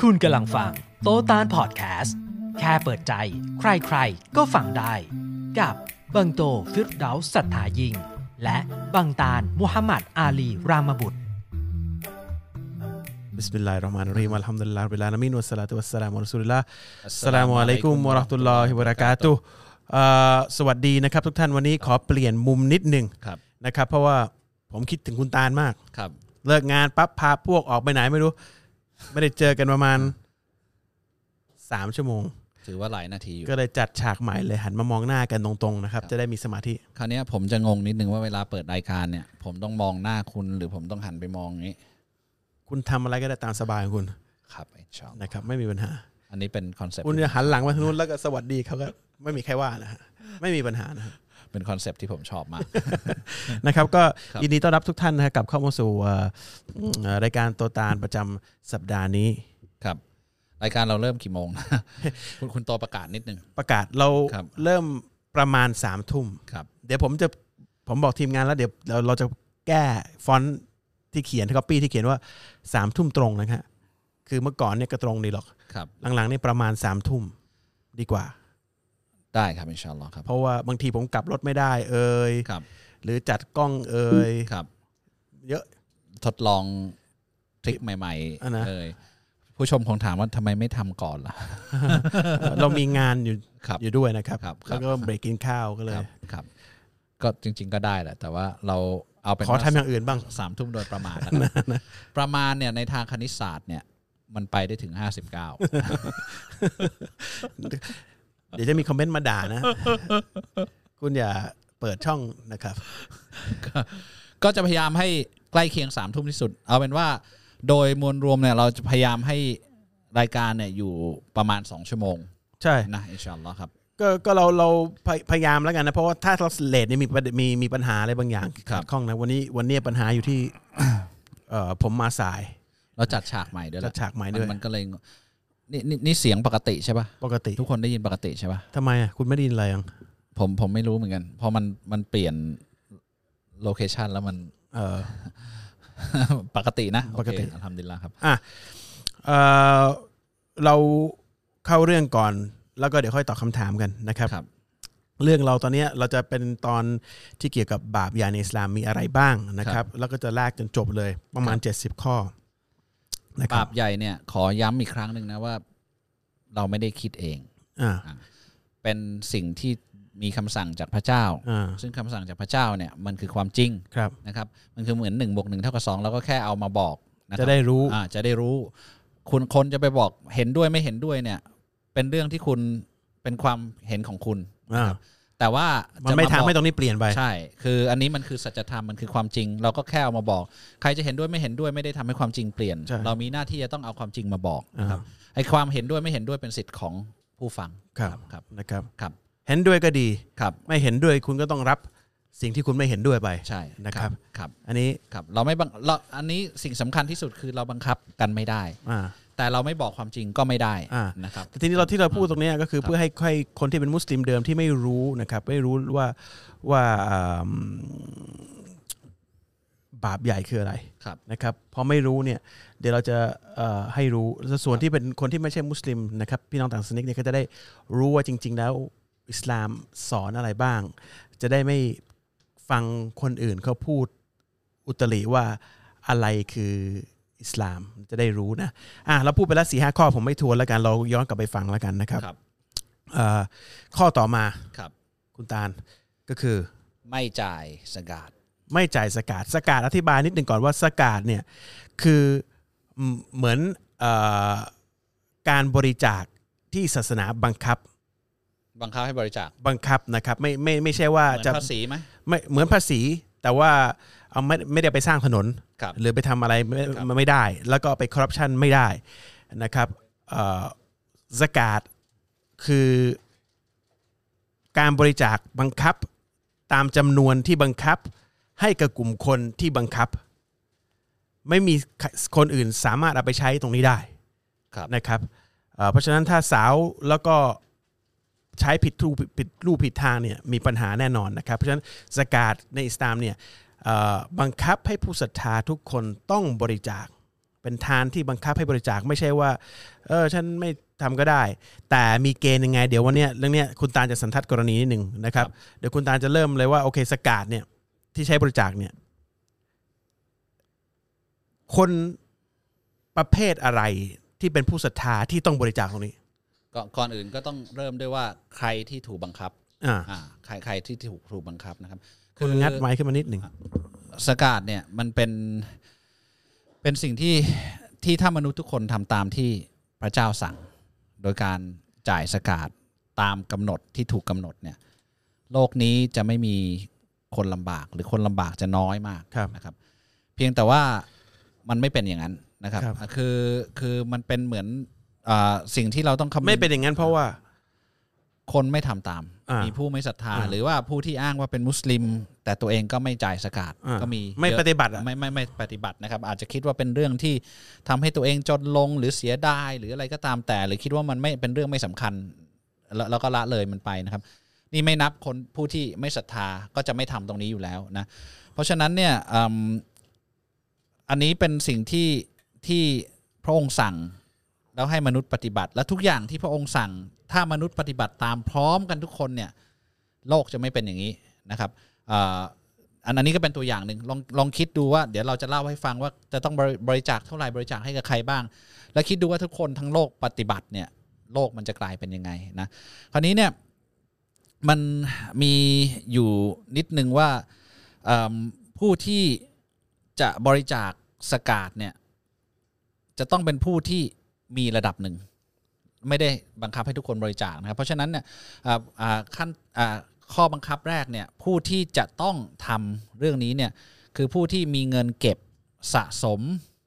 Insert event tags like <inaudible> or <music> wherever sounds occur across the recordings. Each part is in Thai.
คุณกำลังฟัง โตตานพอดแคสต์ แค่เปิดใจ ใครๆ ก็ฟังได้ กับบังโตฟิรเดาสัทธายิง และบังตานมุฮัมมัดอาลีรามบุตร บิสมิลลาฮิรเราะห์มานิรเราะฮีมอัลฮัมดุลิลลาฮิรบิลอาลามีนวัสสลาตุวัสสลามุอะลารัสซูลิลลาฮ์อัสสลามุอะลัยกุมวะเราะห์มะตุลลอฮิวะบะเราะกาตุฮ์เอ่อสวัสดีนะครับ ทุกท่านวันนี้ขอเปลี่ยนมุมนิดหนึ่ง ครับ นะครับ เพราะว่าผมคิดถึงคุณตาลมาก ครับ เลิกงานปั๊บพาพวกออกไปไหนไม่รู้ ไม่ได้เจอกันประมาณสามชั่วโมง ถือว่าหลายนาทีอยู่ ก็เลยจัดฉากใหม่เลยหันมามองหน้ากันตรงๆนะครับ จะได้มีสมาธิ คราวเนี้ยผมจะงงนิดนึงว่าเวลาเปิดรายการเนี่ย ผมต้องมองหน้าคุณหรือผมต้องหันไปมองอย่างนี้ คุณทำอะไรก็ได้ตามสบายของคุณ ครับไอ้ชอบ นะครับ ไม่มีปัญหา อันนี้เป็นคอนเซ็ปต์ คุณจะหันหลังมาทางนู้นแล้วก็สวัสดีเขาก็ไม่มีใครว่านะฮะไม่มีปัญหานะฮะ เป็นคอนเซ็ปต์ที่ผมชอบมาก <laughs> นะครับก็ ครับ ยินดีต้อนรับทุกท่านนะครับกลับเข้ามาสู่เอ่อเอ่อรายการโตตาลประจำสัปดาห์นี้ ครับ รายการเราเริ่มกี่โม <laughs> งนะ คุณคุณโตประกาศนิดนึง ประกาศเรา ครับ เริ่มประมาณ3ามทุ่ม ครับ เดี๋ยวผมจะผมบอกทีมงานแล้วเดี๋ยวเราเราจะแก้ฟอนต์ที่เขียนที่ copy ที่เขียนว่า3ามทุ่มตรงนะฮะคือเมื่อก่อนเนี่ยก็ตรงดีหรอก ครับ หลังๆนี่ประมาณ3ามทุ่มดีกว่า ได้ครับอินชาอัลลอฮ์ครับ เพราะว่าบางทีผมกลับรถไม่ได้เอ่ย ครับ หรือจัดกล้องเอ่ย ครับ เยอะ ทดลองทริคใหม่ อ่ะนะ ๆเลยผู้ชมคงถามว่าทำไมไม่ทำก่อนล่ะ เอ่อเรามีงานอยู่ ครับ อยู่ด้วยนะครับ ครับครับ แล้วก็เบรกกินข้าวก็เลย ครับครับ ก็จริง ๆ ก็ได้แหละแต่ว่าเราเอาเป็น ขอ ว่า ทำอย่างอื่นบ้าง สามทุ่มโดยประมาณนะครับประมาณเนี่ยในทางคณิตศาสตร์เนี่ยมันไปได้ถึง 59 เดี๋ยวจะมีคอมเมนต์มาด่านะ คุณอย่าเปิดช่องนะครับ ก็จะพยายามให้ใกล้เคียง3ามทุ่มที่สุด เอาเป็นว่าโดยมวลรวมเนี่ยเราจะพยายามให้รายการเนี่ยอยู่ประมาณ 2 ชั่วโมง ใช่ นะอินชาอัลลอฮ์ครับ ก็ก็เราเราพยพยายามแล้วกันนะ เพราะว่าถ้าเราเลทเนี่ยมีประเด็นมีมีปัญหาอะไรบางอย่าง ครับ ขัดข้องนะ วันนี้วันนี้ปัญหาอยู่ <coughs> ที่ เอ่อผมมาสาย เราจัดฉากใหม่ด้วยแหละ จัดฉากใหม่ด้วย นมันก็เลยงงนี่นี่นี่เสียงปกติใช่ปะ ปกติ ทุกคนได้ยินปกติใช่ปะ ทำไมอ่ะ คุณไม่ได้ยินอะไรยัง ผมผมไม่รู้เหมือนกันเพอมันมันเปลี่ยนโลเคชันแล้วมัน เออ ปกตินะโอปเคกติ อัลฮัมดุลิลลาฮ์ครับ อ่ะเอ่อเราเข้าเรื่องก่อน แล้วก็เดี๋ยวค่อยตอบคำถามกันนะครับ ครับ เรื่องเราตอนเนี้ยเราจะเป็นตอนที่เกี่ยวกับบาปยาในอิสลามมีอะไรบ้างนะครับ แล้วก็จะลากจนจบเลยประมาณ 70 ข้อนะค บา รับ ปใหญ่เนี่ยขอย้ำอีกครั้งหนึ่งนะว่าเราไม่ได้คิดเอง อ่า เป็นสิ่งที่มีคำสั่งจากพระเจ้า อ่า ซึ่งคำสั่งจากพระเจ้าเนี่ยมันคือความจริง ครับ นะครับมันคือเหมือน1นบวกหนึ่งเท่ากับสองเราก็แค่เอามาบอกนะค จะ รับ ได้รู้ อ่าจะได้รู้ คุณคนจะไปบอกเห็นด้วยไม่เห็นด้วยเนี่ย เป็นเรื่องที่คุณเป็นความเห็นของคุณ อ่า แต่ว่า มั จะ นไม่ทำ บอก ให้ตรงนี้เปลี่ยนไป ใช่ คืออันนี้มันคือสัจธรรม มันคือความจริง เราก็แค่เอามาบอก ใครจะเห็นด้วยไม่เห็นด้วยไม่ได้ทำให้ความจริงเปลี่ยน ใช่ เรามีหน้าที่จะต้องเอาความจริงมาบอก อ่า นะครับ ไอ้ความเห็นด้วยไม่เห็นด้วยเป็นสิทธิ์ของผู้ฟัง ครับ ครับ นะครับ ครับ เห็นด้วยก็ดี ครับ ไม่เห็นด้วยคุณก็ต้องรับสิ่งที่คุณไม่เห็นด้วยไป ใช่ นะครับ ครับ อันนี้ ครับ เราไม่บังเราอันนี้สิ่งสำคัญที่สุดคือเราบังคับกันไม่ได้ อ่า แต่เราไม่บอกความจริงก็ไม่ได้ อ่า นะครับ แต่ทีนี้เราที่เราพูดตรงเนี้ยก็คือ ครับ เพื่อให้ค่อยคนที่เป็นมุสลิมเดิมที่ไม่รู้นะครับ ไม่รู้ว่าว่าอ่าบาปใหญ่คืออะไร ครับ นะครับพอไม่รู้เนี่ยเดี๋ยวเราจะเอ่อให้รู้ส่วนที่เป็นคนที่ไม่ใช่มุสลิมนะครับพี่น้องต่างศาสนิกเนี่ยก็จะได้รู้ว่าจริง ๆ แล้วอิสลามสอนอะไรบ้าง จะได้ไม่ฟังคนอื่นเขาพูดอุตริว่าอะไรคืออิสลามจะได้รู้นะอ่ะเราพูดไปแล้วสี่ห้าข้อผมไม่ทวนแล้วกันเราย้อนกลับไปฟังแล้วกันนะครับ ครับ เอ่อข้อต่อมา ครับ คุณตาลก็คือ ไม่จ่ายสกาด ไม่จ่ายสกาดสกาดอธิบายนิดหนึ่งก่อนว่าสกาดเนี่ย คือเหมือนเออการบริจาคที่ศาสนาบังคับ บังคับให้บริจาค บังคับนะครับไม่ไม่ไม่ใช่ว่า เหมือน จะ ภาษีไหม ไม่เหมือนภาษี แต่ว่าเอาไม่ไม่ได้ไปสร้างถนน ครับ หรือไปทำอะไรไม่ ครับ ไม่ได้ แล้วก็ไปคอร์รัปชันไม่ได้นะครับสกาดคือการบริจาคบังคับตามจำนวนที่บังคับ ให้กับกลุ่มคนที่บังคับ ไม่มีคนอื่นสามารถเอาไปใช้ตรงนี้ได้ ครับ นะครับเอ่อเพราะฉะนั้นถ้าสาวแล้วก็ใช้ผิดรูปผิดรูปผิดทางเนี่ยมีปัญหาแน่นอนนะครับ เพราะฉะนั้นสกาดในอิสลามเนี่ยเอ่อบังคับให้ผู้ศรัทธาทุกคนต้องบริจาคไป เป็นทานที่บังคับให้บริจาคไม่ใช่ว่า เออฉันไม่ทำก็ได้ แต่มีเกณฑ์ยังไง เดี๋ยววันเนี้ยเรื่องเนี้ยคุณตาลจะสันทัดกรณีนิดหนึ่งนะครับเดี๋ยวคุณตาลจะเริ่มเลยว่าโอเคสกาดเนี่ยที่ใช้บริจาคเนี่ย คนประเภทอะไรที่เป็นผู้ศรัทธาที่ต้องบริจาคตรงนี้ ก่อนก่อนอื่นก็ต้องเริ่มด้วยว่าใครที่ถูกบังคับ อ่า อ่าใครใครที่ถูกถูกบังคับนะครับ คุณงัดไม้ขึ้นมานิดหนึ่ง สกาดเนี่ยมันเป็นเป็นสิ่งที่ที่ถ้ามนุษย์ทุกคนทำตามที่พระเจ้าสั่ง โดยการจ่ายสกาดตามกำหนดที่ถูกกำหนดเนี่ยโลกนี้จะไม่มีคนลำบากหรือคนลำบากจะน้อยมาก ครับ นะครับเพียงแต่ว่ามันไม่เป็นอย่างนั้นนะครับ ครับ คือคือมันเป็นเหมือนอาสิ่งที่เราต้องคำนึง ไม่เป็นอย่างนั้นเพราะว่า คนไม่ทำตาม อ่ามี มีผู้ไม่ศรัทธา อ่า หรือว่าผู้ที่อ้างว่าเป็นมุสลิม แต่ตัวเองก็ไม่จ่ายสกาด อ่า ก็มี ไม่ เยอะ ปฏิบัติอะ ไม่ไม่ไม่ปฏิบัตินะครับ อาจจะคิดว่าเป็นเรื่องที่ทำให้ตัวเองจนลงหรือเสียดายหรืออะไรก็ตามแต่ หรือคิดว่ามันไม่เป็นเรื่องไม่สำคัญแล้วแล้วก็ละเลยมันไปนะครับ นี่ไม่นับคนผู้ที่ไม่ศรัทธาก็จะไม่ทำตรงนี้อยู่แล้วนะ เพราะฉะนั้นเนี่ยอืมอันนี้เป็นสิ่งที่ที่พระองค์สั่ง แล้วให้มนุษย์ปฏิบัติ และทุกอย่างที่พระองค์สั่ง ถ้ามนุษย์ปฏิบัติตามพร้อมกันทุกคนเนี่ยโลกจะไม่เป็นอย่างนี้นะครับอ่าอันอันนี้ก็เป็นตัวอย่างหนึ่งลองลองคิดดูว่า เดี๋ยวเราจะเล่าให้ฟังว่าจะต้องบริบริจาคเท่าไหร่บริจาคให้กับใครบ้าง แล้วคิดดูว่าทุกคนทั้งโลกปฏิบัติเนี่ยโลกมันจะกลายเป็นยังไงนะคราวนี้เนี่ยมันมีอยู่นิดนึงว่าเอิ่มผู้ที่จะบริจาคสกาดเนี่ย จะต้องเป็นผู้ที่มีระดับหนึ่ง ไม่ได้บังคับให้ทุกคนบริจาคนะครับ เพราะฉะนั้นเนี่ยอ่าอ่าขั้นอ่าข้อบังคับแรกเนี่ยผู้ที่จะต้องทำเรื่องนี้เนี่ยคือผู้ที่มีเงินเก็บสะสม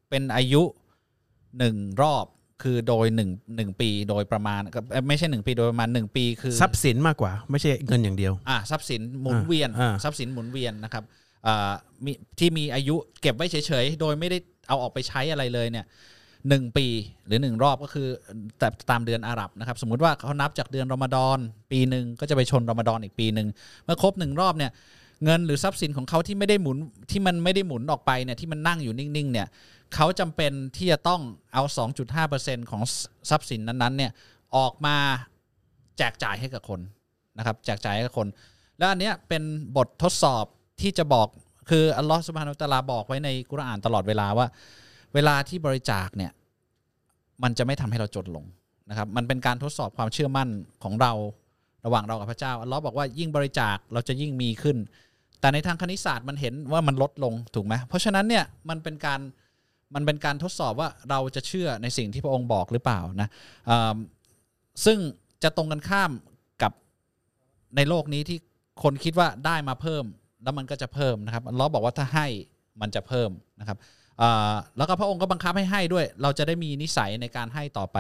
เป็นอายุ 1 รอบคือโดย1งปีโดยประมาณก็เอ่อไม่ใช่ 1 ปีโดยประมาณ 1 ปีคือ ทรัพย์สินมากกว่า ไม่ใช่เงินอย่างเดียว อ่าทรัพย์สินหมุนเวียน อ่า ทรัพย์สินหมุนเวียนนะครับอ่ามีที่มีอายุเก็บไว้เฉยๆ โดยไม่ได้เอาออกไปใช้อะไรเลยเนี่ยหนึ่งปีหรือหนึ่งรอบก็คือแต่ตามเดือนอาหรับนะครับ สมมุติว่าเขานับจากเดือนรอมฎอนปีหนึ่งก็จะไปชนรอมฎอนอีกปีหนึ่งเมื่อครบหนึ่งรอบเนี่ยเงินหรือทรัพย์สินของเขาที่ไม่ได้หมุนที่มันไม่ได้หมุนออกไปเนี่ยที่มันนั่งอยู่นิ่งๆเนี่ยเขาจำเป็นที่จะต้องเอา 2.5%ของทรัพย์สินนั้นๆเนี่ยออกมาแจกจ่ายให้กับคน นะครับแจกจ่ายให้กับคน แล้วอันเนี้ยเป็นบททดสอบที่จะบอกคืออัลลอฮฺสุบฮานุตะอาลาบอกไว้ในกุรอานตลอดเวลาว่า เวลาที่บริจาคเนี่ยมันจะไม่ทำให้เราจนลงนะครับมันเป็นการทดสอบความเชื่อมั่นของเราระหว่างเรากับพระเจ้าอัลลอฮ์บอกว่ายิ่งบริจาคเราจะยิ่งมีขึ้น แต่ในทางคณิตศาสตร์มันเห็นว่ามันลดลงถูกไหมเพราะฉะนั้นเนี่ยมันเป็นการมันเป็นการทดสอบว่าเราจะเชื่อในสิ่งที่พระองค์บอกหรือเปล่านะเอิ่มซึ่งจะตรงกันข้ามกับ ในโลกนี้ที่คนคิดว่าได้มาเพิ่ม แล้วมันก็จะเพิ่มนะครับอัลเราะห์บอกว่าถ้าให้มันจะเพิ่มนะครับอ่าแล้วก็พระองค์ก็บังคับให้ให้ด้วย เราจะได้มีนิสัยในการให้ต่อไป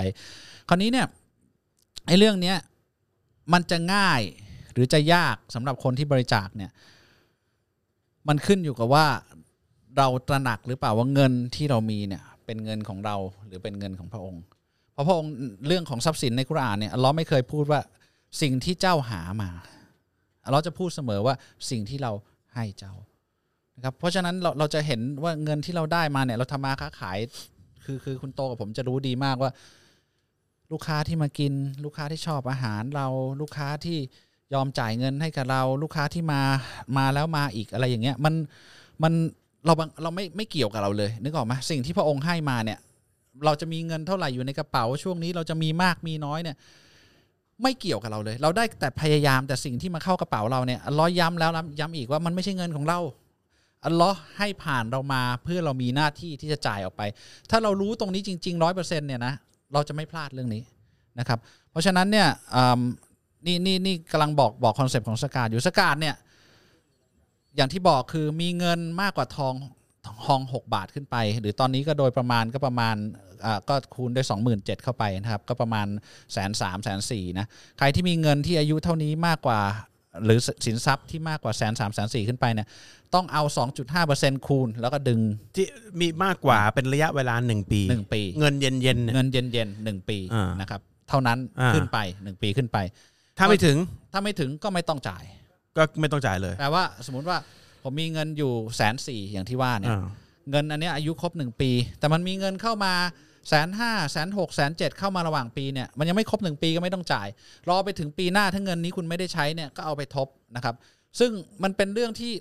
คราวนี้เนี่ยไอ้เรื่องเนี้ยมันจะง่ายหรือจะยากสำหรับคนที่บริจาคเนี่ยมันขึ้นอยู่กับว่าเราตระหนักหรือเปล่าว่าเงินที่เรามีเนี่ยเป็นเงินของเราหรือเป็นเงินของพระองค์ เพราะพระองค์เรื่องของทรัพย์สินในกุรอานเนี่ยอัลเราะห์ไม่เคยพูดว่าสิ่งที่เจ้าหามาอัลเราะห์จะพูดเสมอว่าสิ่งที่เราให้เจ้านะครับเพราะฉะนั้นเราเราจะเห็นว่าเงินที่เราได้มาเนี่ย เราทำมาค้าขายคือคือคุณโตกับผมจะรู้ดีมากว่า ลูกค้าที่มากิน ลูกค้าที่ชอบอาหารเราลูกค้าที่ยอมจ่ายเงินให้กับเรา ลูกค้าที่มามาแล้วมาอีกอะไรอย่างเงี้ยมันมันเราบังเราไม่ไม่เกี่ยวกับเราเลยนึกออกไหมสิ่งที่พระองค์ให้มาเนี่ย เราจะมีเงินเท่าไหร่อยู่ในกระเป๋าช่วงนี้เราจะมีมากมีน้อยเนี่ย ไม่เกี่ยวกับเราเลย เราได้แต่พยายามแต่สิ่งที่มาเข้ากระเป๋าเราเนี่ยอัลเลอฮ์ย้ำแล้วย้ำอีกว่ามันไม่ใช่เงินของเราอัลเลอฮ์ให้ผ่านเรามาเพื่อเรามีหน้าที่ที่จะจ่ายออกไป ถ้าเรารู้ตรงนี้จริงๆร้อยเปอร์เซ็นต์เนี่ยนะเราจะไม่พลาดเรื่องนี้นะครับ เพราะฉะนั้นเนี่ยอืมนี่นี่นี่กำลังบอกบอกคอนเซปต์ของสกาดอยู่สกาดเนี่ย อย่างที่บอกคือมีเงินมากกว่าทองทอง 6 บาทขึ้นไป หรือตอนนี้ก็โดยประมาณก็ประมาณอ่าก็คูณด้วย 27,000เข้าไปนะครับ ก็ประมาณแสนสามแสนสี่นะใครที่มีเงินที่อายุเท่านี้มากกว่า หรือสินทรัพย์ที่มากกว่าแสนสามแสนสี่ขึ้นไปเนี่ยต้องเอา 2.5%คูณ แล้วก็ดึง ที่มีมากกว่าเป็นระยะเวลาหนึ่งปี หนึ่งปี เงินเย็นเย็นๆเนี่ย เงินเย็นๆหนึ่งปี อ่าน นะครับเท่านั้น อ่า ขึ้นไปหนึ่งปีขึ้นไป ถ้าไม่ถึง ถ้าไม่ถึงก็ไม่ต้องจ่าย ก็ไม่ต้องจ่ายเลย แต่ว่าสมมุติว่าผมมีเงินอยู่แสนสี่อย่างที่ว่าเนี่ย อ่า เงินอันเนี้ยอายุครบ 1 ปี แต่มันมีเงินเข้ามาแสนห้าแสนหกแสนเจ็ดเข้ามาระหว่างปีเนี่ยมันยังไม่ครบ 1 ปีก็ไม่ต้องจ่าย รอไปถึงปีหน้าถ้าเงินนี้คุณไม่ได้ใช้เนี่ยก็เอาไปทบนะครับ ซึ่งมันเป็นเรื่องที่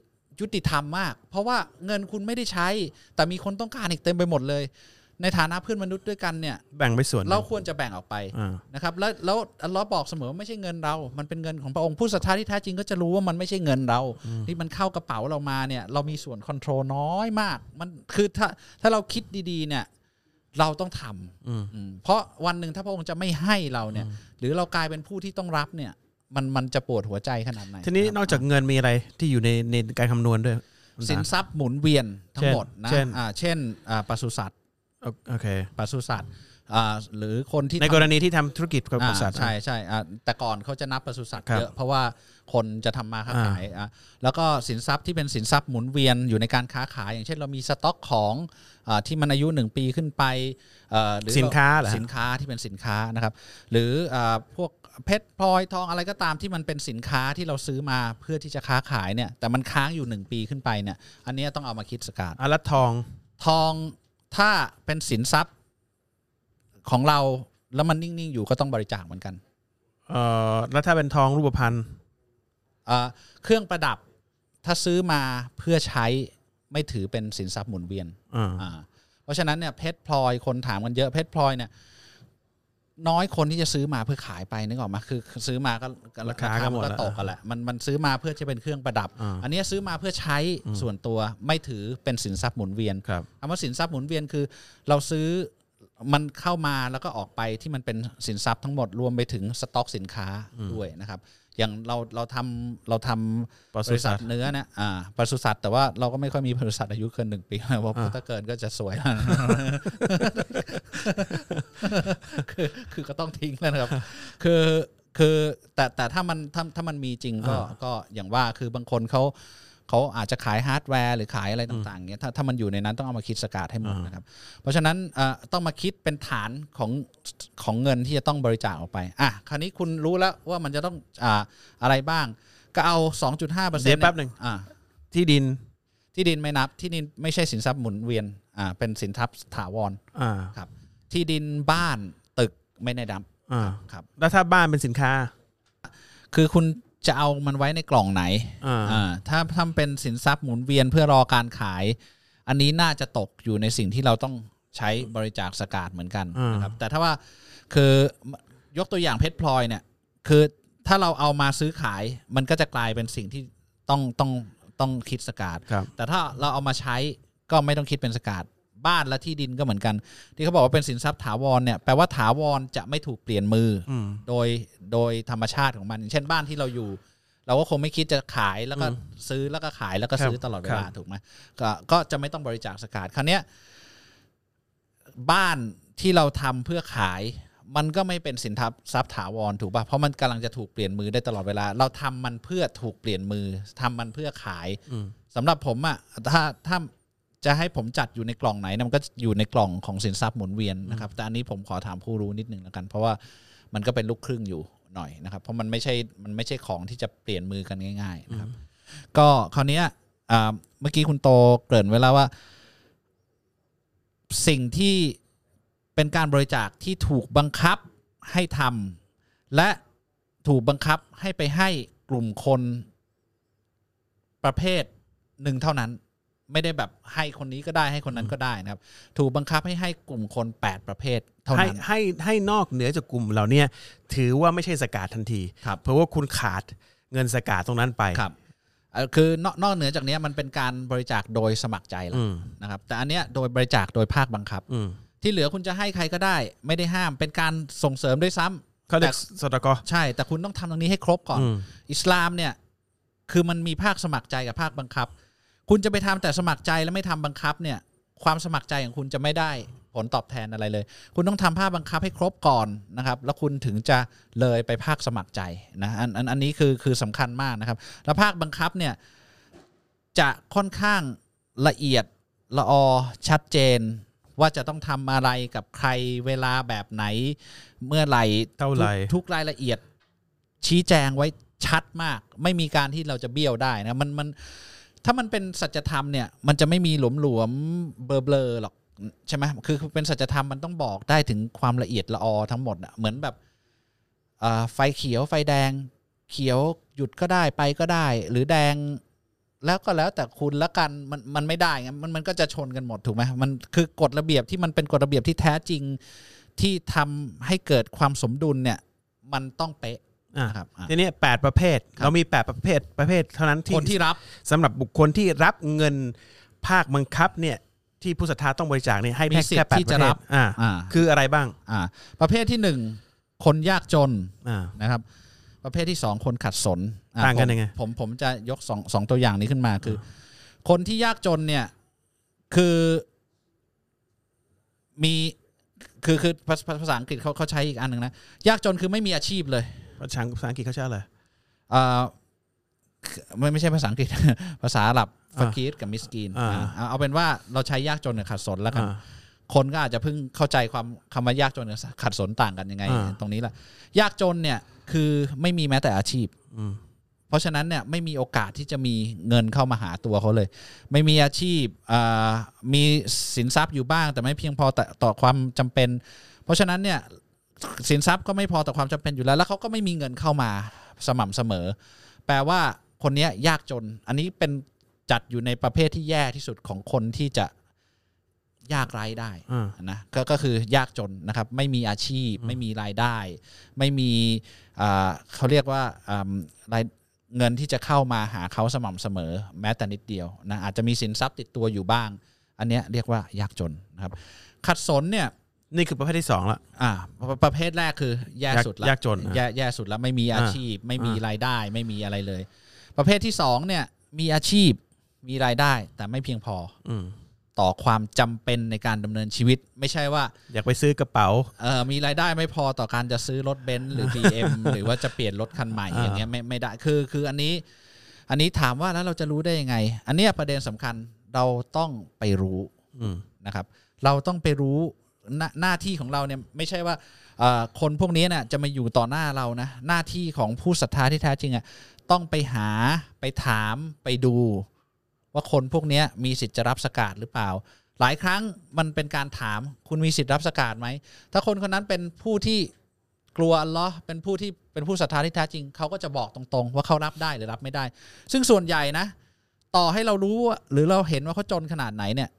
ยุติธรรมมาก เพราะว่าเงินคุณไม่ได้ใช้ แต่มีคนต้องการอีกเต็มไปหมดเลย ในฐานะเพื่อนมนุษย์ด้วยกันเนี่ย แบ่งไปส่วนหนึ่ง เราควรจะแบ่งออกไป อ่า นะครับแล้วแล้วอัลเลอฮ์บอกเสมอว่าไม่ใช่เงินเรา มันเป็นเงินของพระองค์ผู้ศรัทธาที่แท้จริงก็จะรู้ว่ามันไม่ใช่เงินเรา ที่มันเข้ากระเป๋าเรามาเนี่ย เรามีส่วนคอนโทรลน้อยมาก มันคือถ้าถ้าเราคิดดีๆเนี่ย เราต้องท อืม ำอืมเพราะวันหนึ่งถ้าพระองค์จะไม่ให้เราเนี่ย หรือเรากลายเป็นผู้ที่ต้องรับเนี่ย มันมันจะปวดหัวใจขนาดไหน ทีนี้ ะครับ นอกจากเงินมีอะไรที่อยู่ในในการคำนวณด้วยคุณ สิน ตา ทรัพย์หมุนเวียนทั้งหมดนะ เช่น อ่าเช่นอ่าปศุสัตว์ โอเค ปศุสัตว์อ่าหรือคนที่ ใน ทำ กรณีที่ทำธุรกิจกับบริษัท อ่าใช่ใช่อ่าแต่ก่อนเขาจะนับปศุสัตว์ ครับ เยอะเพราะว่าคนจะทำมาค้า อ่า ขายอ่ะแล้วก็สินทรัพย์ที่เป็นสินทรัพย์หมุนเวียนอยู่ในการค้าขาย อย่างเช่นเรามีสต็อกของอาที่มันอายุ 1 ปีขึ้นไปเอ่อหรือ สินค้าเหรอฮะ สินค้าที่เป็นสินค้านะครับ หรืออาพวกเพชรพลอยทองอะไรก็ตามที่มันเป็นสินค้าที่เราซื้อมาเพื่อที่จะค้าขายเนี่ยแต่มันค้างอยู่ 1 ปีขึ้นไปเนี่ยอันเนี้ยต้องเอามาคิดสกัด อารัตทอง ทองถ้าเป็นสินทรัพย์ของเราแล้วมันนิ่ง ๆ อยู่ก็ต้องบริจาคเหมือนกัน เอ่อแล้วถ้าเป็นทองรูปพรรณ เอ่อเครื่องประดับถ้าซื้อมาเพื่อใช้ไม่ถือเป็นสินทรัพย์หมุนเวียน อ่า อ่าเพราะฉะนั้นเนี่ยเพชรพลอยคนถามกันเยอะเพชรพลอยเนี่ยน้อยคนที่จะซื้อมาเพื่อขายไปนึกออกมาคือซื้อมาก็ ราคาก็หมด น แล้ว ตกกันแหละมันมันซื้อมาเพื่อจะเป็นเครื่องประดับ อ่า อันเนี้ยซื้อมาเพื่อใช้ส่วนตัวไม่ถือเป็นสินทรัพย์หมุนเวียน ครับ คำว่าสินทรัพย์หมุนเวียนคือ เราซื้อมันเข้ามาแล้วก็ออกไปที่มันเป็นสินทรัพย์ทั้งหมดรวมไปถึงสต็อกสินค้าด้วยนะครับอย่างเราเราทำเราทำ ปศุสัตว์ บริษัทเนื้อนะอ่าปศุสัตว์แต่ว่าเราก็ไม่ค่อยมีบริษัทอายุเกินหนึ่งปี <laughs> นะเพราะ อ่า ถ้าเกินก็จะส <laughs> วย <laughs> คือคือก็ต้องทิ้งแล้วนะครับ คือคือแต่แต่ถ้ามันถ้าถ้ามันมีจริงก็ อ่า ก็อย่างว่าคือบางคนเขาเขาอาจจะขายฮาร์ดแวร์หรือขายอะไรต่างๆเงี้ยถ้าถ้ามันอยู่ในนั้นต้องเอามาคิดสกัดให้หมดนะครับ เพราะฉะนั้นเอ่อต้องมาคิดเป็นฐานของของเงินที่จะต้องบริจาคออกไปอ่ะคราวนี้คุณรู้แล้วว่ามันจะต้องอ่าอะไรบ้าง ก็เอา 2.5%เปอร์เซ็น เดี๋ ต์ ยวแป๊บหนึ่ง อ่า ที่ดิน ที่ดินไม่นับที่ดินไม่ใช่สินทรัพย์หมุนเวียนอ่าเป็นสินทรัพย์ถาวร อ่า ครับที่ดินบ้านตึกไม่ได้นับ อ่า ครับ แล้วถ้าบ้านเป็นสินค้า คือคุณจะเอามันไว้ในกล่องไหน อ่า อ่าถ้าทำเป็นสินทรัพย์หมุนเวียนเพื่อรอการขาย อันนี้น่าจะตกอยู่ในสิ่งที่เราต้องใช้บริจาคสกาดเหมือนกัน อ่าน นะครับ แต่ถ้าว่าคือยกตัวอย่างเพชรพลอยเนี่ย คือถ้าเราเอามาซื้อขาย มันก็จะกลายเป็นสิ่งที่ต้องต้องต้องคิดสกาด ครับ แต่ถ้าเราเอามาใช้ก็ไม่ต้องคิดเป็นสกาดบ้านและที่ดินก็เหมือนกัน ที่เขาบอกว่าเป็นสินทรัพย์ถาวรเนี่ยแปลว่าถาวรจะไม่ถูกเปลี่ยนมืออโดยโดยธรรมชาติของมันอย่างเช่นบ้านที่เราอยู่ เราก็คงไม่คิดจะขายแล้วก็ซื้อแล้วก็ขายแล้วก็ซื้อ ครับ ตลอดเว ครั ลา บ ถูกไหมก็ก็จะไม่ต้องบริจาคสกาดคราวเนี้ยบ้านที่เราทำเพื่อขาย มันก็ไม่เป็นสินทรัพย์ทรัพย์ถาวรถูกป่ะเพราะมันกำลังจะถูกเปลี่ยนมือได้ตลอดเวลา เราทำมันเพื่อถูกเปลี่ยนมือทำมันเพื่อขาย อืม สำหรับผมอะ่ะถ้าถ้าจะให้ผมจัดอยู่ในกล่องไหนนะมันก็อยู่ในกล่องของสินทรัพย์หมุนเวียนนะครับแต่อันนี้ผมขอถามผู้รู้นิดนึงแล้วกัน เพราะว่ามันก็เป็นลูกครึ่งอยู่หน่อยนะครับ เพราะมันไม่ใช่มันไม่ใช่ของที่จะเปลี่ยนมือกันง่าย ๆ นะครับ ก็คราวเนี้ยอ่าเมื่อกี้คุณโตเกริ่นไว้แล้วว่า สิ่งที่เป็นการบริจาคที่ถูกบังคับให้ทำและถูกบังคับให้ไปให้กลุ่มคน ประเภทหนึ่งเท่านั้นไม่ได้แบบให้คนนี้ก็ได้ให้คนนั้นก็ได้นะครับ ถูกบังคับให้ให้กลุ่มคน 8 ประเภทเท่า ให้ นั้น ให้ให้นอกเหนือจากกลุ่มเหล่าเนี้ยถือว่าไม่ใช่สกาดทันที ครับ เพราะว่าคุณขาดเงินสกาดตรงนั้นไป ครับเอ่อคือนอกนอกเหนือจากเนี้ยมันเป็นการบริจาคโดยสมัครใจแล้ว อืม นะครับ แต่อันเนี้ยโดยบริจาคโดยภาคบังคับ อืม ที่เหลือคุณจะให้ใครก็ได้ ไม่ได้ห้ามเป็นการส่งเสริมด้วยซ้ำ เขาเรียกแต่สตกอ ใช่ แต่คุณต้องทำตรงนี้ให้ครบก่อน อืม อิสลามเนี่ยคือมันมีภาคสมัครใจกับภาคบังคับ คุณจะไปทำแต่สมัครใจแล้วไม่ทำบังคับเนี่ย ความสมัครใจของคุณจะไม่ได้ผลตอบแทนอะไรเลย คุณต้องทำภาคบังคับให้ครบก่อนนะครับ แล้วคุณถึงจะเลยไปภาคสมัครใจนะอันอันอันนี้คือคือสำคัญมากนะครับ แล้วภาคบังคับเนี่ย จะค่อนข้างละเอียดละออชัดเจน ว่าจะต้องทำอะไรกับใครเวลาแบบไหน เมื่อไหร่ เท่าไหร่ ทุกทุกรายละเอียดชี้แจงไว้ชัดมาก ไม่มีการที่เราจะเบี้ยวได้นะมันมัน ถ้ามันเป็นสัจธรรมเนี่ยมันจะไม่มีหลวมหลวมๆเบลอเบลอๆหรอกใช่ไหมคือเป็นสัจธรรมมันต้องบอกได้ถึงความละเอียดละออทั้งหมดอะเหมือนแบบอ่าไฟเขียวไฟแดง เขียวหยุดก็ได้ไปก็ได้ หรือแดงแล้วก็แล้วแต่คุณละกันมันมันไม่ได้ไงมันมันก็จะชนกันหมดถูกไหมมันคือกฎระเบียบที่มันเป็นกฎระเบียบที่แท้จริงที่ทำให้เกิดความสมดุลเนี่ยมันต้องเป๊ะ อ่า ครับอ่ะ ทีนี้แปดประเภท ครับ เรามีแปดประเภทประเภทเท่านั้นที่ คนที่รับ สำหรับบุคคลที่รับเงินภาคบังคับเนี่ยที่ผู้ศรัทธาต้องบริจาคเนี่ยให้ มี แค่ สิทธิ์ แค่แปด ที่ ป จะ ระเภ รั ท บ อ่า อ่า คืออะไรบ้าง อ่า ประเภทที่หนึ่งคนยากจน อ่า นะครับประเภทที่ 2 คนขัดสนอ่ะ ต่างกัน ผม ยังไง ผมผมจะยกสองสองตัวอย่างนี้ขึ้นมาคืออคนที่ยากจนเนี่ยคือมีคือคือภาษาภาษาอังกฤษเขาเขาใช้อีกอันหนึ่งนะ ยากจนคือไม่มีอาชีพเลย ภาษาภาษาอังกฤษเขาใช้อะไร อ่าไม่ไม่ใช่ภาษาอั <laughs> งกฤษ ภาษาอาหรับ อ่า ฟากีดกับมิสกีน อ่า อ่ะเอาเอาเป็นว่าเราใช้ยากจนกับขัดสนแล้วกัน อ่า คนก็อาจจะเพิ่งเข้าใจความคำว่ายากจนกับขัดสนต่างกันยังไง อ่า ตรงนี้แหละยากจนเนี่ยคือไม่มีแม้แต่อาชีพ อืม เพราะฉะนั้นเนี่ยไม่มีโอกาสที่จะมีเงินเข้ามาหาตัวเขาเลย ไม่มีอาชีพอ่ามีสินทรัพย์อยู่บ้าง แต่ไม่เพียงพอต่อต่อความจำเป็น เพราะฉะนั้นเนี่ยสินทรัพย์ก็ไม่พอต่อความจำเป็นอยู่แล้ว แล้วเขาก็ไม่มีเงินเข้ามาสม่ำเสมอ แปลว่าคนเนี้ยยากจน อันนี้เป็นจัดอยู่ในประเภทที่แย่ที่สุดของคนที่จะยากไร้ได้ อ่า นะก็ก็คือยากจนนะครับ ไม่มีอาชีพ ไม่มีรายได้ ไม่มีอ่าเขาเรียกว่าอ่ารายเงินที่จะเข้ามาหาเขาสม่ำเสมอ แม้แต่นิดเดียวนะอาจจะมีสินทรัพย์ติดตัวอยู่บ้าง อันเนี้ยเรียกว่ายากจนนะครับ ขัดสนเนี่ย นี่คือประเภทที่สองละ อ่าประประเภทแรกคือแย่ ยาก สุดละ ยากจนนะ แย่แย่สุดแล้วไม่มีอาชีพ ไม่มี อ่าร รายได้ ไม่มีอะไรเลย ประเภทที่สองเนี่ยมีอาชีพมีรายได้แต่ไม่เพียงพอ อืม ต่อความจำเป็นในการดำเนินชีวิต ไม่ใช่ว่า อยากไปซื้อกระเป๋า เอ่อมีรายได้ไม่พอต่อการจะซื้อรถเบนซ์ <laughs> หรือ BM หรือว่าจะเปลี่ยนรถคันใหม่ อ่า อย่างเงี้ยไม่ไม่ได้คือคืออันนี้ อันนี้ถามว่าแล้วเราจะรู้ได้ยังไง อันเนี้ยประเด็นสำคัญเราต้องไปรู้ อืม นะครับ เราต้องไปรู้หน้าหน้าที่ของเราเนี่ยไม่ใช่ว่าเอ่อคนพวกนี้เนี่ยจะมาอยู่ต่อหน้าเรานะหน้าที่ของผู้ศรัทธาที่แท้จริงอะ่ะต้องไปหาไปถามไปดู ว่าคนพวกเนี้ยมีสิทธิ์จะรับสกาดหรือเปล่า หลายครั้งมันเป็นการถามคุณมีสิทธิ์รับสกาดไหม ถ้าคนคนนั้นเป็นผู้ที่กลัวอัลเลอฮ์เป็นผู้ที่เป็นผู้ศรัทธาที่แท้จริง เขาก็จะบอกตรงๆ ว่าเขารับได้หรือรับไม่ได้ ซึ่งส่วนใหญ่นะ ต่อให้เรารู้ว่าหรือเราเห็นว่าเขาจนขนาดไหนเนี่ย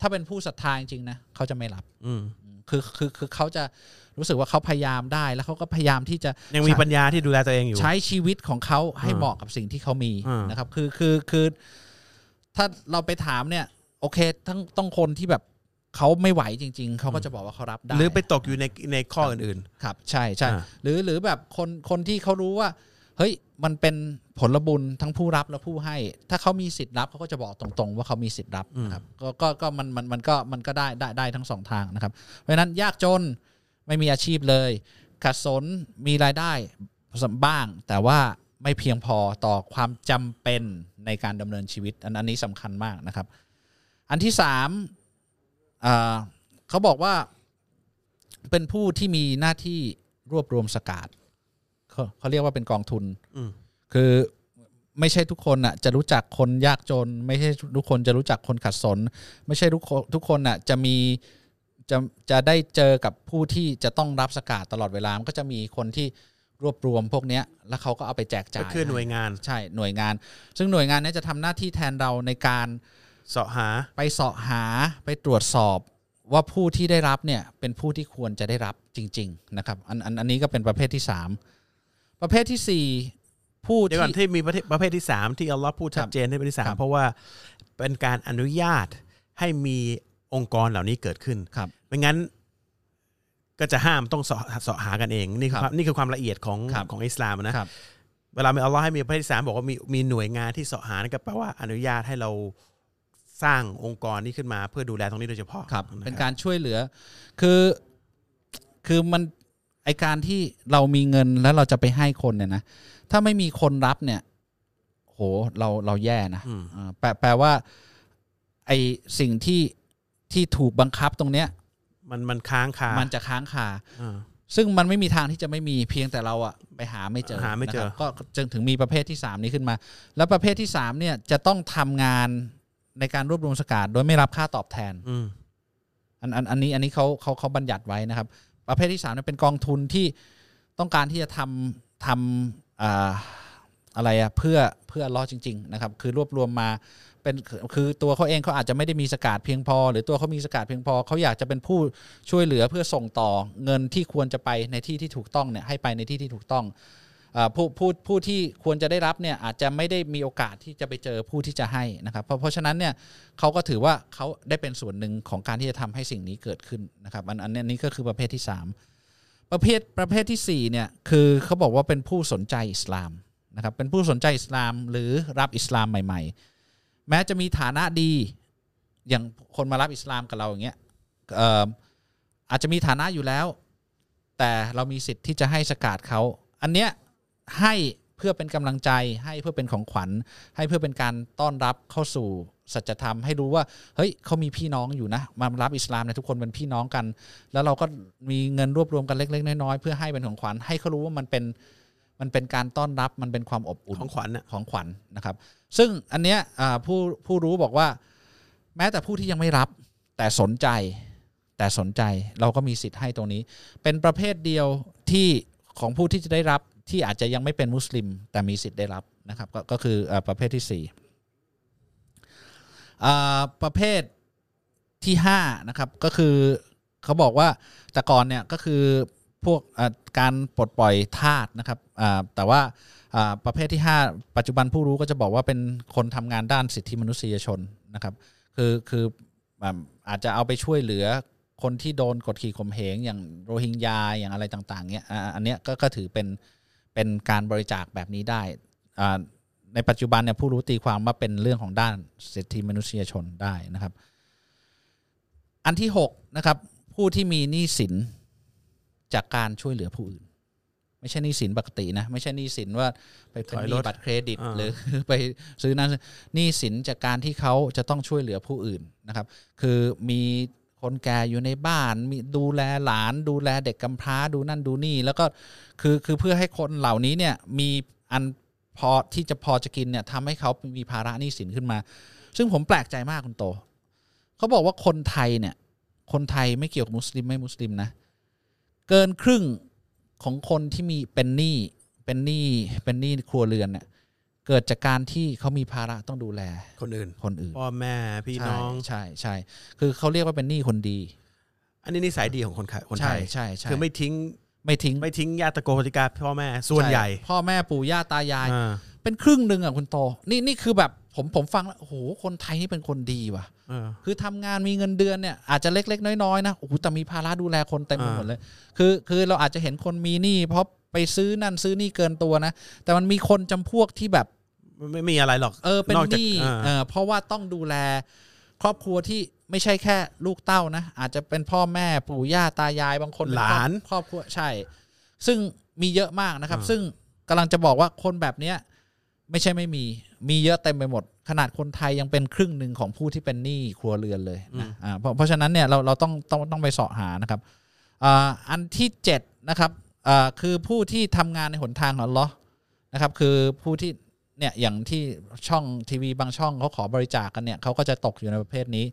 ถ้าเป็นผู้ศรัทธาจริงๆนะเขาจะไม่รับ อืม คือคือคือเขาจะรู้สึกว่าเขาพยายามได้ แล้วเขาก็พยายามที่จะ ยังมีปัญญาที่ดูแลตัวเองอยู่ ใช้ชีวิตของเขาให้เหมาะกับสิ่งที่เขามี อืม นะครับ คือคือคือถ้าเราไปถามเนี่ย โอเคทั้งต้องคนที่แบบเขาไม่ไหวจริง ๆเขาก็จะบอกว่าเขารับได้ หรือไปตกอยู่ในในข้ออื่น ครับใช่ใช่ อ่า หรือหรือแบบคนคนที่เขารู้ว่า เฮ้ยมันเป็นผลบุญทั้งผู้รับและผู้ให้ ถ้าเขามีสิทธิ์รับเขาก็จะบอกตรงๆ ว่าเขามีสิทธิ์รับนะครับก็ก็ก็มันมันมันก็มันก็ได้ได้ได้ทั้งสองทางนะครับ เพราะฉะนั้นยากจนไม่มีอาชีพเลยขัดสนมีรายได้บ้าง แต่ว่าไม่เพียงพอต่อความจำเป็นในการดำเนินชีวิต อันอันนี้สำคัญมากนะครับ อันที่สามอ่าเขาบอกว่า เป็นผู้ที่มีหน้าที่รวบรวมสกาดเขาเขาเรียกว่าเป็นกองทุน อืม คือไม่ใช่ทุกคนน่ะ จะรู้จักคนยากจน ไม่ใช่ทุกคนจะรู้จักคนขัดสน ไม่ใช่ทุกคนทุกคนน่ะจะมีจะจะได้เจอกับผู้ที่จะต้องรับสกาดตลอดเวลามันก็จะมีคนที่รวบรวมพวกเนี้ย แล้วเขาก็เอาไปแจก ๆ จ่า ก็ ย คือหน่วยงาน ใช่หน่วยงาน ซึ่งหน่วยงานเนี้จะทำหน้าที่แทนเราในการ เสาะหา ไปเสาะหาไปตรวจสอบว่าผู้ที่ได้รับเนี่ยเป็นผู้ที่ควรจะได้รับจริง ๆ นะครับอันอันอันนี้ก็เป็นประเภทที่ 3 ประเภททีสี่ 4 ผู้ เดี๋ยว ที่ ก่อนที่มีประเภทประเภทที่สามที่อัลลอฮ์พูดชัดเจนในประเภทที่สา ครั ม บ เพราะว่าเป็นการอนุญาตให้มีองค์กรเหล่านี้เกิดขึ้น ครับ ไม่งั้นก็จะห้ามต้องเสาะเสาะหากันเองนี่คือ ค ค รั วา บ มนี่คือความละเอียดของ ครับ ของอิสลามอะนะครับ เวลามีอัลลอฮ์ให้มีประเภทที่สามบอกว่ามีมีหน่วยงานที่เสาะหานี่ก็แปลว่าอนุญาตให้เราสร้างองค์กรนี้ขึ้นมาเพื่อดูแลตรงนี้โดยเฉพาะ ครับ ะ เป็นการช่วยเหลือคือคือมันไอการที่เรามีเงินแล้วเราจะไปให้คนเนี่ยนะถ้าไม่มีคนรับเนี่ยโหเราเราแย่นะเออแปลแปลว่าไอสิ่งที่ที่ถูกบังคับตรงเนี้ย มันมันค้างคา มั มัน จะค้างคา อ่า ซึ่งมันไม่มีทางที่จะไม่มีเพียงแต่เราอะไปหาไม่เจอ หาไม่เจอ นะครับก็จึงถึงมีประเภทที่ 3 นี้ขึ้นมา แล้วประเภทที่ 3 เนี่ยจะต้องทำงานในการรวบรวมสกาดโดยไม่รับค่าตอบแทน อืม อันอันอันนี้อันนี้เขาเขาเขาบัญญัติไว้นะครับ ประเภทที่สามเนี่ยเป็นกองทุนที่ต้องการที่จะทำทำอ่าอะไรอะเพื่อเพื่อล้อจริง ๆ นะครับ คือรวบรวมมาเป็นคือคือตัวเขาเองเขาอาจจะไม่ได้มีสกาดเพียงพอ หรือตัวเขามีสกาดเพียงพอเขาอยากจะเป็นผู้ช่วยเหลือเพื่อส่งต่อเงินที่ควรจะไปในที่ที่ถูกต้องเนี่ยให้ไปในที่ที่ถูกต้องอ่าผู้ผู้ผู้ที่ควรจะได้รับเนี่ยอาจจะไม่ได้มีโอกาสที่จะไปเจอผู้ที่จะให้นะครับ เพราะเพราะฉะนั้นเนี่ย เขาก็ถือว่าเขาได้เป็นส่วนหนึ่งของการที่จะทำให้สิ่งนี้เกิดขึ้นนะครับอันอันอันนี้ก็คือประเภทที่ 3 ประเภทประเภททีสี่4เนี่ยคือเขาบอกว่าเป็นผู้สนใจอิสลามนะครับเป็นผู้สนใจอิสลามหรือรับอิสลามใหม่ ๆ แม้จะมีฐานะดีอย่างคนมารับอิสลามกับเราอย่างเงี้ยเอ่ออาจจะมีฐานะอยู่แล้ว แต่เรามีสิทธิ์ที่จะให้สกาดเขา อันเนี้ยให้เพื่อเป็นกำลังใจให้เพื่อเป็นของขวัญ ให้เพื่อเป็นการต้อนรับเข้าสู่สัจธรรม ให้รู้ว่าเฮ้ยเขามีพี่น้องอยู่นะมารับอิสลามเนี่ยทุกคนเป็นพี่น้องกัน แล้วเราก็มีเงินรวบรวมกันเล็ก ๆ น้อยๆเพื่อให้เป็นของขวัญให้เขารู้ว่ามันเป็นมันเป็นการต้อนรับมันเป็นความอบอุ่น ของขวัญน่ะ ของขวัญนะครับ ซึ่งอันเนี้ยอ่าผู้ผู้รู้บอกว่า แม้แต่ผู้ที่ยังไม่รับ แต่สนใจ แต่สนใจเราก็มีสิทธิ์ให้ตรงนี้ เป็นประเภทเดียวที่ของผู้ที่จะได้รับที่อาจจะยังไม่เป็นมุสลิม แต่มีสิทธิ์ได้รับนะครับ ก็ก็คืออ่าประเภทที่สี่อ่าประเภทที่ห้านะครับก็คือเขาบอกว่าแต่ก่อนเนี่ยก็คือพวกอ่าการปลดปล่อยทาสนะครับอ่าแต่ว่า อ่าประเภทที่ 5 ปัจจุบันผู้รู้ก็จะบอกว่าเป็นคนทำงานด้านสิทธิมนุษยชนนะครับ คือคืออ่าอาจจะเอาไปช่วยเหลือคนที่โดนกดขี่ข่มเหงอย่างโรฮิงญาอย่างอะไรต่างๆเนี้ยอ่าอันเนี้ยก็ก็ถือเป็นเป็นการบริจาคแบบนี้ได้อ่าในปัจจุบันเนี่ยผู้รู้ตีความว่าเป็นเรื่องของด้านสิทธิมนุษยชนได้นะครับ อันที่6นะครับผู้ที่มีหนี้สินจากการช่วยเหลือผู้อื่น ไม่ใช่หนี้สินปกตินะ ไม่ใช่หนี้สินว่าไปเป็น ถอยรหนี้ ถ บัตรเครดิต อ่า หรือ <laughs> ไปซื้อนั้นซื้อหนี้สินจากการที่เขาจะต้องช่วยเหลือผู้อื่นนะครับ คือมีคนแก่อยู่ในบ้าน มีดูแลหลาน ดูแลเด็กกำพร้าดูนั่นดูนี่ แล้วก็คือคือเพื่อให้คนเหล่านี้เนี่ยมีอันพอที่จะพอจะกินเนี่ยทำให้เขามีภาระหนี้สินขึ้นมา ซึ่งผมแปลกใจมากคุณโต เขาบอกว่าคนไทยเนี่ย คนไทยไม่เกี่ยวกับมุสลิมไม่มุสลิมนะ เกินครึ่งของคนที่มีเป็นหนี้เป็นหนี้เป็นหนี้ครัวเรือนเนี่ยเกิดจากการที่เขามีภาระต้องดูแล คนอื่น คนอื่น พ่อแม่พี่ ใช่ น้อง ใช่ใช่ คือเขาเรียกว่าเป็นหนี้คนดี อันนี้นิสัยดีของคนไทยคนไท ใช่ ย ใช่ใช่ คือไม่ทิ้ง ไม่ทิ้ง ไม่ทิ้งญาติตระโกนพิการพ่อแม่ส่วนใหญ่ ช่พ่อแม่ปู่ย่าตายาย อ่า เป็นครึ่งหนึ่งอ่ะคุณโต นี่นี่คือแบบผมผมฟังแล้วโอ้โหคนไทยนี่เป็นคนดีว่ะ เออ คือทำงานมีเงินเดือนเนี่ยอาจจะเล็ก ๆ น้อยๆนะโอ้โหแต่มีภาระดูแลคนเต็มไปหมดเลย คือคือเราอาจจะเห็นคนมีหนี้เพราะไปซื้อนั่นซื้อนี่เกินตัวนะ แต่มันมีคนจำพวกที่แบบ ไม่ไม่มีอะไรหรอก เออเป็น อก ห จาก นี้ อ่า เออเพราะว่าต้องดูแลครอบครัวที่ไม่ใช่แค่ลูกเต้านะ อาจจะเป็นพ่อแม่ปู่ย่าตายายบางคนเป็ หลาน ครอบครอบครัวใช่ ซึ่งมีเยอะมากนะครับ ซึ่งกำลังจะบอกว่าคนแบบเนี้ยไม่ใช่ไม่มีมีเยอะเต็มไปหมด ขนาดคนไทยยังเป็นครึ่งหนึ่งของผู้ที่เป็นหนี้ครัวเรือนเลยนะอ่าเพราะเพราะฉะนั้นเนี่ยเราเราต้องต้องต้องไปเสาะหานะครับอ่าอันที่เจ็ดนะครับอ่าคือผู้ที่ทำงานในหนทางของอัลเลอนะครับคือผู้ที่ เนี่ยอย่างที่ช่องทีวีบางช่องเขาขอบริจาคกันเนี่ยเขาก็จะตกอยู่ในประเภทนี้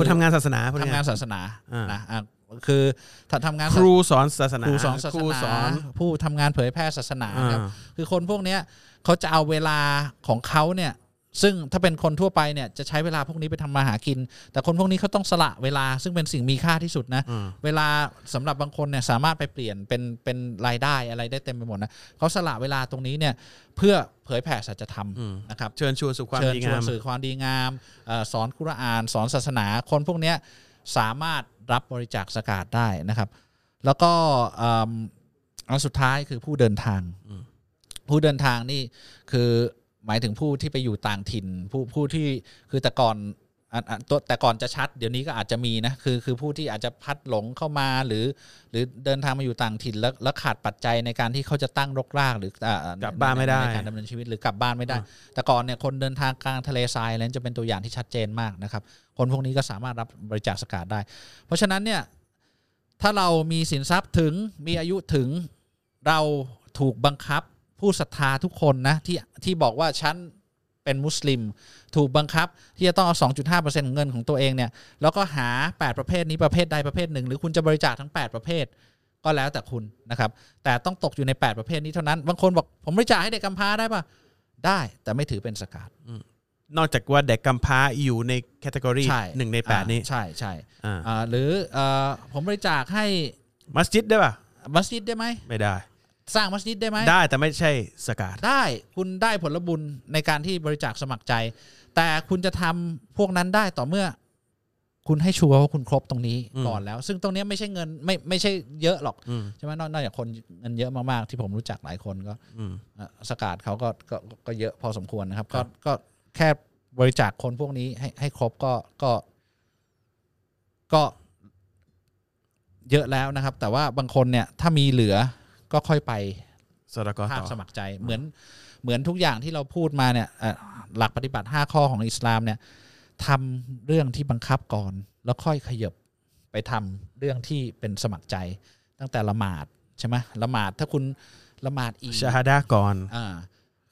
คนทำงานศาสนาพวก ทำ เนี้ย งานศาสนา อ่าน นะอ่ะคือถ้าทำงาน ครูสอนศาสนา ครูสอนศา ค ส รูส นา อน ผู้ทำงานเผยแพร่ศาสนาครับ อ่า คือคนพวกเนี้ยเขาจะเอาเวลาของเขาเนี่ยซึ่งถ้าเป็นคนทั่วไปเนี่ยจะใช้เวลาพวกนี้ไปทำมาหากิน แต่คนพวกนี้เขาต้องสละเวลาซึ่งเป็นสิ่งมีค่าที่สุดนะ อืม เวลาสำหรับบางคนเนี่ยสามารถไปเปลี่ยนเป็นเป็นรายได้อะไรได้เต็มไปหมดนะเขาสละเวลาตรงนี้เนี่ยเพื่อเผยแผ่สัจธรรม อืม นะครับ เชิญชวนสู่ความ เชิญ ดี ชว งาน ม สื่อความดีงามเออสอนคุรอานสอนศาสนา คนพวกเนี้ยสามารถรับบริจาคสกาดได้นะครับ แล้วก็เอิ่มอันสุดท้ายคือผู้เดินทาง อืม ผู้เดินทางนี่คือหมายถึงผู้ที่ไปอยู่ต่างถิ่น ผู้ผู้ที่คือแต่ก่อนอ่ะอ่ะตัวแต่ก่อนจะชัด เดี๋ยวนี้ก็อาจจะมีนะคือคือผู้ที่อาจจะพัดหลงเข้ามาหรือ หรือเดินทางมาอยู่ต่างถิ่นแล้วแล้วขาดปัจจัยในการที่เขาจะตั้งรกรากหรืออ่ะอ่ะ กลับบ้านไม่ได้ ในการดำเนินชีวิตหรือกลับบ้านไม่ได้ อ่ะ แต่ก่อนเนี่ยคนเดินทางกลางทะเลทรายอะไรนั้นจะเป็นตัวอย่างที่ชัดเจนมากนะครับ คนพวกนี้ก็สามารถรับบริจาคสกาดได้ เพราะฉะนั้นเนี่ย ถ้าเรามีสินทรัพย์ถึงมีอายุถึงเราถูกบังคับผู้ศรัทธาทุกคนนะที่ที่บอกว่าฉันเป็นมุสลิม ถูกบังคับที่จะต้องเอา 2.5%ของเงินของตัวเองเนี่ยแล้วก็หา 8 ประเภทนี้ประเภทใดประเภทหนึ่ง หรือคุณจะบริจาคทั้ง 8 ประเภท ก็แล้วแต่คุณนะครับ แต่ต้องตกอยู่ใน 8 ประเภทนี้เท่านั้น บางคนบอกผมบริจาคให้เด็กกำพร้าได้ปะได้แต่ไม่ถือเป็นสกาด นอกจากว่าเด็กกำพร้าอยู่ในแคตตากรี ใช่ หนึ่งในแปด อ่า นี้ ใช่ใช่ อ่า อ่าหรือเอ่อผมบริจาคให้ มัสยิดได้ป่ะ มัสยิดได้ไหม ไม่ได้ สร้างมัสยิดได้ไหม ได้แต่ไม่ใช่สกาด ได้คุณได้ผลบุญในการที่บริจาคสมัครใจ แต่คุณจะทำพวกนั้นได้ต่อเมื่อ คุณให้ชัวร์ว่าคุณครบตรงนี้ก่อนแล้ว ซึ่งตรงเนี้ยไม่ใช่เงินไม่ไม่ใช่เยอะหรอก อืม ใช่ไหมนอกนอกจากคนเงินเยอะมากๆที่ผมรู้จักหลายคนก็ อืม เอ่อสกัดเขาก็ก็ก็เยอะพอสมควรนะครับ ก็ก็แค่บริจาคคนพวกนี้ให้ให้ครบก็ก็ ก็เยอะแล้วนะครับ แต่ว่าบางคนเนี่ยถ้ามีเหลือก็ค่อยไป สระกอ ภาค ต่อ สมัครใจ เหมือนเหมือนทุกอย่างที่เราพูดมาเนี่ยเอ่อหลักปฏิบัติ 5 ข้อของอิสลามเนี่ยทำเรื่องที่บังคับก่อน แล้วค่อยขยบไปทำเรื่องที่เป็นสมัครใจ ตั้งแต่ละหมาดใช่ไหมละหมาดถ้าคุณละหมาดอีก ชาฮาดาก่อน อ่า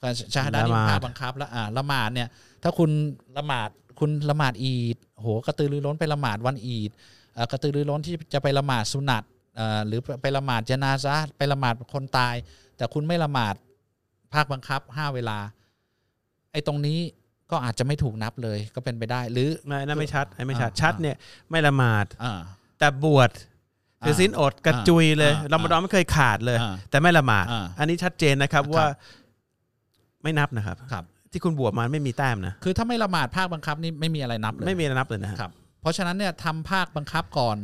การชาฮาดา ละ นี่ หมาด ภาพบังคับแล้วอ่าละหมาดเนี่ยถ้าคุณละหมาดคุณละหมาดอีดโหกระตือรือร้นไปละหมาดวันอีดเอ่อกระตือรือร้นที่จะไปละหมาดสุนัตเอ่อหรือไปละหมาดเจนาซะห์ไปละหมาดคนตาย แต่คุณไม่ละหมาดภาคบังคับห้าเวลาไอ้ตรงนี้ก็อาจจะไม่ถูกนับเลยก็เป็นไปได้หรือ ไม่นั่นไม่ชัดไอ้ไม่ชัด อ่า ชัดเนี่ยไม่ละหมาด อ่า แต่บวช อ่า ถือศีลอดกระจุยเลย อ่า เรามาดอนไม่เคยขาดเลย อ่า แต่ไม่ละหมาด อ่า อันนี้ชัดเจนนะครับ ครับ ว่าไม่นับนะครับ ครับ ที่คุณบวชมาไม่มีแต้มนะ คือถ้าไม่ละหมาดภาคบังคับนี่ไม่มีอะไรนับเลย ไม่มีนับเลยนะฮะ ครับเพราะฉะนั้นเนี่ยทำภาคบังคับก่อน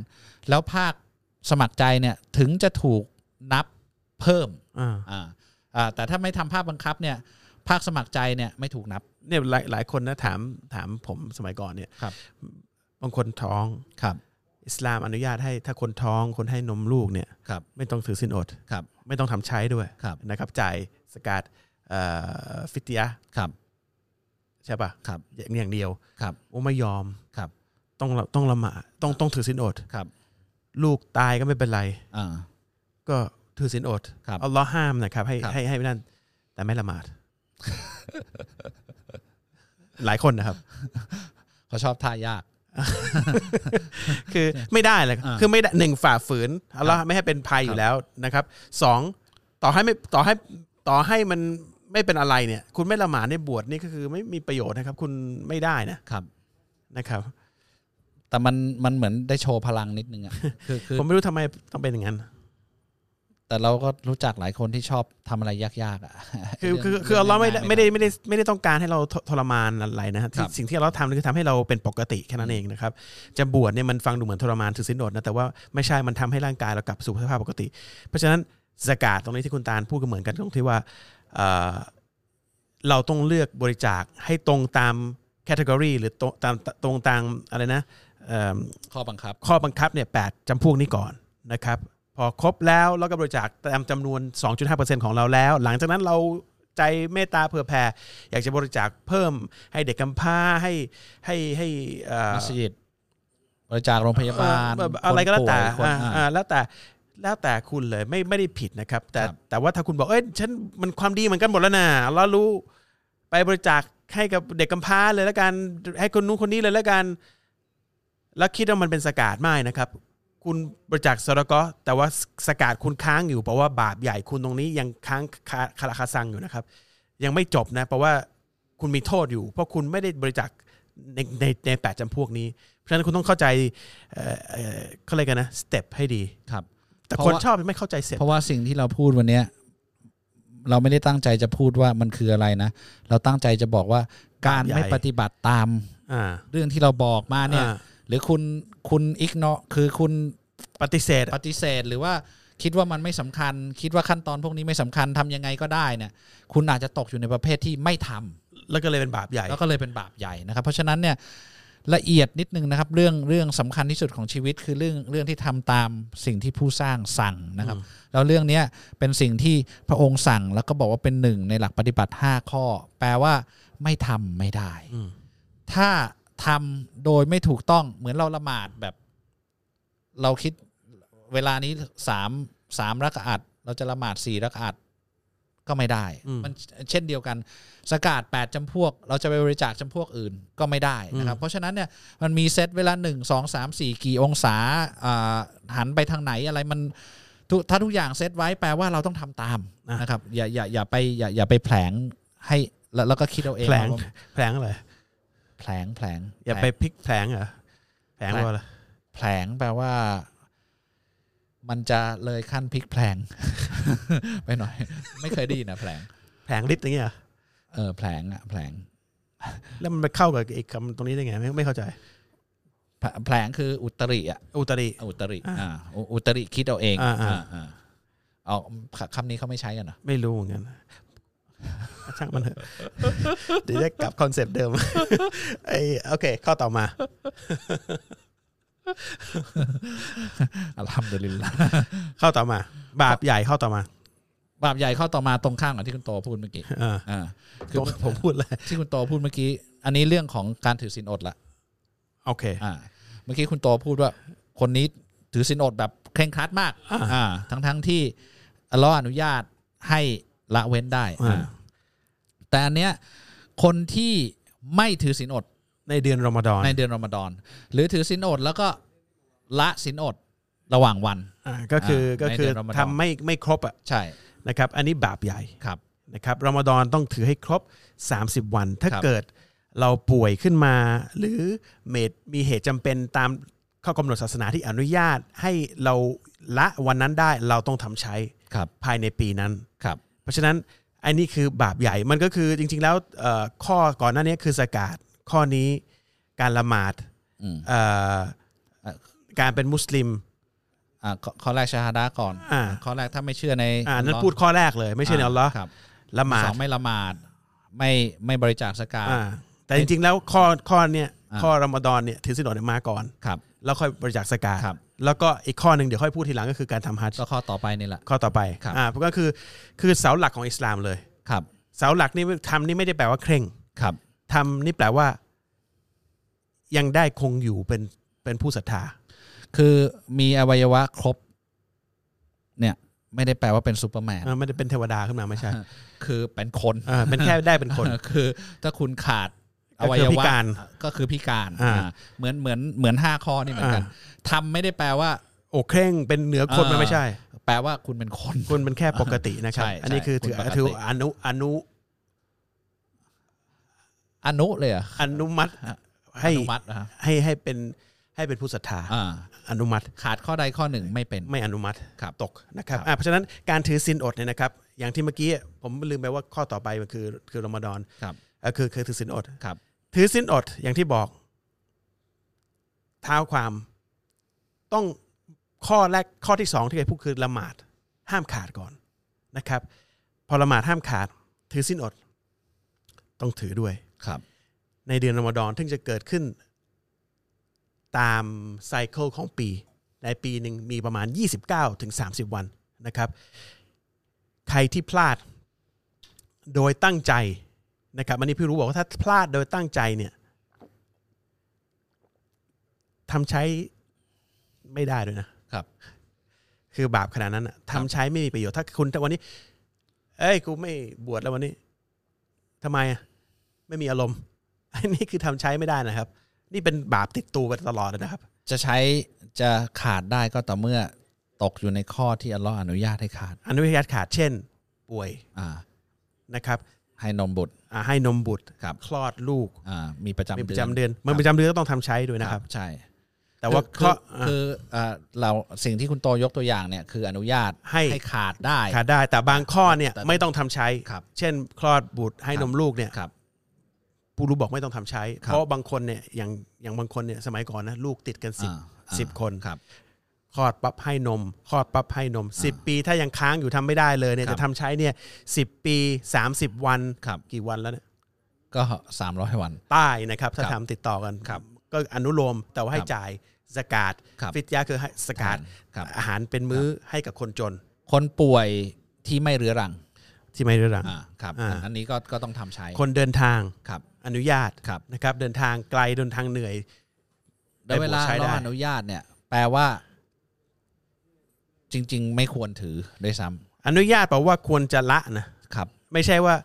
แล้วภาคสมัครใจเนี่ยถึงจะถูกนับเพิ่ม อ่า อ่าอ่าแต่ถ้าไม่ทำภาคบังคับเนี่ยภาคสมัครใจเนี่ยไม่ถูกนับ เนี่ยหลายหลายคนนะถามถามผมสมัยก่อนเนี่ย ครับ บางคนท้อง ครับ อิสลามอนุญาตให้ถ้าคนท้องคนให้นมลูกเนี่ย ครับ ไม่ต้องถือศีลอด ครับ ไม่ต้องทำใช้ด้วย ครับ นะครับจ่ายสกาดเอ่อฟิตเตียะ ครับ ใช่ปะ ครับ อย่างอย่างเดียว ครับ โอ้ไม่ยอม ครับ ต้องละต้องละหมาดต้องต้องถือศีลอด ครับ ลูกตายก็ไม่เป็นไร อ่า ก็ถือศีลอด ครับ อัลลอฮ์ห้ามนะครับ ให้ ครับ ให้ให้ไม่นั่นแต่ไม่ละหมาด <laughs> หลายคนนะครับ เขาชอบท่ายาก คือไม่ได้เลย อ่า คือไม่ได้หนึ่งฝ่าฝืนอัลลอฮ์ไม่ให้เป็นภัยอยู่แล้วนะครับสองต่อให้ไม่ต่อให้ต่อให้มันไม่เป็นอะไรเนี่ย คุณไม่ละหมาดในบวชนี่ก็คือไม่มีประโยชน์นะครับ คุณไม่ได้นะครับ นะครับ แต่มันมันเหมือนได้โชว์พลังนิดนึ <laughs> งอะ คือคือ ผมไม่รู้ทำไมต้องเป็นอย่างนั้น แต่เราก็รู้จักหลายคนที่ชอบทำอะไรยาก <laughs> ๆอะ คือคือ เง คืออัลลอฮ์ไม่ได้ ง ไม่ได้ไม่ได้ไม่ได้ต้องการให้เราททรมานอะไรนะฮะที่ ครับ สิ่งที่อัลลอฮ์ทำคือทำให้เราเป็นปกติแค่นั้นเองนะครับจะบวชเนี่ยมันฟังดูเหมือนทรมานถือศีลอดนะแต่ว่าไม่ใช่มันทำให้ร่างกายเรากลับสู่สภาพปกติ เพราะฉะนั้นสกาดตรงนี้ที่คุณตาลพูดก็เหมือนกันตรงที่ว่าเอ่อเราต้องเลือกบริจาคให้ตรงตามแคตตากรีหรือตรงตามตรงตามอะไรนะเอิ่ม ข้อบังคับ ข้อบังคับเนี่ยแปดจำพวกนี้ก่อนนะครับ พอครบแล้วแล้วก็บริจาคตามจำนวน 2.5%ของเราแล้ว หลังจากนั้นเราใจเมตตาเผื่อแผ่ อยากจะบริจาคเพิ่มให้เด็กกำพร้าให้ให้ให้เอ่อ มัสยิดบริจาคโรงพยาบาล เอ่ออะไรก็แล้วแต่ คนป่ยคน อ่า อ่า อ่าแล้วแต่แล้วแต่คุณเลยไม่ไม่ได้ผิดนะครับ แต่ ครับ แต่ว่าถ้าคุณบอกเอ้ยฉันมันความดีเหมือนกันหมดแล้วนะเรารู้ไปบริจาคให้กับเด็กกำพร้าเลยแล้วกันให้คนนู้นคนนี้เลยแล้วกัน แล้วคิดว่ามันเป็นสกาดไม่นะครับ คุณบริจาคสระกอแต่ว่าสกาดคุณค้างอยู่เพราะว่าบาปใหญ่คุณตรงนี้ยังค้างคาคาราคาซังอยู่นะครับ ยังไม่จบนะเพราะว่าคุณมีโทษอยู่ เพราะคุณไม่ได้บริจาคในในในแปดจำพวกนี้ เพราะฉะนั้นคุณต้องเข้าใจเอ่อเอ่อเขาเรียกกันนะสเต็ปให้ดี ครับ แต่ เพราะ คน ว่า ชอบไม่เข้าใจสเต็ป เพราะว่าสิ่งที่เราพูดวันเนี้ยเราไม่ได้ตั้งใจจะพูดว่ามันคืออะไรนะ เราตั้งใจจะบอกว่าการไม่ปฏิบัติตาม อ่า เรื่องที่เราบอกมาเนี่ย อ่า หรือคุณคุณอิกเนาะคือคุณ ปฏิเสธ ปฏิเสธหรือว่าคิดว่ามันไม่สำคัญ คิดว่าขั้นตอนพวกนี้ไม่สำคัญทำยังไงก็ได้เนี่ยคุณอาจจะตกอยู่ในประเภทที่ไม่ทำ แล้วก็เลยเป็นบาปใหญ่ แล้วก็เลยเป็นบาปใหญ่นะครับ เพราะฉะนั้นเนี่ยละเอียดนิดนึงนะครับ เรื่องเรื่องสำคัญที่สุดของชีวิตคือเรื่องเรื่องที่ทำตามสิ่งที่ผู้สร้างสั่งนะครับแล้วเรื่องเนี้ยเป็นสิ่งที่พระองค์สั่งแล้วก็บอกว่าเป็นหนึ่งในหลักปฏิบัติ 5 ข้อ แปลว่าไม่ทำไม่ได้ อืม ถ้าทำโดยไม่ถูกต้องเหมือนเราละหมาดแบบ เราคิด เวลานี้สามสามรักอัดเราจะละหมาดสี่รักอัดก็ไม่ได้ อืม มันเช่นเดียวกัน สกาด8จำพวก เราจะไปบริจาคจำพวกอื่นก็ไม่ได้นะครับ เพราะฉะนั้นเนี่ยมันมีเซตเวลา 1 2 3 4 กี่องศาอ่าหันไปทางไหนอะไรมันทุถ้าทุกอย่างเซตไว้แปลว่าเราต้องทำตาม อ่ะ นะครับอย่าอย่าอย่าไปอย่าอย่าไปแผลงให้แล้วแล้วก็คิดเอาเอง แผลง ว่า แผลงอะไร แผลงแผลง อย่าไปพลิกแผลงเหรอแผลงว่าอะไร แผลงแปลว่า มันจะเลยขั้นพลิกแผลง <laughs> ไปหน่อย ไม่เคยได้ยินนะแผลง แผลงลิฟต์อย่างเงี้ยเหรอ เออแผลงอะแผลง แล้วมันไปเข้ากับไอ้คำตรงนี้ได้ไงไม่ไม่เข้าใจ แผลงคืออุตริอะ อุตริ อุตริ อ่า อ่าอุอุตริคิดเอาเอง อ่าอ่า อ่าเอาคคำนี้เขาไม่ใช้กันเหรอ ไม่รู้เหมือนกันช่างมันเถ <laughs> อะเดี๋ยวจะกลับคอนเซปต์เดิม <laughs> ไอ้โอเค ข้อต่อมา อัลฮัมดุลิลละ ข้อต่อมา บาปใหญ่ข้อต่อมา บาปใหญ่เข้อต่อมาตรงข้างกับที่คุณโตพูดเมื่อกี้ เออ อ่าคืคืออผมพูดเลย ที่คุณโตพูดเมื่อกี้ อันนี้เรื่องของการถือศีลอดละ โอเค อ่า เมื่อกี้คุณโตพูดว่า คนนี้ถือศีลอดแบบเคร่งครัดมาก อ่า อ่าทั้งทั้งๆที่อัลเลอฮ์อนุญาตให้ละเว้นได้ อ่า อ่าแต่อันเนี้ยคนที่ไม่ถือศีลอด ในเดือนรอมฎอน ในเดือนรอมฎอน หรือถือศีลอดแล้วก็ละศีลอดระหว่างวัน อ่าก็คือ อ่า ก็ ใน คื เดื อ อนรอมฎอน ทำไม่ไม่ครบอ่ะ ใช่ นะครับ อันนี้บาปใหญ่ ครับ นะครับรอมฎอนต้องถือให้ครบ 30 วัน ถ้า ครับ เกิดเราป่วยขึ้นมา หรือเมดมีเหตุจำเป็นตามข้อกำหนดศาสนาที่อนุญาตให้เราละวันนั้นได้เราต้องทำใช้ ครับ ภายในปีนั้น ครับ เพราะฉะนั้นอันนี้คือบาปใหญ่มันก็คือจริง ๆ แล้วเอ่อข้อก่อนหน้านี้คือสกาดข้อนี้การละหมาด อืม เอ่อ อ่ะ การเป็นมุสลิม อ่าข้อข้อแรกชาฮาดาก่อน อ่า ข้อแรกถ้าไม่เชื่อใน อ่านั้น ล พูดข้อแรกเลย ไม่ใช่เนอัลลอฮ์ ครับ ละหมา ส ด องไม่ละหมาดไม่ไม่บริจาคสกาด อ่าแต่จริง ๆ แล้วข้อข้อเนี้ย อ่า ข้อรอมฎอนเนี่ยถือศีลอดเนี่ยมาก่อน ครับ แล้วค่อยบริจาคสกาด ครับ แล้วก็อีกข้อหนึ่งเดี๋ยวค่อยพูดทีหลังก็คือการทำฮัจญ์ ก็ข้อต่อไปนี่แหละ ข้อต่อไป ครับ อ่าเพราะก็คือคือเสาหลักของอิสลามเลย ครับ เสาหลักนี่ทำนี่ไม่ได้แปลว่าเคร่ง ครับ ทำนี่แปลว่า ยังได้คงอยู่เป็นเป็นผู้ศรัทธา คือมีอวัยวะครบ เนี่ยไม่ได้แปลว่าเป็นซูเปอร์แมน เออไม่ได้เป็นเทวดาขึ้นมาไม่ใช่ คือเป็นคน เออเป็นแค่ได้เป็นคน คือถ้าคุณขาดอ ก็ วั คื ย อพิ วะ การ ก็คือพิการ อ่า อ่าเหมือนเหมือนเหมือนห้าข้อนี่เหมือนกัน อ่ ทำไม่ได้แปลว่า โอ้เคร่งเป็นเหนือคน เออ มันไม่ใช่ แปลว่าคุณเป็นคน คนเป็นแค่ปกตินะครับ ใช่ใช่ อันนี้คือถือ คนปกติ ถืออนุอนุ อนุเลยเหรอ่ะ อนุมัติ อ ให้ นุมัตินะครับ ให้ให้เป็นให้เป็นผู้ศรัทธา อ่า อนุมัติ ขาดข้อใดข้อหนึ่งไม่เป็น ไม่อนุมัติ ครับ ตกนะครับ ครับ อ่ะเพราะฉะนั้นการถือศีลอดเนี่ยนะครับ อย่างที่เมื่อกี้ผมลืมไปว่าข้อต่อไปมันคือคือรอมฎอน ครับ เอ่อคือคือถือศีลอด ครับ ถือศีลอดอย่างที่บอกเท้าความต้องข้อแรกข้อที่สองที่เคยพูดคือละหมาดห้ามขาดก่อนนะครับ พอละหมาดห้ามขาด ถือศีลอด ต้องถือด้วย ครับ ในเดือนรอมฎอนถึงจะเกิดขึ้น ตามไซเคิลของปี ในปีหนึ่งมีประมาณ 29ถึง30 วันนะครับ ใครที่พลาดโดยตั้งใจนะครับอันนี้พี่รู้บอกว่าถ้าพลาดโดยตั้งใจเนี่ยทำใช้ไม่ได้ด้วยนะครับ คือบาปขนาดนั้นอะทำใช้ไม่มีประโยชน์ถ้าคุณแต่วันนี้ เอ้ยกูไม่บวชแล้ววันนี้ทำไมอะไม่มีอารมณ์ <laughs> อันนี้คือทำใช้ไม่ได้นะครับ นี่เป็นบาปติดตัวไปตลอดนะครับ จะใช้จะขาดได้ก็ต่อเมื่อตกอยู่ในข้อที่อัลลอฮ์อนุญาตให้ขาด อนุญาตขาดเช่น ป่วย อ่า นะครับ ให้นมบุตร อ่าให้นมบุตร ครับ คลอดลูก อ่า มีประจำ เป็นประ เดือน จำเดือนมันประจำเดือนก็ต้องทำใช้ด้วยนะครับ ใช่ แต่ว่า คือ ก็ คือคืออ่าเราสิ่งที่คุณโตยกตัวอย่างเนี่ยคืออนุญาต ให้ ขาดได้ ขาดได้แต่บางข้อเนี่ย แต่ ไม่ต้องทำใช้ ครับ เช่น คลอดบุตรให้นมลูกเนี่ย ครับ ผู้รู้บอกไม่ต้องทำใช้ ครั เพ บ ราะบางคนเนี่ยอย่างอย่างบางคนเนี่ยสมัยก่อนนะลูกติดกันสิบ อ่า สิบคน ครับ คลอดปั๊บให้นมคลอดปั๊บให้นมสิบปี ถ้ายังค้างอยู่ทำไม่ได้เลยเนี่ย ครับ จะทำใช้เนี่ยสิบปีสามสิบวัน ครับ กี่วันแล้วเนี่ย ก็สามร้อยวัน ใต้นะครับถ้า ครับ ทำติดต่อกัน ครับ ก็อนุโลมแต่ว่าให้ ครับ จ่ายสกาด ครับ ฟิตยาคือให้สกาด ครับ อาหารเป็นมื้อให้กับคนจน คนป่วยที่ไม่เรื้อรัง ที่ไม่เรื้อรัง อ่า ครับ อ่า อันนี้ก็ก็ต้องทำใช้ คนเดินทาง ครับ อนุญาต ครับ นะครับ เดินทางไกลเดินทางเหนื่อย โดยเวลา ไปบวชใช้ได้ เราอนุญาตเนี่ย แปลว่า จริง ๆ ไม่ควรถือด้วยซ้ำ อนุญาตแปลว่าควรจะละนะครับ ไม่ใช่ว่า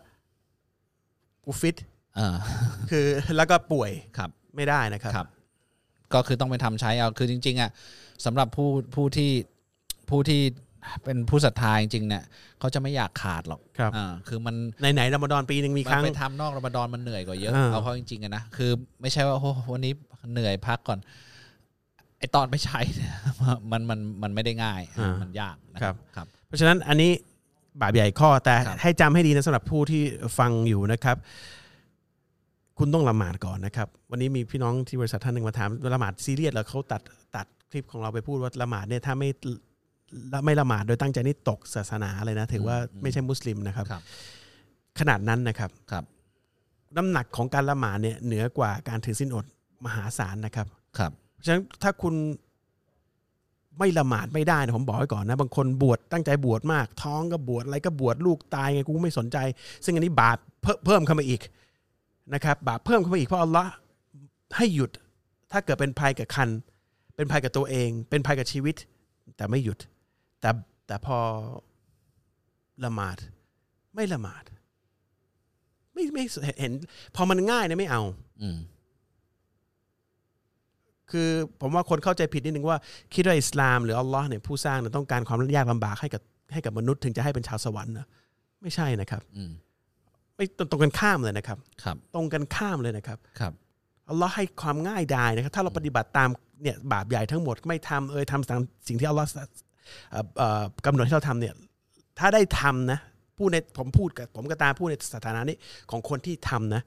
กูฟิต เอ <laughs> อ คือ แล้วก็ป่วย ครับ ไม่ได้นะครับ ครับ ก็คือต้องไปทำใช้เอาคือจริง ๆ อ่ะสำหรับผู้ผู้ที่ผู้ที่เป็นผู้ศรัทธาจริงๆเนี่ยเขาจะไม่อยากขาดหรอก ครับ อ่าคือมัน ไหนๆรอมฎอนปีหนึ่งมีค มั รั้ น ง ไปทำนอกรบดอนมันเหนื่อยกว่าเยอะ อ่า เอาเข้าจริงๆอะนะคือไม่ใช่ว่าโอ้โหวันนี้เหนื่อยพักก่อนไอตอนไปใช้เนี่ย <laughs> มันมันมันไม่ได้ง่าย อ่ามั มันยากนะครับครับ เพราะฉะนั้นอันนี้บาปใหญ่ข้อแต่ ครับ ให้จำให้ดีนะสำหรับผู้ที่ฟังอยู่นะครับ คุณต้องละหมาดก่อนนะครับ วันนี้มีพี่น้องที่บริษัทท่านหนึ่งมาถามละหมาดซีเรียสแล้วเขาตัดตัดคลิปของเราไปพูดว่าละหมาดเนี่ยถ้าไม่ละไม่ละหมาดโดยตั้งใจนี่ตกศาสนาเลยนะ ถือว่าไม่ใช่มุสลิมนะครับ ครับ ขนาดนั้นนะครับ ครับ น้ำหนักของการละหมาดเนี่ยเหนือกว่าการถือสินอดมหาศาลนะครับ ครับ เพราะฉะนั้นถ้าคุณไม่ละหมาดไม่ได้นะผมบอกไว้ก่อนนะ บางคนบวชตั้งใจบวชมาก ท้องก็บวชอะไรก็บวชลูกตายไงกูไม่สนใจ ซึ่งอันนี้บาปเพิ่มเพิ่มเข้ามาอีกนะครับ บาปเพิ่มเข้ามาอีกเพราะอัลลอฮ์ให้หยุด ถ้าเกิดเป็นภัยกับคัน เป็นภัยกับตัวเอง เป็นภัยกับชีวิต แต่ไม่หยุด แต่แต่พอละหมาด ไม่ละหมาด ไม่ไม่เห็น พอมันง่ายนะไม่เอา อืม คือผมว่าคนเข้าใจผิดนิดนึงว่าคิดว่าอิสลามหรืออัลลอฮ์เนี่ยผู้สร้างเนี่ยต้องการความยากลำบากให้กับให้กับมนุษย์ถึงจะให้เป็นชาวสวรรค์นะไม่ใช่นะครับ อืม ไม่ตรงตรงกันข้ามเลยนะครับ ครับ ตรงกันข้ามเลยนะครับ ครับ อัลลอฮ์ให้ความง่ายดายนะครับ ถ้าเราปฏิบัติตามเนี่ยบาปใหญ่ทั้งหมดไม่ทำเอ่ยทำตามสิ่งที่อัลลอฮ์เอ่อเอ่อกำหนดให้เราทำเนี่ยถ้าได้ทำนะผู้ในผมพูดกับผมกับตาพูดในสถานะนี้ของคนที่ทำนะ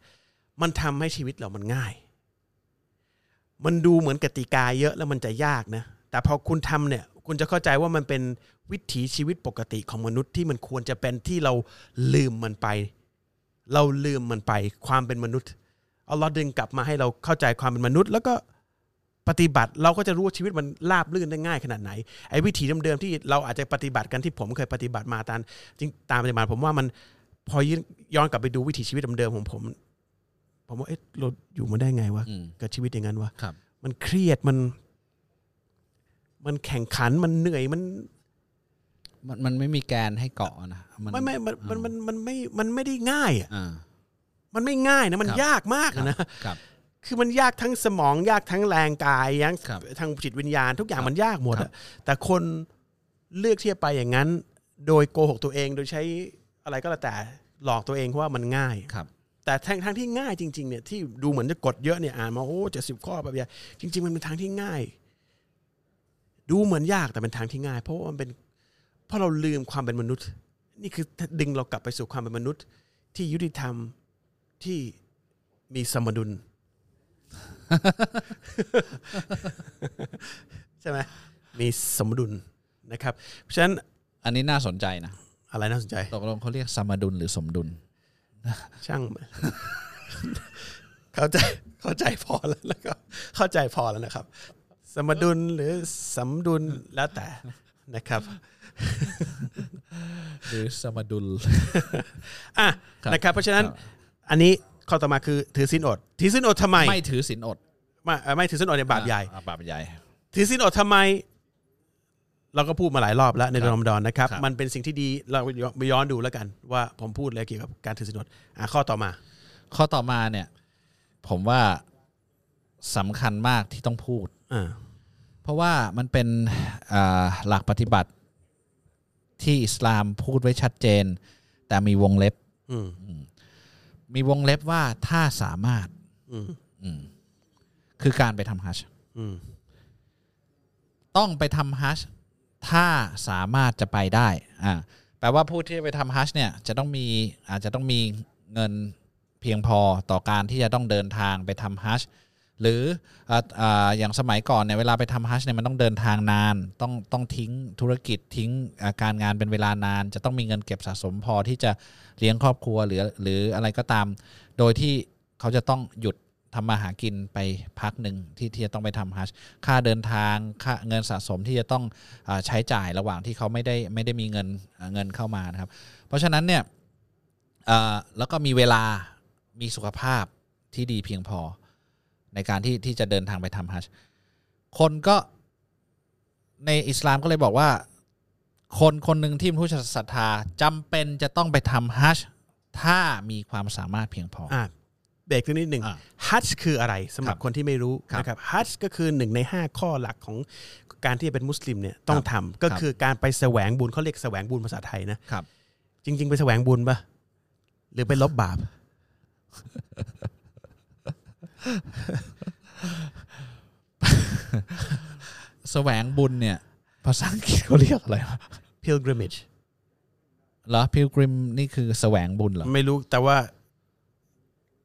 มันทำให้ชีวิตเรามันง่าย มันดูเหมือนกติกาเยอะแล้วมันจะยากนะ แต่พอคุณทำเนี่ย คุณจะเข้าใจว่ามันเป็นวิถีชีวิตปกติของมนุษย์ที่มันควรจะเป็นที่เราลืมมันไป เราลืมมันไป ความเป็นมนุษย์เอาเราดึงกลับมาให้เราเข้าใจความเป็นมนุษย์ แล้วก็ปฏิบัติเราก็จะรู้ว่าชีวิตมันราบลื่นได้ง่ายขนาดไหนไอ้วิถีเดิมๆที่เราอาจจะปฏิบัติกันที่ผมเคยปฏิบัติมาตามจริงตามปฏิบัติผมว่ามันพอย้อนกลับไปดูวิถีชีวิตเดิมๆของผม ผมว่าเอ๊ะเราอยู่มาได้ไงวะ อืม กับชีวิตอย่างนั้นวะ ครับ มันเครียดมัน มันแข่งขันมันเหนื่อยมัน มันมันไม่มีแกนให้เกาะนะมัน ไม่ไม่มันมันมันมันไม่มันไม่ได้ง่ายอ่ะ อ่า มันไม่ง่ายนะมัน ครับ ยากมากอะนะครับ คือมันยากทั้งสมอง ยากทั้งแรงกายยัง ครับ ทางจิตวิญญาณ ทุกอย่า ค ง รับ มันยากหมด ครั อ่ะ บ แต่คนเลือกที่จะไปอย่างนั้น โดยโกหกตัวเองโดยใช้อะไรก็แล้วแต่หลอกตัวเองว่ามันง่าย ครับ แต่ทางทางที่ง่ายจริงๆเนี่ยที่ดูเหมือนจะกดเยอะเนี่ยอ่านมาโอ้เจ็ดสิบข้อแบบเนี้ยจริง ๆ มันเป็นทางที่ง่าย ดูเหมือนยากแต่เป็นทางที่ง่าย เพราะว่ามันเป็นเพราะเราลืมความเป็นมนุษย์ นี่คือดึงเรากลับไปสู่ความเป็นมนุษย์ ที่ยุติธรรมที่มีสมดุล <laughs> ใช่ไหมมีสมดุลนะครับ เพราะฉะนั้น อันนี้น่าสนใจนะ อะไรน่าสนใจ ตกลงเขาเรียกสมดุลหรือสมดุล ช่างมัน <laughs> เข้าใจเข้าใจพอแล้วนะครับ เข้าใจพอแล้วนะครับ สมดุลหรือสมดุลแล้วแต่นะครับ หรือสมดุล อ่ะ ครับ นะครับ เพราะฉะนั้น ครับ อันนี้ข้อต่อมาคือถือสินอดถือสินอดทำไม ไม่ถือศีลอด ไม่เอ่อไม่ถือสินอดในยบาปใหญ่ อ่าบาปใหญ่ ถือสินอดทำไม เราก็พูดมาหลายรอบแล้วใน ครั ร บ อมฎอนนะครับ ครับ มันเป็นสิ่งที่ดีเราไปย้อนดูแล้วกัน ว่าผมพูดอะไรเกี่ยวกับการถือสินอดอ่ะข้อต่อมา ข้อต่อมาเนี่ย ผมว่าสำคัญมากที่ต้องพูด อ่า เพราะว่ามันเป็นอ่าหลักปฏิบัติที่อิสลามพูดไว้ชัดเจน แต่มีวงเล็บ อืม มีวงเล็บว่าถ้าสามารถ อืม อืมคือการไปทำฮัจญ์ อืม ต้องไปทำฮัจญ์ถ้าสามารถจะไปได้อ่าแปลว่าผู้ที่ไปทำฮัจญ์เนี่ยจะต้องมีอาจจะต้องมีเงินเพียงพอต่อการที่จะต้องเดินทางไปทำฮัจญ์หรืออ่าอ่าอย่างสมัยก่อนเนี่ยเวลาไปทำฮัจญ์เนี่ยมันต้องเดินทางนาน ต้องต้องทิ้งธุรกิจทิ้งอ่าการงานเป็นเวลานาน จะต้องมีเงินเก็บสะสมพอที่จะเลี้ยงครอบครัวหรือหรืออะไรก็ตาม โดยที่เขาจะต้องหยุดทำมาหากินไปพักหนึ่งที่ที่จะต้องไปทำฮัชค่าเดินทางค่าเงินสะสมที่จะต้องอาใช้จ่ายระหว่างที่เขาไม่ได้ไม่ได้มีเงินอ่าเงินเข้ามานะครับ เพราะฉะนั้นเนี่ยอ่าแล้วก็มีเวลามีสุขภาพที่ดีเพียงพอ ในการที่ที่จะเดินทางไปทำฮัชคนก็ในอิสลามก็เลยบอกว่า คนคนหนึ่งที่มีผู้ศรัทธาจำเป็นจะต้องไปทำฮัจญ์ถ้ามีความสามารถเพียงพออ อ่ะเบรกตรงนี้นิดหนึ่ง อ่ะ ฮัจญ์คืออะไรสำหรับคนที่ไม่รู้ ครับ นะครับฮัจญ์ก็คือหนึ่งใน 5 ข้อหลักของการที่เป็นมุสลิมเนี่ยต้องทำก็ ครับ คือการไปแสวงบุญเขาเรียกแสวงบุญภาษาไทยนะ ครับ จริง ๆ ไปแสวงบุญปะหรือไปลบบาป แสวงบุญเนี่ย ภาษาอังกฤษเขาเรียกอะไรวะ pilgrimage เหรอพิลกริมนี่คือแสวงบุญเหรอ ไม่รู้แต่ว่า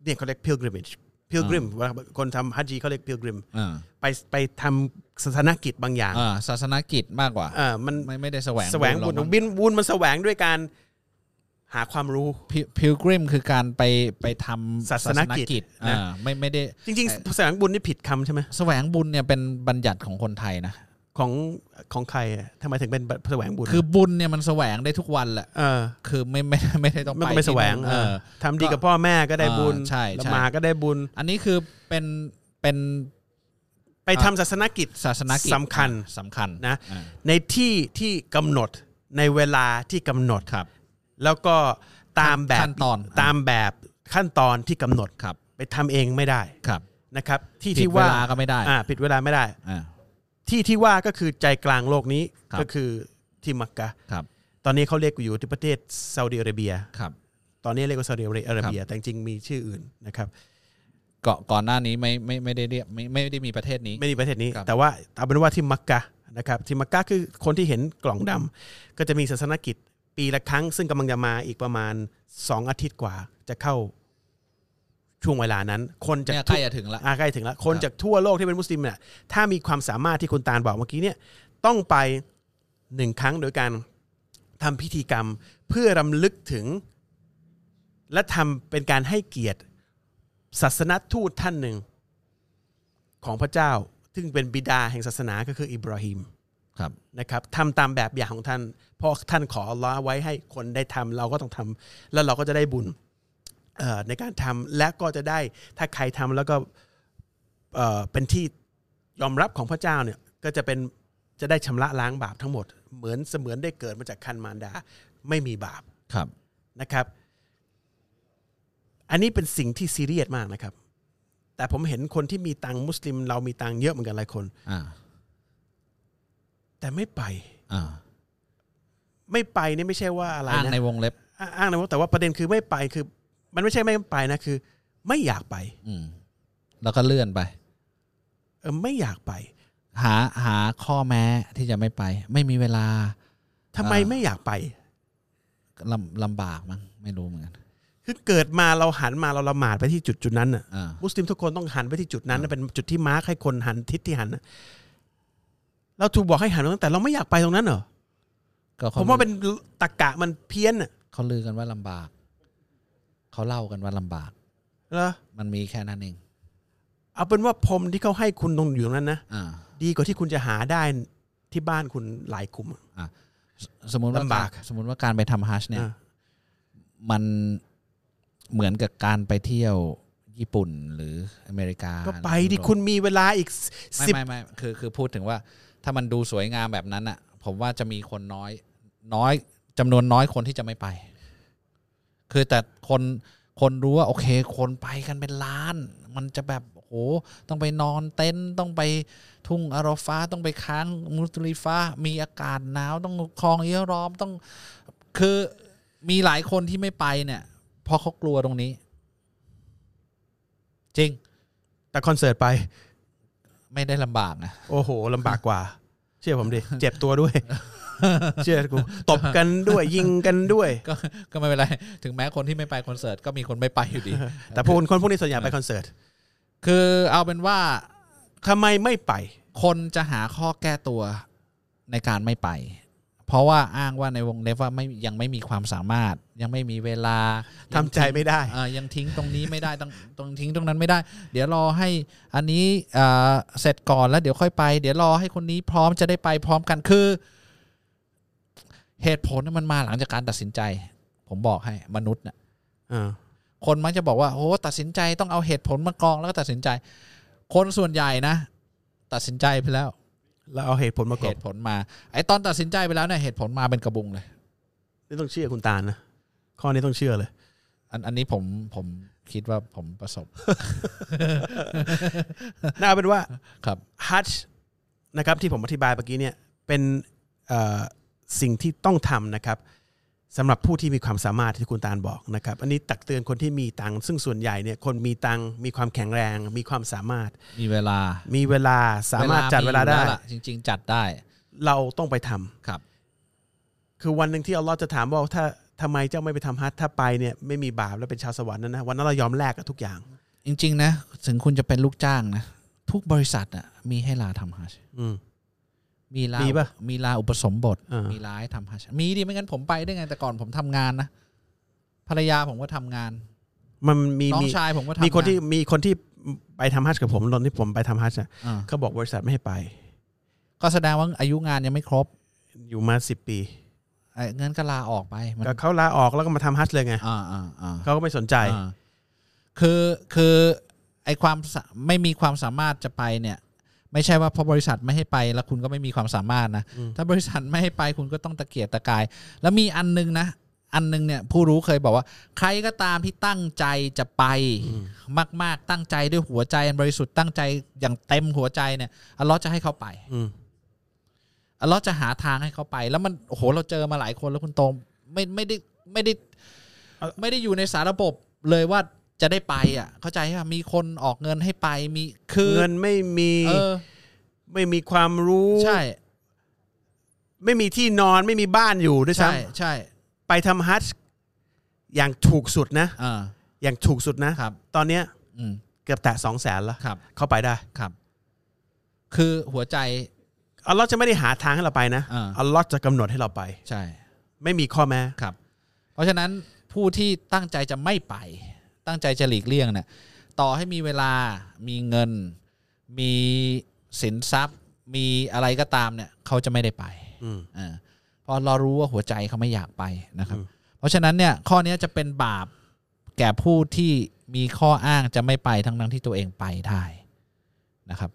เนี่ยเขาเรียก pilgrimage pilgrim ว่าคนทำฮัจญีเขาเรียก pilgrim อ่า ไปไปทำศาสนกิจบางอย่าง อ่าศาสนกิจมากกว่า เออมัน ไม่ไม่ได้แสวง แสวงบุญ หรอกมั้ บินบุญมันแสวงด้วยการหาความรู้ พิพิลกริมคือการไปไปทำ ศาสนกิจนะ อ่าไม่ไม่ได้ จริงๆแสวงบุญนี่ผิดคำใช่ไหม แสวงบุญเนี่ยเป็นบัญญัติของคนไทยนะ ของของใครอะทำไมถึงเป็นแสวงบุญ คือบุญเนี่ยมันแสวงได้ทุกวันแหละ เออ คือไม่ไม่ไม่ได้ต้อง มัน ไป ก็ไปแสวง ที่ เออนู่นเออ ทำดีกับพ่อแม่ก็ได้บุญ อ่าใช่ใช่ ละหมาดก็ได้บุญ อันนี้คือเป็นเป็น ไปทำศาสนกิจ ศาสนกิจ สำคัญ อ่าสำคัญ นะ อ่า ในที่ที่กำหนดในเวลาที่กำหนด ครับ แล้วก็ตามแบบ ขั้นตอน ตามแบบขั้นตอนที่กำหนด ครับ ไปทำเองไม่ได้ ครับ นะครับ ที่ ผิ ที่ ดเว ว่า ลาก็ไม่ได้ อ่าผิดเวลาไม่ได้ อ่า ที่ที่ว่าก็คือใจกลางโลกนี้ ครับ ก็คือที่มักกะ ครับ ตอนนี้เขาเรียกอยู่ที่ประเทศซาอุดิอาระเบีย ครับ ตอนนี้เรียกว่าซาอุดิอาระเบีย แต่จริงๆมีชื่ออื่นนะครับ ก่อนก่อนหน้านี้ไม่ไม่ไม่ได้เรียกไม่ไม่ได้มีประเทศนี้ ไม่มีประเทศนี้ ครับ แต่ว่าเอาเป็นว่าที่มักกะนะครับที่มักกะคือคนที่เห็นกล่องดำก็จะมีศาสนกิจปีละครั้ง ซึ่งกำลังจะมาอีกประมาณ 2 อาทิตย์กว่าจะเข้าช่วงเวลานั้น คนจาก เนี่ยใก ทั่ ล้ว จะถึงละ อ่าใกล้ถึงแล้วคน ครับ จากทั่วโลกที่เป็นมุสลิมเนี่ยถ้ามีความสามารถที่คุณตาลบอกเมื่อกี้เนี่ยต้องไปหนึ่งครั้งโดยการทำพิธีกรรมเพื่อรำลึกถึง และทำเป็นการให้เกียรติศาสนทูตท่านหนึ่งของพระเจ้า ซึ่งเป็นบิดาแห่งศาสนาก็คืออิบราฮิม ครับ นะครับทำตามแบบอย่างของท่านเพราะท่านขออัลลอฮ์ไว้ให้คนได้ทำเราก็ต้องทำแล้วเราก็จะได้บุญเอ่อในการทำและก็จะได้ถ้าใครทำแล้วก็เอ่อเป็นที่ยอมรับของพระเจ้าเนี่ยก็จะเป็นจะได้ชำระล้างบาปทั้งหมด เหมือนเสมือนได้เกิดมาจากคันมารดาไม่มีบาป ครับ นะครับ อันนี้เป็นสิ่งที่ซีเรียสมากนะครับ แต่ผมเห็นคนที่มีตังค์มุสลิม เรามีตังค์เยอะเหมือนกันหลายคน อ่า แต่ไม่ไป อ่า ไม่ไปเนี่ยไม่ใช่ว่าอะไร อ้าง นะ ในวงเล็บ อ้าอ้างนะว่าแต่ว่าประเด็นคือไม่ไปคือ มันไม่ใช่ไม่ไปนะคือ ไม่อยากไป อืม แล้วก็เลื่อนไป เออไม่อยากไป หาหาข้อแม้ที่จะไม่ไป ไม่มีเวลา ทำไมไม่อยากไป ลำลำบากมั้งไม่รู้เหมือนกัน คือเกิดมาเราหันมาเราละหมาดไปที่จุดจุดนั้นน่ะ อ่า มุสลิมทุกคนต้องหันไปที่จุดนั้นนะเป็นจุดที่มาร์คให้คนหันทิศที่หันน่ะเราถูกบอกให้หันมาตั้งแต่เราไม่อยากไปตรงนั้นเหรอ ก็ข ผมว่าเป็นตะกะมันเพี้ยนน่ะ เขาลือกันว่าลำบาก เขาเล่ากันว่าลำบาก เหรอ มันมีแค่นั้นเอง เอาเป็นว่าพรมที่เขาให้คุณตรงอยู่ตรงนั้นนะ อ่า ดีกว่าที่คุณจะหาได้ที่บ้านคุณหลายคุมอ่ะ อ่ะสสมมติว่า ลำบาก สมมติว่าการไปทำฮัชเนี่ย อ่ะ มันเหมือนกับการไปเที่ยวญี่ปุ่นหรืออเมริกา ก็ไป หรือ ดิ ยุโรป คุณมีเวลาอีก ไม่ สิบ ไม่ไม่คือคือพูดถึงว่าถ้ามันดูสวยงามแบบนั้นอ่ะ ผมว่าจะมีคนน้อย น้อยจำนวนน้อยคนที่จะไม่ไป คือแต่คนคนรู้ว่าโอเค คนไปกันเป็นล้าน มันจะแบบโอ้โหต้องไปนอนเต็นท์ต้องไปทุ่งอาราฟาต้องไปค้างมุสลิฟ้า มีอากาศหนาวต้องคลองเอี้ยร้อมต้อง คือมีหลายคนที่ไม่ไปเนี่ยเพราะเขากลัวตรงนี้ จริง แต่คอนเสิร์ตไป ไม่ได้ลำบากนะ โอ้โหลำบากกว่า เชื่อ <laughs> ผมดิ เจ็บตัวด้วย เชื่อกูตบกัน <laughs> ด้วยยิงกันด้วย ก็ก็ไม่เป็นไร <laughs> ถึงแม้คนที่ไม่ไปคอนเสิร์ตก็มีคนไม่ไปอยู่ดี <laughs> แต่พวกคนพวกนี้ส่วนใหญ่ไปคอนเสิร์ต คือเอาเป็นว่า ทำไมไม่ไป คนจะหาข้อแก้ตัวในการไม่ไป เพราะว่าอ้างว่าในวงเล็บว่าไม่ยังไม่มีความสามารถ ยังไม่มีเวลา ทำใจไม่ได้ เอ่อยังทิ้งตรงนี้ไม่ได้ต้องตรงทิ้งตรงนั้นไม่ได้ เดี๋ยวรอให้อันนี้เอ่อเสร็จก่อนแล้วเดี๋ยวค่อยไป เดี๋ยวรอให้คนนี้พร้อมจะได้ไปพร้อมกันคือ เหตุผลมันมาหลังจากการตัดสินใจ ผมบอกให้มนุษย์น่ะ เออ คนมักจะบอกว่าโอ้ตัดสินใจต้องเอาเหตุผลมากองแล้วก็ตัดสินใจ คนส่วนใหญ่นะ ตัดสินใจไปแล้ว เราเอาเหตุผลมาก เห บ ตุผลมาไอตอนตัดสินใจไปแล้วเนี่ยเหตุผลมาเป็นกระบุงเลย นี่ต้องเชื่อคุณตาลนะข้อนี้ต้องเชื่อ <laughs> เลย อันอันนี้ผมผมคิดว่าผมประสบ น่าเป็นว่า ครับ ฮัทนะครับที่ผมอธิบายเมื่อกี้เนี่ยเป็นเอ่อสิ่งที่ต้องทำนะครับสำหรับผู้ที่มีความสามารถที่คุณตาลบอกนะครับอันนี้ตักเตือนคนที่มีตังค์ซึ่งส่วนใหญ่เนี่ยคนมีตังค์มีความแข็งแรง มีความสามารถ มีเวลา มีเวลาสามารถจัดเวลาได้ อยู่แะจริง ๆ จัดได้ เราต้องไปทำ ครับ คือวันหนึ่งที่อัลลอฮ์จะถามว่าถ้าทำไมเจ้าไม่ไปทำฮัทถ้าไปเนี่ยไม่มีบาปแล้วเป็นชาวสวรรค์นะนะวันนั้นเรายอมแลกกับทุกอย่าง จริง ๆ นะ ถึงคุณจะเป็นลูกจ้างนะ ทุกบริษัทอะมีให้ลาทำฮัจญ์ อืม มีลา มี มี ปะ มีลาอุปสมบท อ่ามี มีลาให้ทำฮัจญ์มีดิไม่งั้นผมไปได้ไงแต่ก่อนผมทำงานนะภรรยาผมก็ทำงาน มันมี น้อง มี ชายผมก็ทำ มีคน งา ที่มีคนที่ไปทำฮัทกับผมตอนที่ผมไปทำฮัทเนี่ย อ่า เขาบอกบริษัทไม่ให้ไป ก็แสดงว่าอายุงานยังไม่ครบ อยู่มาสิบปี ไอ้เงินก็ลาออกไปมัน ก็เขาลาออกแล้วก็มาทำฮัทเลยไง อ่าอ่าอ่า เขาก็ไม่สนใจ อ่าคือคือไอความสะไม่มีความสามารถจะไปเนี่ย ไม่ใช่ว่าพอบริษัทไม่ให้ไปแล้วคุณก็ไม่มีความสามารถนะ อืม ถ้าบริษัทไม่ให้ไปคุณก็ต้องตะเกียกตะกาย แล้วมีอันนึงนะ อันนึงเนี่ยผู้รู้เคยบอกว่า ใครก็ตามที่ตั้งใจจะไปมาก ๆ ตั้งใจด้วยหัวใจอันบริสุทธิ์ตั้งใจอย่างเต็มหัวใจเนี่ยอัลเลอฮ์จะให้เขาไป อืม อัลเลอฮ์จะหาทางให้เขาไป แล้วมันโอ้โหเราเจอมาหลายคนแล้วคุณโตมไม่ไม่ได้ไม่ได้ ไม่ได้อยู่ในสาระบบเลยว่าจะได้ไปอ่ะ เข้าใจป่ะมีคนออกเงินให้ไปมีคือ เงินไม่มี เออ ไม่มีความรู้ ใช่ ไม่มีที่นอนไม่มีบ้านอยู่ด้วยซ้ ใช่ใช่ ำไปทำฮัทอย่างถูกสุดนะ อ่า อย่างถูกสุดนะ ครับ ตอนเนี้ย อืม เกือบแตะสองแสนแล้ว ครับ เข้าไปได้ ครับ คือหัวใจ อัลลอฮ์จะไม่ได้หาทางให้เราไปนะ อ่า อัลลอฮ์จะกำหนดให้เราไป ใช่ ไม่มีข้อแม้ ครับ เพราะฉะนั้นผู้ที่ตั้งใจจะไม่ไป ตั้งใจจะหลีกเลี่ยงเนี่ยต่อให้มีเวลามีเงิน มีสินทรัพย์ มีอะไรก็ตามเนี่ย เขาจะไม่ได้ไป อืม อ่าเพราะเรารู้ว่าหัวใจเขาไม่อยากไปนะครับ อืม เพราะฉะนั้นเนี่ยข้อเนี้ยจะเป็นบาปแก่ผู้ที่มีข้ออ้างจะไม่ไปทั้งทั้งๆที่ตัวเองไปได้นะครับ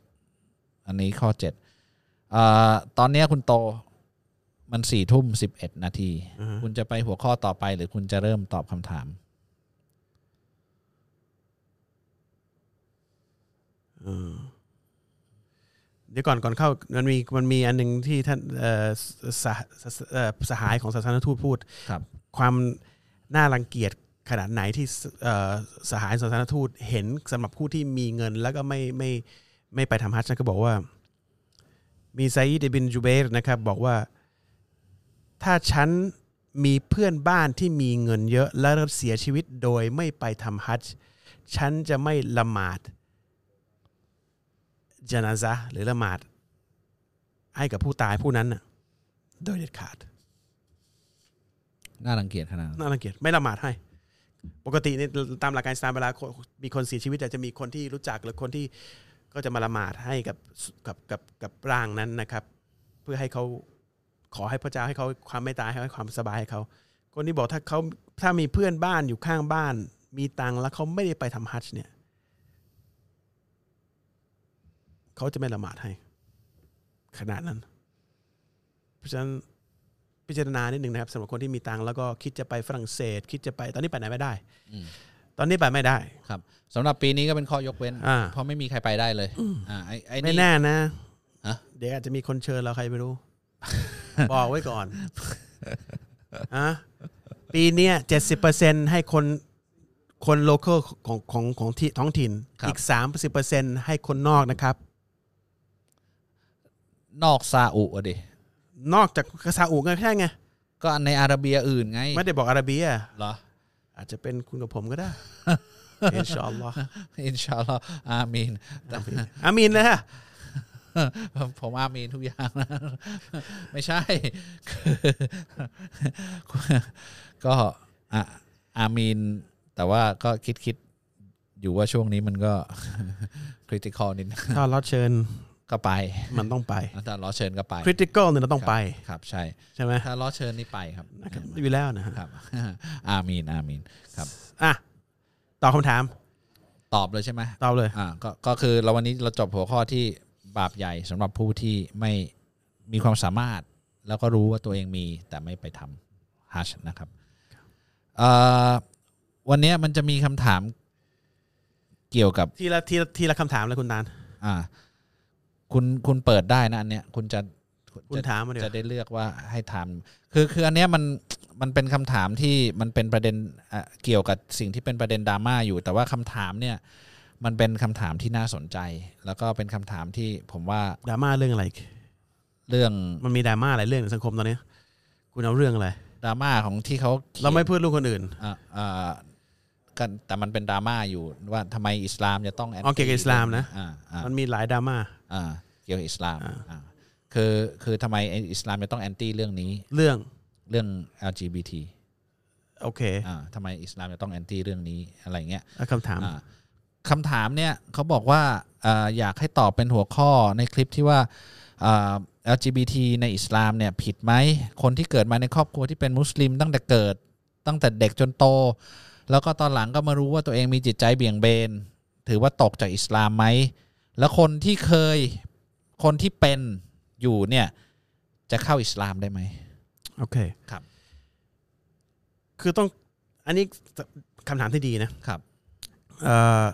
อันนี้ข้อเจ็ดเอ่อตอนเนี้ยคุณโตมันสี่ทุ่มสิบเอ็ดนาที คุณจะไปหัวข้อต่อไป หรือคุณจะเริ่มตอบคำถาม เดี๋ยวก่อนก่อนเข้ามันมีมันมีอันหนึ่งที่ท่านเอ่อสหเอ่อสหายของศาสนทูตพูด ครับ ความน่ารังเกียจขนาดไหนที่สเอ่อสหายสาธารณทูตเห็นสำหรับผู้ที่มีเงิน แล้วก็ไม่ไม่ไม่ไปทำฮัจญ์นะก็บอกว่า มีไซยิดบินจูเบรนะครับ บอกว่าถ้าฉันมีเพื่อนบ้านที่มีเงินเยอะ และเสียชีวิตโดยไม่ไปทำฮัจญ์ฉันจะไม่ละหมาดจนาซะหรือละหมาด ให้กับผู้ตายผู้นั้นน่ะโดยเด็ดขาด น่ารังเกียจขนาดนั้น น่ารังเกียจไม่ละหมาดให้ ปกติเนี่ยตามหลักการอิสลามเวลาคนมีคนเสียชีวิตอาจจะมีคนที่รู้จักหรือคนที่ก็จะมาละหมาดให้กับกับกับกับร่างนั้นนะครับ เพื่อให้เขาขอให้พระเจ้าให้เขาความไม่ตายให้ความสบายให้เขาคนที่บอกถ้าเขาถ้ามีเพื่อนบ้านอยู่ข้างบ้าน มีตังค์แล้วเขาไม่ได้ไปทำฮัจญ์เนี่ยเขาจะไม่ละหมาดให้ ขนาดนั้น เพราะฉะนั้น พิจารณานิดหนึ่งนะครับสำหรับคนที่มีตังค์แล้วก็คิดจะไปฝรั่งเศส คิดจะไปตอนนี้ไปไหนไม่ได้ อืม ตอนนี้ไปไม่ได้ ครับสำหรับปีนี้ก็เป็นข้อยกเว้น อ่า เพราะไม่มีใครไปได้เลยอ่าไอ้ไอ้ ไม่ นี่ แน่นะ ฮะ เดี๋ยวอาจจะมีคนเชิญเราใครไม่รู้บ <laughs> อกไว้ก่อนอะปีเนี้ยเจ็ดสิบเปอร์เซ็นให้คนคนโลเคอลของของของที่ท้องถิ่น ครับ อีกสามสิบเปอร์เซ็นให้คนนอกนะครับ นอกซาอุอะดิ นอกจากกซาอุก็แค่ไง ก็ในอาระเบียอื่นไง ไม่ได้บอกอาระเบีย เหรอ <laughs> อาจจะเป็นคุณกับผมก็ได้ อินชาอัลลอฮ์ อินชาอัลลอฮ์อาเมีนแต่ อามีน <laughs> นะฮะ ผมอาเมีนทุกอย่างนะ <laughs> ไม่ใช่ <laughs> คือก็อะอาเมีนแต่ว่าก็คิดคิดๆอยู่ว่าช่วงนี้มันก็ <laughs> คริติคอลนิดนึง ถ้าอัลเราะห์เชิญ ก็ไป มันต้องไป แล้วแต่ล้อเชิญก็ไป คริติคอลเนี่ยเราต้องไป ครับ ใช่ ใช่ไหม ถ้าล้อเชิญนี่ไปครับ นะครับอยู่แล้วนะฮะ ครับ <laughs> อาเมีนอาเมีนครับ อ่ะตอบคำถาม ตอบเลยใช่ไหม ตอบเลย อ่าก็ก็คือเราวันนี้เราจบหัวข้อที่ บาปใหญ่สำหรับผู้ที่ไม่มีความสามารถ แล้วก็รู้ว่าตัวเองมีแต่ไม่ไปทำฮัชนะครับเอ่อวันเนี้ยมันจะมีคำถามเกี่ยวกับ ทีละทีละทีละคำถามเลยคุณตาล อ่า คุณคุณเปิดได้นะอันเนี้ยคุณจะ คุณ จะ ถามมาเดี๋ยว จะได้เลือกว่าให้ถามคือคืออันเนี้ยมันมันเป็นคำถามที่มันเป็นประเด็นอ่ะเกี่ยวกับสิ่งที่เป็นประเด็นดราม่าอยู่ แต่ว่าคำถามเนี่ย มันเป็นคำถามที่น่าสนใจ แล้วก็เป็นคำถามที่ผมว่า ดราม่าเรื่องอะไร เรื่อง มันมีดราม่าอะไรเรื่องในสังคมตอนเนี้ยคุณเอาเรื่องอะไร ดราม่าของที่เขาขียน เราไม่พูดลูกคนอื่น อ่ะอ่ากันแต่มันเป็นดราม่าอยู่ว่าทำไมอิสลามจะต้อง anti อ๋อเกี่ยวกับอิสลามนะ อ่าอ่า มันมีหลายดราม่า อ่าเกี่ยวกับอิสลามอ่าคือคือทำไมอิสลามจะต้องแอนตี้เรื่องนี้ เรื่อง เรื่อง LGBT โอเค อ่าทำไมอิสลามจะต้องแอนตี้เรื่องนี้อะไรเงี้ย เอาคำถาม อ่าคำถามเนี่ยเขาบอกว่าอ่าอยากให้ตอบเป็นหัวข้อในคลิปที่ว่าอ่า LGBT ในอิสลามเนี่ยผิดไหมคนที่เกิดมาในครอบครัวที่เป็นมุสลิมตั้งแต่เกิด ตั้งแต่เด็กจนโต แล้วก็ตอนหลังก็มารู้ว่าตัวเองมีจิตใจเบี่ยงเบน ถือว่าตกจากอิสลามไหม แล้วคนที่เคยคนที่เป็นอยู่เนี่ยจะเข้าอิสลามได้ไหม โอเค ครับ คือต้อง อันนี้คำถามที่ดีนะ ครับ เอ่อ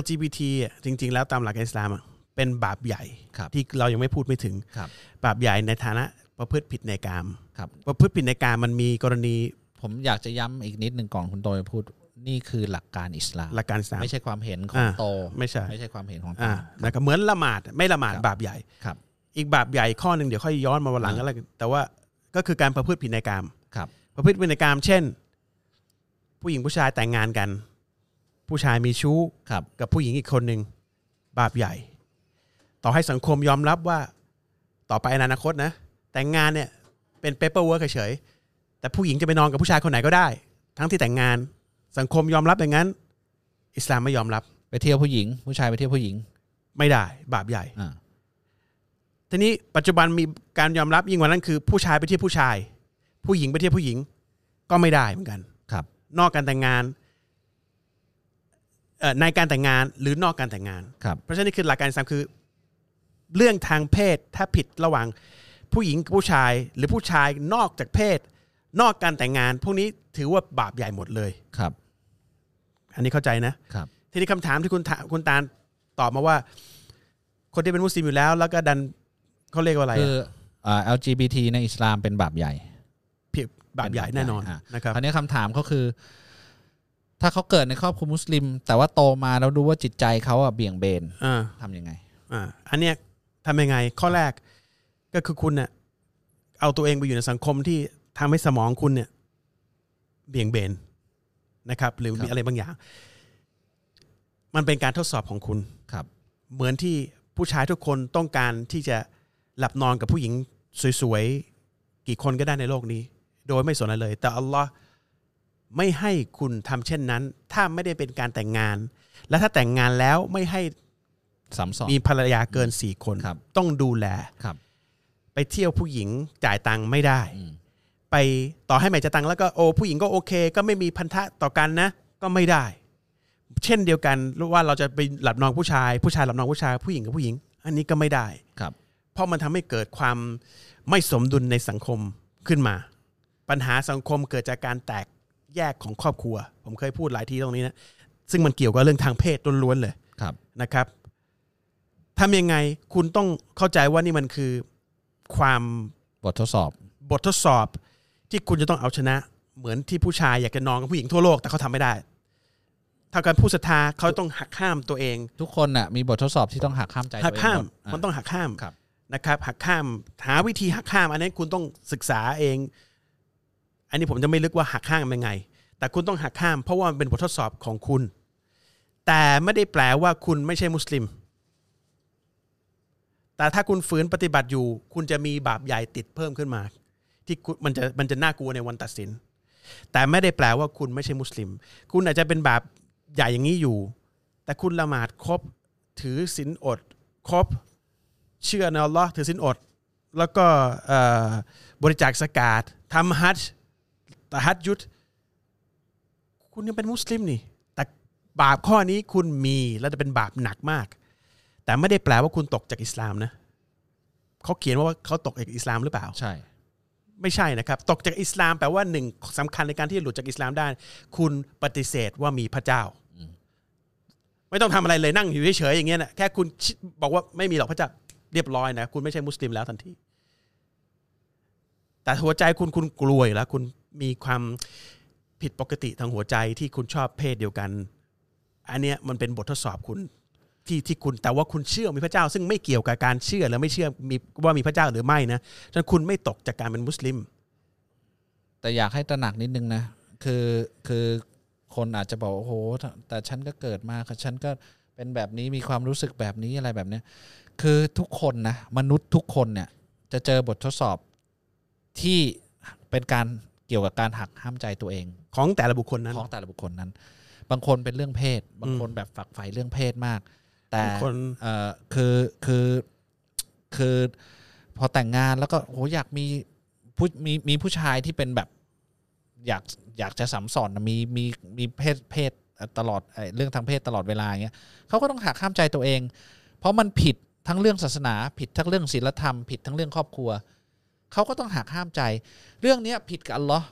LGBT อ่ะจริง ๆ แล้วตามหลักอิสลามอ่ะเป็นบาปใหญ่ ครับ ที่เรายังไม่พูดไม่ถึง ครับ บาปใหญ่ในฐานะประพฤติผิดในกาม ครับ ประพฤติผิดในกามมันมีกรณี ผมอยากจะย้ำอีกนิดหนึ่งก่อนคุณโตจะพูดนี่คือหลักการอิสลาม หลักการอิสลาม ไม่ใช่ความเห็นของโต อ่าไม่ใช่ ไม่ใช่ความเห็นของโต อ่านะครับเหมือนละหมาดไม่ละหมาด ครับ บาปใหญ่ ครับ อีกบาปใหญ่ข้อหนึ่งเดี๋ยวค่อยย้อนมาวันหลัง อ่า ก็แล้วกันแต่ว่าก็คือการประพฤติผิดในกาม ครับ ประพฤติผิดในกาม เช่น ผู้หญิงผู้ชายแต่งงานกัน ผู้ชายมีชู้ ครับ กับผู้หญิงอีกคนหนึ่งบาปใหญ่ ต่อให้สังคมยอมรับว่าต่อไปในอนาคตนะ แต่งงานเนี่ยเป็นเปเปอร์เวิร์กเฉยๆแต่ผู้หญิงจะไปนอนกับผู้ชายคนไหนก็ได้ ทั้งที่แต่งงานสังคมยอมรับอย่างนั้น อิสลามไม่ยอมรับ ไปเที่ยวผู้หญิง ผู้ชายไปเที่ยวผู้หญิง ไม่ได้ บาปใหญ่ อ่า ทีนี้ปัจจุบันมีการยอมรับยิ่งกว่านั้นคือผู้ชายไปเที่ยวผู้ชาย ผู้หญิงไปเที่ยวผู้หญิงก็ไม่ได้เหมือนกัน ครับ นอกการแต่งงานเอ่อในการแต่งงานหรือนอกการแต่งงาน ครับ เพราะฉะนั้นนคือหลักการอิสลามคือ เรื่องทางเพศถ้าผิดระหว่างผู้หญิงกับผู้ชาย หรือผู้ชายนอกจากเพศ นอกการแต่งงาน พวกนี้ถือว่าบาปใหญ่หมดเลย ครับ อันนี้เข้าใจนะ ครับ ทีนี้คำถามที่คุณถาคุณตาลตอบมาว่า คนที่เป็นมุสลิมอยู่แล้ว แล้วก็ดันเขาเรียกว่าอะไร คือ อะ อ่า LGBT ในอิสลามเป็นบาปใหญ่ ผิดบาปใหญ่แน่นอน เป็บาปใหญ่ นะครับ คราวนี้คำถามเขาคือ ถ้าเขาเกิดในครอบครัวมุสลิม แต่ว่าโตมาแล้วรู้ว่าจิตใจเขาอ่ะเบี่ยงเบน อ่า ทำยังไง อ่าอันเนี้ยทำยังไงข้อแรกก็คือคุณเนี่ยเอาตัวเองไปอยู่ในสังคมที่ทำให้สมองคุณเนี่ยเบี่ยงเบนนะครับ หรือ ครับ มีอะไรบางอย่าง มันเป็นการทดสอบของคุณ ครับ เหมือนที่ผู้ชายทุกคนต้องการที่จะหลับนอนกับผู้หญิงสวยๆ กี่คนก็ได้ในโลกนี้ โดยไม่สนอะไรเลย แต่อัลลอฮ์ไม่ให้คุณทำเช่นนั้น ถ้าไม่ได้เป็นการแต่งงาน และถ้าแต่งงานแล้วไม่ให้ สามสอง มีภรรยาเกินสี่คน ครับ ต้องดูแล ครับ ไปเที่ยวผู้หญิงจ่ายตังค์ไม่ได้ อืม ไปต่อให้ใหม่จะตังค์แล้วก็โอ้ผู้หญิงก็โอเค ก็ไม่มีพันธะต่อกันนะ ก็ไม่ได้ เช่นเดียวกันว่าเราจะไปหลับนอนผู้ชาย ผู้ชายหลับนอนผู้ชายผู้หญิงกับผู้หญิง อันนี้ก็ไม่ได้ ครับ เพราะมันทำให้เกิดความไม่สมดุลในสังคมขึ้นมา ปัญหาสังคมเกิดจากการแตกแยกของครอบครัว ผมเคยพูดหลายทีตรงนี้นะซึ่งมันเกี่ยวกับเรื่องทางเพศล้วนๆเลย ครับ นะครับทำยังไงคุณต้องเข้าใจว่านี่มันคือความ บททดสอบ บททดสอบที่คุณจะต้องเอาชนะ เหมือนที่ผู้ชายอยากจะนอนกับผู้หญิงทั่วโลกแต่เขาทำไม่ได้ทางการผู้ศรัทธาเขาต้องหักห้ามตัวเอง ทุกคนน่ะมีบททดสอบที่ต้องหักข้ามใจ หัก ตัวเอง ห้าม ดะ มันต้องหักห้าม ครับ นะครับ หักห้ามหาวิธีหักห้าม อันนี้นคุณต้องศึกษาเอง อันนี้ผมจะไม่ลึกว่าหักห้ามยังไง แต่คุณต้องหักห้าม เพราะว่ามันเป็นบททดสอบของคุณ แต่ไม่ได้แปลว่าคุณไม่ใช่มุสลิม แต่ถ้าคุณฝืนปฏิบัติอยู่ คุณจะมีบาปใหญ่ติดเพิ่มขึ้นมา ที่คุณมันจะมันจะน่ากลัวในวันตัดสิน แต่ไม่ได้แปลว่าคุณไม่ใช่มุสลิม คุณอาจจะเป็นบาปใหญ่อย่างนี้อยู่ แต่คุณละหมาดครบถือศีลอด ครบเชื่อในอัลลอฮ์ถือศีลอด แล้วก็เอ่อบริจาคสกาดทำฮัจญ์แต่ฮัจญ์หยุด คุณยังเป็นมุสลิมนี่ แต่บาปข้อนี้คุณมีและจะเป็นบาปหนักมาก แต่ไม่ได้แปลว่าคุณตกจากอิสลามนะเขาเขียนว่าเขาตกจากอิสลามหรือเปล่า ใช่ ไม่ใช่นะครับ ตกจากอิสลามแปลว่าหนึ่งสำคัญในการที่จะหลุดจากอิสลามได้ คุณปฏิเสธว่ามีพระเจ้า ไม่ต้องทำอะไรเลยนั่งอยู่เฉยๆอย่างเงี้ยนะแค่คุณชิบอกว่าไม่มีหรอกพระเจ้าเรียบร้อยนะคุณไม่ใช่มุสลิมแล้วทันที แต่หัวใจคุณคุณกลัวอยู่แล้ว คุณมีความผิดปกติทางหัวใจที่คุณชอบเพศเดียวกัน อันเนี้ยมันเป็นบททดสอบคุณที่ที่คุณแต่ว่าคุณเชื่อมีพระเจ้า ซึ่งไม่เกี่ยวกับการเชื่อหรือไม่เชื่อมีว่ามีพระเจ้าหรือไม่นะฉะนั้นคุณไม่ตกจากการเป็นมุสลิม แต่อยากให้ตระหนักนิดนึงนะ คือคือคนอาจจะบอกว่าโอ้โหแต่แต่ฉันก็เกิดมาค่ะฉันก็เป็นแบบนี้มีความรู้สึกแบบนี้อะไรแบบเนี้ยคือทุกคนนะมนุษย์ทุกคนเนี่ยจะเจอบททดสอบที่เป็นการเกี่ยวกับการหักห้ามใจตัวเอง ของแต่ละบุคคลนั้น ของแต่ละบุคคลนั้น บางคนเป็นเรื่องเพศ บางคนแบบฝักใฝ่เรื่องเพศมาก แต่ บางคน เอ่อคือคือคือพอแต่งงานแล้วก็โหอยากมีผู้มีมีผู้ชายที่เป็นแบบอยากอยากจะสัมสอนนะมีมีมีเพศเพศตลอดเอ่อเรื่องทางเพศตลอดเวลาอย่างเงี้ยเขาก็ต้องหักข้ามใจตัวเอง เพราะมันผิดทั้งเรื่องศาสนา ผิดทั้งเรื่องศีลธรรม ผิดทั้งเรื่องครอบครัว เขาก็ต้องหักห้ามใจ เรื่องเนี้ยผิดกับอัลเลอฮ์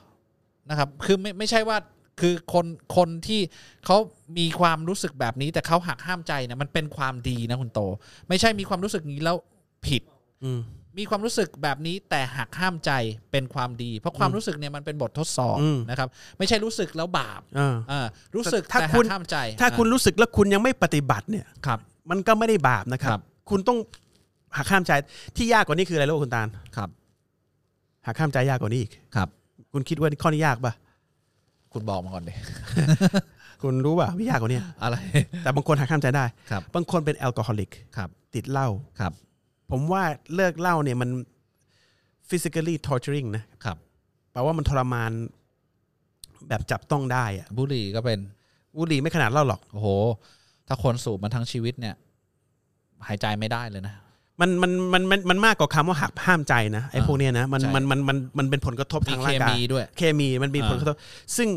นะครับ คือไม่ไม่ใช่ว่าคือคนคนที่เขามีความรู้สึกแบบนี้ แต่เขาหักห้ามใจนะมันเป็นความดีนะคุณโต ไม่ใช่มีความรู้สึกนี้แล้วผิด อืม มีความรู้สึกแบบนี้แต่หักห้ามใจเป็นความดี เพราะความรู้สึกเนี่ยมันเป็นบททดสอบนะครับ ไม่ใช่รู้สึกแล้วบาป อ่า อ่ารู้สึก ถ้า แต่ คุ หั ณ กห้ามใจ ถ้าคุณ อ่ รู้สึกแล้วคุณยังไม่ปฏิบัติเนี่ย ครับ มันก็ไม่ได้บาปนะครับ ครับ คุณต้องหักข้ามใจที่ยากกว่านี้คืออะไรรู้ป่ะคุณตาล ครับ หักข้ามใจยากกว่านี้อีก ครับ คุณคิดว่าข้อนี้ยากปะ คุณบอกมาก่อนเลย คุณรู้ปะไม่ยากกว่านี้ อะไร แต่บางคนหักข้ามใจได้ ครับ บางคนเป็นแอลกอฮอลิก ครับ ติดเหล้า ครับ ผมว่าเลิกเหล้าเนี่ยมัน physically torturing นะครับ แปลว่ามันทรมานแบบจับต้องได้อะ บุหรี่ก็เป็น บุหรี่ไม่ขนาดเหล้าหรอก โอ้โห ถ้าคนสูบมันทั้งชีวิตเนี่ย หายใจไม่ได้เลยนะ มันมันมันมันมันมากกว่าคำว่าหักห้ามใจนะไอ้ อ่า พวกเนี้ยนะมัน ใช่ มันมันมันมันเป็นผลกระทบ มี ทาง เค ร่างกาย มีด้วย เคมีมันมี อ่า ผลกระทบ ซึ่ง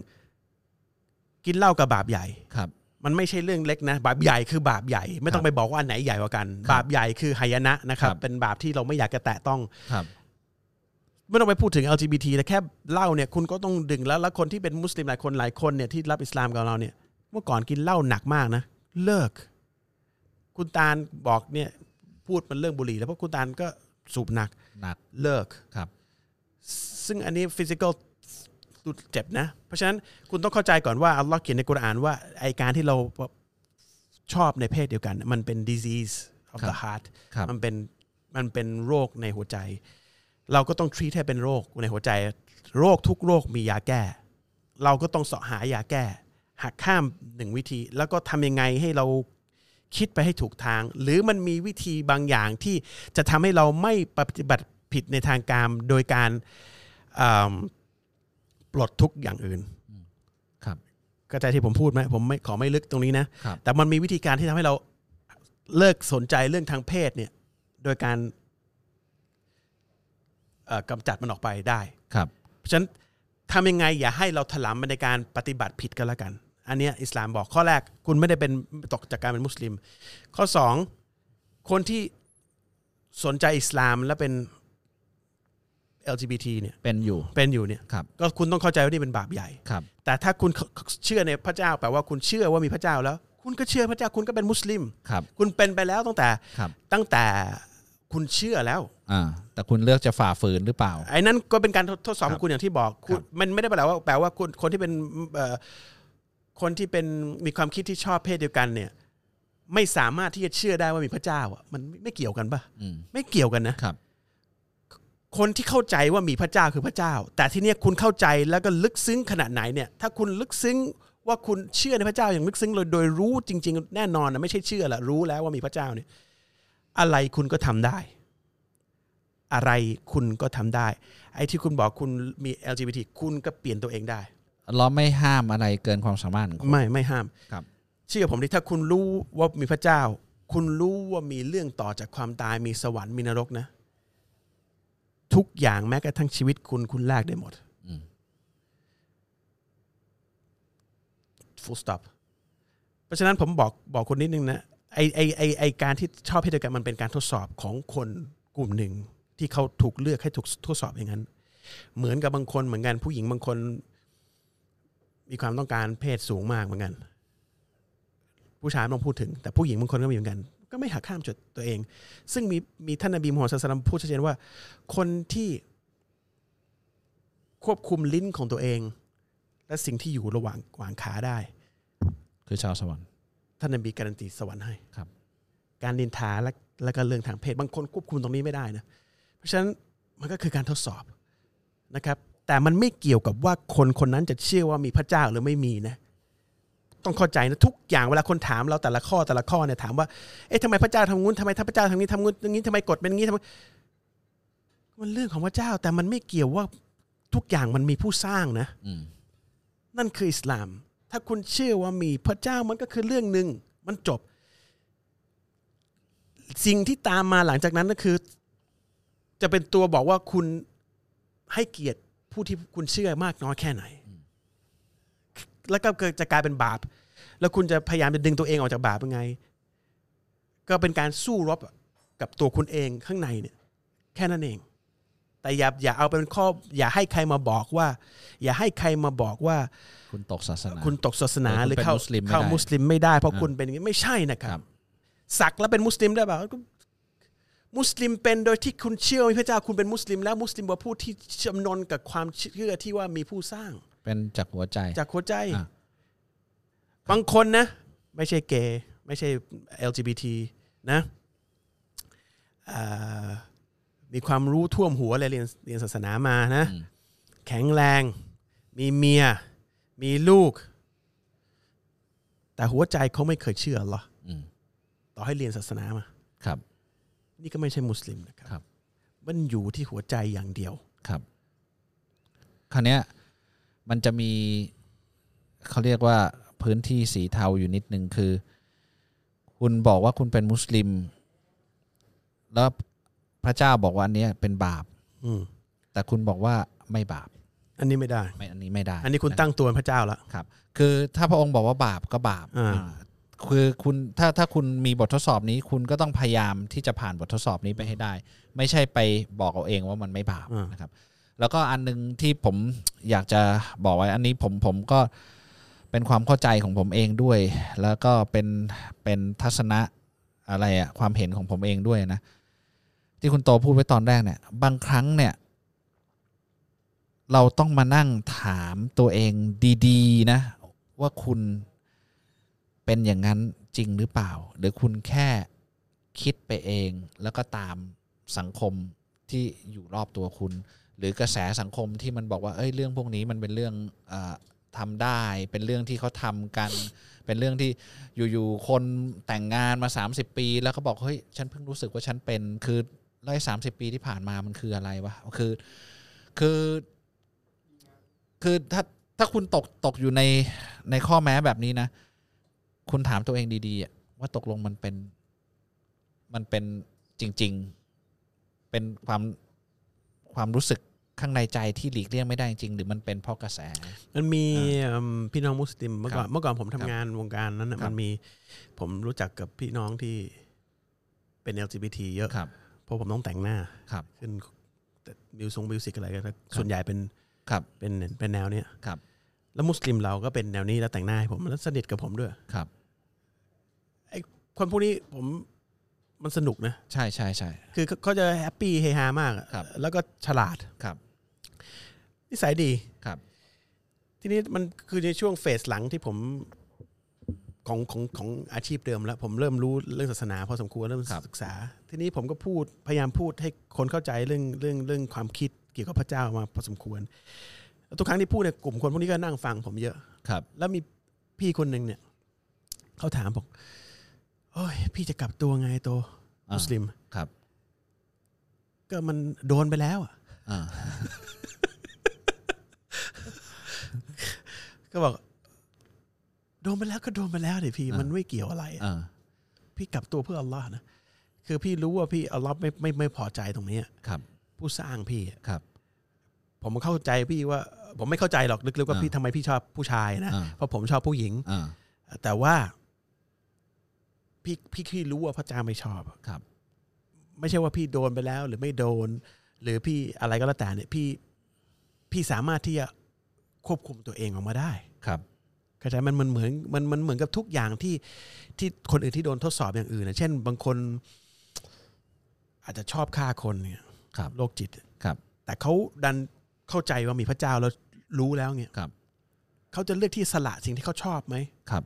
กินเหล้ากับบาปใหญ่ ครับ มันไม่ใช่เรื่องเล็กนะ บาปใหญ่คือบาปใหญ่ ไม่ต้องไปบอกว่าอันไหนใหญ่กว่ากัน ครับ บาปใหญ่คือหายนะนะครับ ครับ เป็นบาปที่เราไม่อยากจะแตะต้อง ครับ ไม่ต้องไปพูดถึง LGBT แต่แค่เหล้าเนี่ยคุณก็ต้องดึงแล้วแล้วคนที่เป็นมุสลิมหลายคนหลายคนเนี่ยที่รับอิสลามกับเราเนี่ย เมื่อก่อนกินเหล้าหนักมากนะ เลิก คุณตาลบอกเนี่ย พูดมันเรื่องบุหรี่แล้วเพราะคุณตาลก็สูบหนัก หนัก เลิก ครับ ซึ่งอันนี้ฟิสิกอลเจ็บนะ เพราะฉะนั้นคุณต้องเข้าใจก่อนว่าอัลลอฮ์เขียนในกุรอานว่าไอการที่เราชอบในเพศเดียวกัน มันเป็น disease of ครั the บ heart ครับ มันเป็นมันเป็นโรคในหัวใจ เราก็ต้อง treat ให้เป็นโรคในหัวใจ โรคทุกโรคมียาแก้ เราก็ต้องเสาะหายาแก้ หักข้ามหนึ่งวิธี แล้วก็ทำยังไงให้เราคิดไปให้ถูกทาง หรือมันมีวิธีบางอย่างที่จะทำให้เราไม่ปฏิบัติผิดในทางการมโดยการเอิ่มปลดทุกข์อย่างอื่น ครับ เข้าใจที่ผมพูดไหมผมไม่ขอไม่ลึกตรงนี้นะ ครับ แต่มันมีวิธีการที่ทำให้เราเลิกสนใจเรื่องทางเพศเนี่ย โดยการเอ่อกำจัดมันออกไปได้ ครับ เพราะฉะนั้นทำยังไงอย่าให้เราถลำไปในการปฏิบัติผิดก็แล้วกัน อันเนี้ยอิสลามบอกข้อแรกคุณไม่ได้เป็นตกจากการเป็นมุสลิม ข้อสองคนที่สนใจอิสลามและเป็น LGBT เนี่ย เป็นอยู่ เป็นอยู่เนี่ย ครับ ก็คุณต้องเข้าใจว่านี่เป็นบาปใหญ่ ครับ แต่ถ้าคุณเชื่อในพระเจ้าแปลว่าคุณเชื่อว่ามีพระเจ้าแล้ว คุณก็เชื่อพระเจ้าคุณก็เป็นมุสลิม ครับ คุณเป็นไปแล้วตั้งแต่ ครับ ตั้งแต่คุณเชื่อแล้ว อ่า แต่คุณเลือกจะฝ่าฝืนหรือเปล่า ไอ้นั่นก็เป็นการทดทดสอบ ค ขอรับ งคุณอย่างที่บอกคุณ ครับ มันไม่ได้แปลว่าแปลว่าคนคนที่เป็นเอ่อคนที่เป็นมีความคิดที่ชอบเพศเดียวกันเนี่ย ไม่สามารถที่จะเชื่อได้ว่ามีพระเจ้าอ่ะมันไม่ไม่เกี่ยวกันปะ อืม ไม่เกี่ยวกันนะ ครับ คนที่เข้าใจว่ามีพระเจ้าคือพระเจ้า แต่ที่เนี่ยคุณเข้าใจแล้วก็ลึกซึ้งขนาดไหนเนี่ย ถ้าคุณลึกซึ้งว่าคุณเชื่อในพระเจ้าอย่างลึกซึ้งเลยโดยรู้จริง ๆ แน่นอนนะไม่ใช่เชื่อละรู้แล้วว่ามีพระเจ้าเนี่ย อะไรคุณก็ทำได้ อะไรคุณก็ทำได้ ไอ้ที่คุณบอกคุณมี LGBT คุณก็เปลี่ยนตัวเองได้ เราไม่ห้ามอะไรเกินความสามารถของคุณ ไม่ไม่ห้าม ครับ เชื่อผมดิถ้าคุณรู้ว่ามีพระเจ้า คุณรู้ว่ามีเรื่องต่อจากความตายมีสวรรค์มีนรกนะ ทุกอย่างแม้กระทั่งชีวิตคุณคุณแลกได้หมด อืม full stop เพราะฉะนั้นผมบอกบอกคนนิดนึงนะ ไอไอไอไอการที่ชอบเพศเดียวกันมันเป็นการทดสอบของคนกลุ่มหนึ่ง ที่เขาถูกเลือกให้ถูกทดสอบอย่างนั้น เหมือนกับบางคนเหมือนกันผู้หญิงบางคน มีความต้องการเพศสูงมากเหมือนกัน ผู้ชายไม่ต้องพูดถึง แต่ผู้หญิงบางคนก็มีเหมือนกัน ก็ไม่หักข้ามจุดตัวเอง ซึ่งมีมีท่านนบีมูฮัมมัดศ็อลลัลลอฮุอะลัยฮิวะซัลลัมพูดชัดเจนว่า คนที่ควบคุมลิ้นของตัวเอง และสิ่งที่อยู่ระหว่างหว่างขาได้ คือชาวสวรรค์ ท่านนบีการันตีสวรรค์ให้ ครับ การดินทาและและก็เรื่องทางเพศบางคนควบคุมตรงนี้ไม่ได้นะ เพราะฉะนั้นมันก็คือการทดสอบนะครับ แต่มันไม่เกี่ยวกับว่าคนคนนั้นจะเชื่อว่ามีพระเจ้าหรือไม่มีนะ ต้องเข้าใจนะทุกอย่างเวลาคนถามเราแต่ละข้อแต่ละข้อเนี่ยถามว่า เอ๊ะทำไมพระเจ้าทำงู้นทำไมท่านพระเจ้าทำนี้ทำงู้นอย่างนี้ทำไมกฎเป็นอย่างนี้ทำไมมันเรื่องของพระเจ้า แต่มันไม่เกี่ยวว่าทุกอย่างมันมีผู้สร้างนะ อืม นั่นคืออิสลาม ถ้าคุณเชื่อว่ามีพระเจ้ามันก็คือเรื่องหนึ่ง มันจบ สิ่งที่ตามมาหลังจากนั้นก็คือ จะเป็นตัวบอกว่าคุณให้เกียรติผู้ที่คุณเชื่อมากน้อยแค่ไหน แล้วก็เกิดจะกลายเป็นบาป แล้วคุณจะพยายามจะดึงตัวเองออกจากบาปยังไง ก็เป็นการสู้รบกับตัวคุณเองข้างในเนี่ย แค่นั้นเอง แต่อย่าอย่าเอาเป็นข้อ อย่าให้ใครมาบอกว่า อย่าให้ใครมาบอกว่า คุณตกศาสนา คุณตกศาสนา เออ หรือเข้า คุณเป็นมุสลิมไม่ได้ เข้ามุสลิมไม่ได้ เพราะ อ่า คุณเป็นอย่างนี้ไม่ใช่นะค ค รั รับ บ สักแล้วเป็นมุสลิมได้เปล่าก็มุสลิมเป็นโดยที่คุณเชื่อว่ามีพระเจ้าคุณเป็นมุสลิม แล้วมุสลิมว่าผู้ที่จำนนกับความเชื่อที่ว่ามีผู้สร้าง เป็นจากหัวใจ จากหัวใจ อ่ะ บางคนนะ ไม่ใช่เกย์ไม่ใช่ LGBT นะอ่ามีความรู้ท่วมหัวเลยเรียนเรียนศาสนามานะ แข็งแรง มีเมีย มีลูก แต่หัวใจเขาไม่เคยเชื่อหรอ อืม ต่อให้เรียนศาสนามา ครับ นี่ก็ไม่ใช่มุสลิมนะค ครั รับ มันอยู่ที่หัวใจอย่างเดียว ครับ คราวเนี้ยมันจะมีเขาเรียกว่าพื้นที่สีเทาอยู่นิดนึงคือ คุณบอกว่าคุณเป็นมุสลิม แล้วพระเจ้าบอกว่าอันเนี้ยเป็นบาป อืม แต่คุณบอกว่าไม่บาป อันนี้ไม่ได้ ไม่อันนี้ไม่ได้ อันนี้คุณ ะ ตั้งตัวเป็นพระเจ้าละ ครับคือถ้าพระองค์บอกว่าบาปก็บาป อ่า อ่าคือคุณถ้าถ้าคุณมีบททดสอบนี้ คุณก็ต้องพยายามที่จะผ่านบททดสอบนี้ไปให้ได้ ไม่ใช่ไปบอกเอาเองว่ามันไม่บาปนะครับ แล้วก็อันหนึงที่ผมอยากจะบอกไว้อันนี้ผมผมก็เป็นความเข้าใจของผมเองด้วย แล้วก็เป็นเป็นทัศนะอะไรอะความเห็นของผมเองด้วยนะ ที่คุณโตพูดไว้ตอนแรกเนี่ย บางครั้งเนี่ย เราต้องมานั่งถามตัวเองดี ๆ นะ ว่าคุณเป็นอย่างนั้นจริงหรือเปล่า หรือคุณแค่คิดไปเอง แล้วก็ตามสังคมที่อยู่รอบตัวคุณ หรือกระแสสังคมที่มันบอกว่าเอ้ยเรื่องพวกนี้มันเป็นเรื่องเออทำได้ เป็นเรื่องที่เขาทำกัน เป็นเรื่องที่อยู่ๆคนแต่งงานมา 30 ปี แล้วเขาบอกเฮ้ยฉันเพิ่งรู้สึกว่าฉันเป็นคือไล่สามสิบปีที่ผ่านมามันคืออะไรวะคือ คือ คือถ้าถ้าคุณตกตกอยู่ในในข้อแม้แบบนี้นะ คุณถามตัวเองดีๆอะว่าตกลงมันเป็น มันเป็นจริง ๆ เป็นความความรู้สึกข้างในใจที่หลีกเลี่ยงไม่ได้จริงๆหรือมันเป็นเพราะกระแส มันมีเอิ่มพี่น้องมุสลิมเมื่อก่อน ครับ เมื่อก่อนผม ครั ทำ บ งานวงการนั้นน่ะ ครับ มันมีผมรู้จักกับพี่น้องที่เป็น LGBT เยอะ ครับ เพราะผมต้องแต่งหน้า ครับ ขึ้นมิวสงมิวสิกอะไรกันแล้วส่วนใหญ่เป็น ครับ เป็นเป็นแนวเนี้ย ครับ แล้วมุสลิมเราก็เป็นแนวนี้แล้วแต่งหน้าให้ผมแล้วสนิทกับผมด้วย ครับ ไอ้คนพวกนี้ผมมันสนุกนะ ใช่ใช่ใช่ คือเขาเขาจะแฮปปี้เฮฮามากอะ ครับ แล้วก็ฉลาด ครับ นิสัยดี ครับ ทีนี้มันคือในช่วงเฟสหลังที่ผมของของของอาชีพเดิมแล้ว ผมเริ่มรู้เรื่องศาสนาพอสมควรเริ่มศึกษา ทีนี้ผมก็พูดพยายามพูดให้คนเข้าใจเรื่องเรื่องเรื่องความคิดเกี่ยวกับพระเจ้ามาพอสมควรแล้วทุกครั้งที่พูดเนี่ยกลุ่มคนพวกนี้ก็นั่งฟังผมเยอะ ครับ แล้วมีพี่คนหนึ่งเนี่ยเขาถามบอกโอ้ยพี่จะกลับตัวไงโต อ่า มุสลิม ครับ ก็มันโดนไปแล้วอะ อ่า ก็บอกโดนไปแล้วก็โดนไปแล้วดิพี่มันไม่เกี่ยวอะไรอะ อ่า พี่กลับตัวเพื่ออัลลอฮ์นะคือพี่รู้ว่าพี่อัลลอฮ์ไม่ไม่ไม่พอใจตรงนี้อะ ครับ ผู้สร้างพี่อะ ครับ ผมเข้าใจพี่ว่า ผมไม่เข้าใจหรอกลึกๆว่า อ่า พี่ทำไมพี่ชอบผู้ชายนะ อ่า เพราะผมชอบผู้หญิง อ่า แต่ว่า พี่พี่พี่รู้ว่าพระเจ้าไม่ชอบ ครับ ไม่ใช่ว่าพี่โดนไปแล้ว หรือไม่โดน หรือพี่อะไรก็แล้วแต่เนี่ยพี่พี่สามารถที่จะควบคุมตัวเองออกมาได้ ครับ เข้าใจมันมันเหมือนมันมันเหมือนกับทุกอย่างที่ที่คนอื่นที่โดนทดสอบอย่างอื่นนะเช่น บางคน อาจจะชอบฆ่าคนเนี่ย ครับ โรคจิต ครับ แต่เขาดันเข้าใจว่ามีพระเจ้าแล้วรู้แล้วเนี่ย ครับ เขาจะเลือกที่สละสิ่งที่เขาชอบไหม ครับ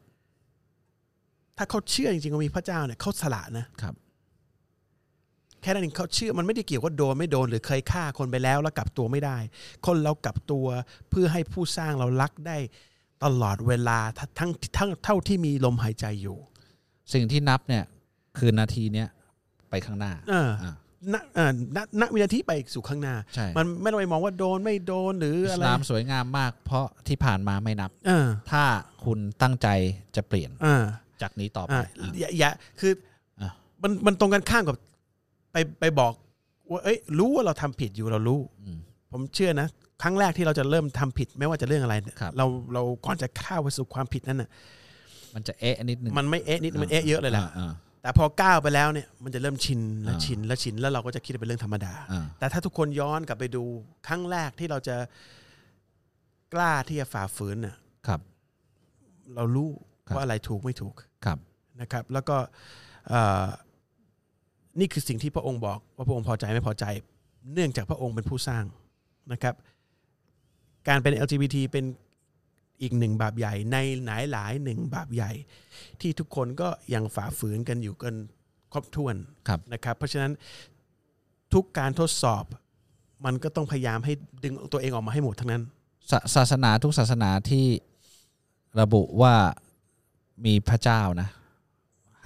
ถ้าเขาเชื่อจริงๆว่ามีพระเจ้าเนี่ยเขาสละนะ ครับ แค่นั้นเองเขาเชื่อมันไม่ได้เกี่ยวว่าโดนไม่โดนหรือเคยฆ่าคนไปแล้วแล้วกลับตัวไม่ได้ คนเรากลับตัวเพื่อให้ผู้สร้างเรารักได้ตลอดเวลาทั้งทั้งทั้งเท่าที่มีลมหายใจอยู่ สิ่งที่นับเนี่ย คือนาทีเนี้ยไปข้างหน้า เออ อ่า ณเออณณวินาทีไปสู่ข้างหน้า ใช่ มันไม่ต้องไปมองว่าโดนไม่โดนหรือ อิ อะ ส ไร ลามสวยงามมาก เพราะที่ผ่านมาไม่นับ เออ ถ้าคุณตั้งใจจะเปลี่ยน เออ จากนี้ต่อไป อ่ะ อ่ะ อย่าอย่าคืออะ มันมันตรงกันข้ามกับไปไปบอกว่าเอ้ยรู้ว่าเราทำผิดอยู่เรารู้ อืม ผมเชื่อนะ ครั้งแรกที่เราจะเริ่มทำผิด ไม่ว่าจะเรื่องอะไรเนี่ย ครับ เราเราก่อนจะเข้าวไปสู่ความผิดนั้นน่ะ มันจะเอ๊ะนิดนึง มันไม่เอ๊ะนิดมันเอ๊ะเยอะเลยแหละ อ่า แต่พอก้าวไปแล้วเนี่ยมันจะเริ่มชินและ อ่า ชินและชินแล้วเราก็จะคิดว่าเป็นเรื่องธรรมดา อ่า แต่ถ้าทุกคนย้อนกลับไปดูครั้งแรกที่เราจะกล้าที่จะฝ่าฝืนน่ะ ครับ เรารู้ ครับ ว่าอะไรถูกไม่ถูก ครับ นะครับ แล้วก็เอ่อนี่คือสิ่งที่พระองค์บอกว่าพระองค์พอใจไม่พอใจ เนื่องจากพระองค์เป็นผู้สร้างนะครับ การเป็น LGBT เป็นอีกหนึ่งบาปใหญ่ในหลายหลายๆหนึ่งบาปใหญ่ ที่ทุกคนก็ยังฝ่าฝืนกันอยู่กันครบถ้วน ครับ นะครับ เพราะฉะนั้นทุกการทดสอบมันก็ต้องพยายามให้ดึงตัวเองออกมาให้หมดทั้งนั้น ศาศาสนาทุกศาสนาที่ระบุว่ามีพระเจ้านะ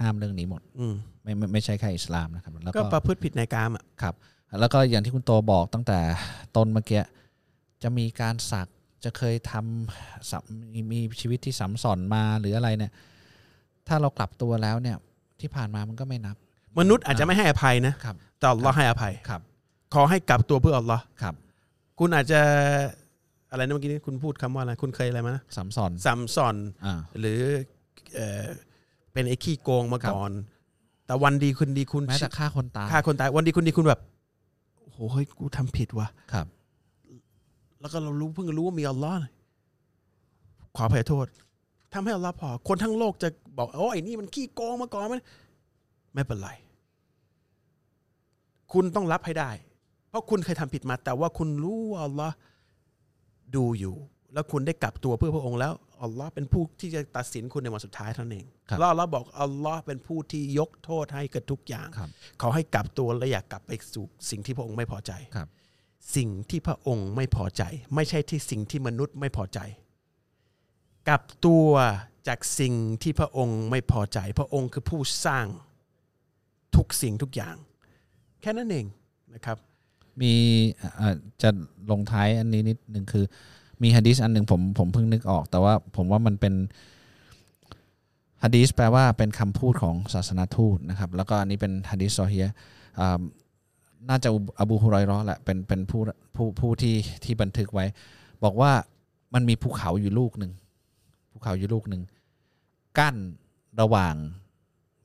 ห้ามเรื่องนี้หมด อืม ไม่ไม่ไม่ใช่แค่อิสลามนะครับ แล้ว ก็ ก็ ประพฤติผิดในกามอ่ะ ครับ แล้วก็อย่างที่คุณโตบอกตั้งแต่ต้นเมื่อกี้จะมีการสักจะเคยทำสัมมีมีชีวิตที่สัมสอนมาหรืออะไรเนี่ย ถ้าเรากลับตัวแล้วเนี่ย ที่ผ่านมามันก็ไม่นับ มนุษย์อาจจะไม่ให้อภัยนะครับ แต่อัลเลอฮ์ให้อภัย ครับ ขอให้กลับตัวเพื่ออัลเลอฮ์ ครับ คุณอาจจะอะไรนะเมื่อกี้นี้คุณพูดคำว่าอะไรคุณเคยอะไรมานะ สัมสอน ซัมซอน อ่า หรือเอ่อเป็นไอ้ขี้โกงมา ครับ ก่อน แต่วันดีคุณดีคุณ แม้แต่ฆ่าคนตาย ฆ่าคนตาย วันดีคุณดีคุณแบบโอ้โหเฮ้ยกูทำผิดว่ะ ครับ แล้วก็เรารู้เพิ่งรู้ว่ามีอัลลอฮ์นะขออภัยโทษทำให้อัลลอฮ์พอ คนทั้งโลกจะบอกโอ้ไอ้นี่มันขี้โกงมาก่อนมันไม่เป็นไร คุณต้องรับให้ได้ เพราะคุณเคยทำผิดมา แต่ว่าคุณรู้ว่าอัลลอฮ์ดูอยู่ แล้วคุณได้กลับตัวเพื่อพระองค์แล้วอัลลอฮ์เป็นผู้ที่จะตัดสินคุณในวันสุดท้ายเท่านั้นเอง ครับ แล้วอัลลอฮ์บอกอัลลอฮ์เป็นผู้ที่ยกโทษให้กับทุกอย่าง ครับ เขาให้กลับตัวและอยากกลับไปสู่สิ่งที่พระองค์ไม่พอใจ ครับ สิ่งที่พระองค์ไม่พอใจ ไม่ใช่ที่สิ่งที่มนุษย์ไม่พอใจ กลับตัวจากสิ่งที่พระองค์ไม่พอใจ พระองค์คือผู้สร้างทุกสิ่งทุกอย่าง แค่นั้นเองนะครับ มีเอ่อจะลงท้ายอันนี้นิดหนึ่งคือ มีฮะดีสอันหนึ่งผมผมเพิ่งนึกออก แต่ว่าผมว่ามันเป็นฮะดีสแปลว่าเป็นคำพูดของศาสนาทูตนะครับ แล้วก็อันนี้เป็นฮะดีสซอเฮียอ่าน่าจะอบูฮุรอยเราะห์แหละเป็นเป็นผู้ผู้ผู้ที่ที่บันทึกไว้ บอกว่ามันมีภูเขาอยู่ลูกหนึ่งภูเขาอยู่ลูกหนึ่งกั้นระหว่าง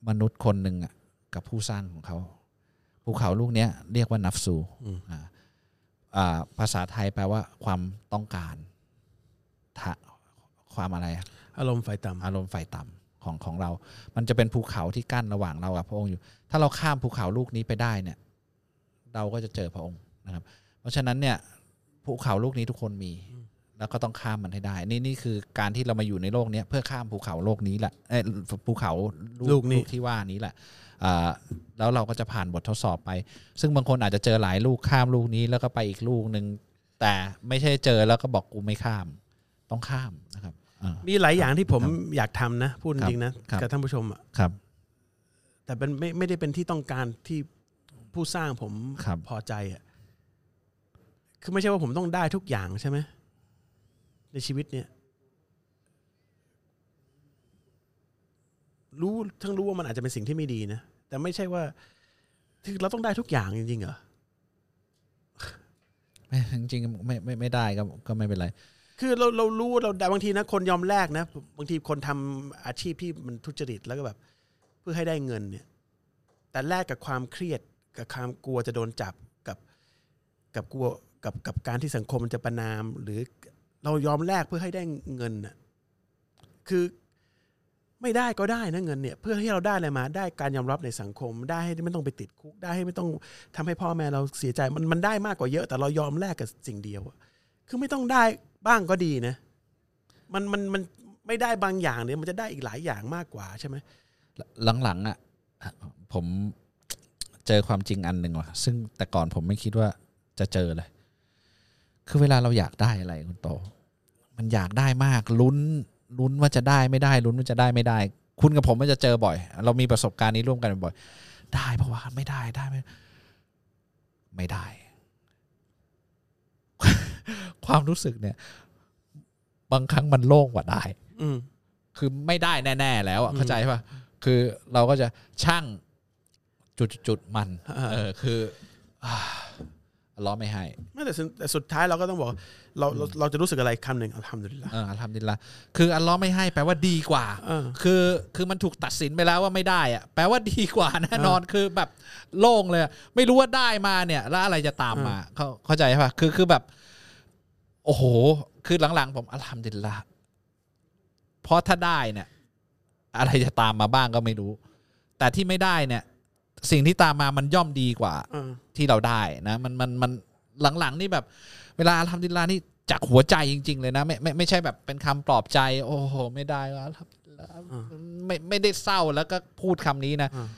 มนุษย์คนหนึ่งอะกับผู้สร้างของเขา ภูเขาลูกเนี้ยเรียกว่านัฟซู อืม อ่าอ่าภาษาไทยแปลว่าความต้องการทะความอะไรอะ อารมณ์ไฟต่ำ อารมณ์ไฟต่ำของของเรา มันจะเป็นภูเขาที่กั้นระหว่างเรากับพระองค์อยู่ ถ้าเราข้ามภูเขาลูกนี้ไปได้เนี่ย เราก็จะเจอพระองค์นะครับ เพราะฉะนั้นเนี่ยภูเขาลูกนี้ทุกคนมี แล้วก็ต้องข้ามมันให้ได้ นี่นี่คือการที่เรามาอยู่ในโลกเนี้ยเพื่อข้ามภูเขาโลกนี้แหละเอ้ยภูเขา ลูกนี้ ที่ว่านี้แหละอ่าแล้วเราก็จะผ่านบททดสอบไป ซึ่งบางคนอาจจะเจอหลายลูกข้ามลูกนี้แล้วก็ไปอีกลูกหนึ่งแต่ไม่ใช่เจอแล้วก็บอกกูไม่ข้าม ต้องข้ามนะครับอ่า มีหลายอย่างที่ผมอยากทำนะพูดจริงๆนะครับ กับท่านผู้ชมอะ ครับ แต่เป็นไม่ไม่ได้เป็นที่ต้องการที่ผู้สร้างผม ครับ พอใจอะคือไม่ใช่ว่าผมต้องได้ทุกอย่างใช่ไหมในชีวิตเนี่ย รู้ทั้งรู้ว่ามันอาจจะเป็นสิ่งที่ไม่ดีนะ แต่ไม่ใช่ว่าที่เราต้องได้ทุกอย่างจริงๆเหรอ ไม่ <laughs> จริงๆไม่ไม่ไม่ได้ก็ก็ไม่เป็นไร คือเราเรารู้เราบางทีนะคนยอมแลกนะ บางทีคนทำอาชีพที่มันทุจริตแล้วก็แบบ เ พื่อให้ได้เงินเนี่ยแต่แลกกับความเครียดกับความกลัวจะโดนจับกับกับกลัวกับกับการที่สังคมมันจะประนาม หรือเรายอมแลกเพื่อให้ได้เงินน่ะคือไม่ได้ก็ได้นะเงินเนี่ยเพื่อให้เราได้อะไรมา ได้การยอมรับในสังคม ได้ให้ไม่ต้องไปติดคุกได้ให้ไม่ต้องทำให้พ่อแม่เราเสียใจมันมันได้มากกว่าเยอะ แต่เรายอมแลกกับสิ่งเดียวอะคือไม่ต้องได้บ้างก็ดีนะ มันมันมันไม่ได้บางอย่างเนี่ยมันจะได้อีกหลายอย่างมากกว่าใช่ไหม หลังๆอ่ะผมเจอความจริงอันหนึ่งว่ะซึ่งแต่ก่อนผมไม่คิดว่าจะเจอเลย คือเวลาเราอยากได้อะไรคุณโต มันอยากได้มากลุ้นลุ้นว่าจะได้ไม่ได้ลุ้นว่าจะได้ไม่ได้ คุณกับผมมันจะเจอบ่อย เรามีประสบการณ์นี้ร่วมกันบ่อย ได้เพราะว่าไม่ได้ได้ไม่ไม่ได้ <laughs> ความรู้สึกเนี่ย บางครั้งมันโล่งกว่าได้ อืม คือไม่ได้แน่ ๆ แล้วอะ อืม เข้าใจป่ะ คือเราก็จะช่างจุดๆๆมัน อ่า เออคือ <sighs> อ่าล้อไม่ให้ ไม่แต่สุดแต่สุดท้ายเราก็ต้องบอกเราเราเราจะรู้สึกอะไรคำหนึ่งอัลฮัมดุลิลละ เอออัลฮัมดุลิลละคืออัลล้อไม่ให้แปลว่าดีกว่า เออ คือคือมันถูกตัดสินไปแล้วว่าไม่ได้อะแปลว่าดีกว่าแน่นอนคือแบบโล่งเลยอะไม่รู้ว่าได้มาเนี่ย แล้วอะไรจะตามมาเข้าเข้าใจป่ะคือคือแบบ โอ้โห คือหลังๆ ผมอัลฮัมดุลิลละเพราะถ้าได้เนี่ย อะไรจะตามมาบ้างก็ไม่รู้ แต่ที่ไม่ได้เนี่ย สิ่งที่ตามมามันย่อมดีกว่า เออ ที่เราได้นะมันมันมันหลังๆนี่แบบ เวลาทำดิลลาห์นี่จากหัวใจจริง ๆ เลยนะไม่ไม่ไม่ใช่แบบเป็นคำปลอบใจ โอ้โห ไม่ได้แล้วครับ อ่า ไม่ไม่ได้เศร้าแล้วก็พูดคำนี้นะ เออ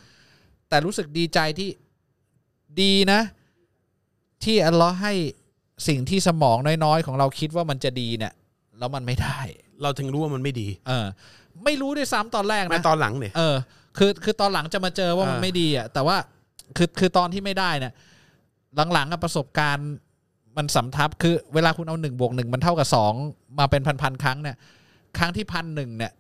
แต่รู้สึกดีใจที่ดีนะ ที่อัลเลอฮ์ให้สิ่งที่สมองน้อยๆ ของเราคิดว่ามันจะดีเนี่ยแล้วมันไม่ได้ เราถึงรู้ว่ามันไม่ดี เออ ไม่รู้ด้วยซ้ำตอนแรก ไม่ นะ ตอนหลังเนี่ย เออ คือ คือ ตอนหลังจะมาเจอว่ามัน อ่า ไม่ดีอ่ะ แต่ว่า คือ คือตอนที่ไม่ได้เนี่ย หลังๆอะประสบการณ์ มันสำทับ คือ เวลาคุณเอาหนึ่งบวกหนึ่งมันเท่ากับสองมาเป็นพันๆครั้งเนี่ย ครั้งที่พันหนึ่งเนี่ย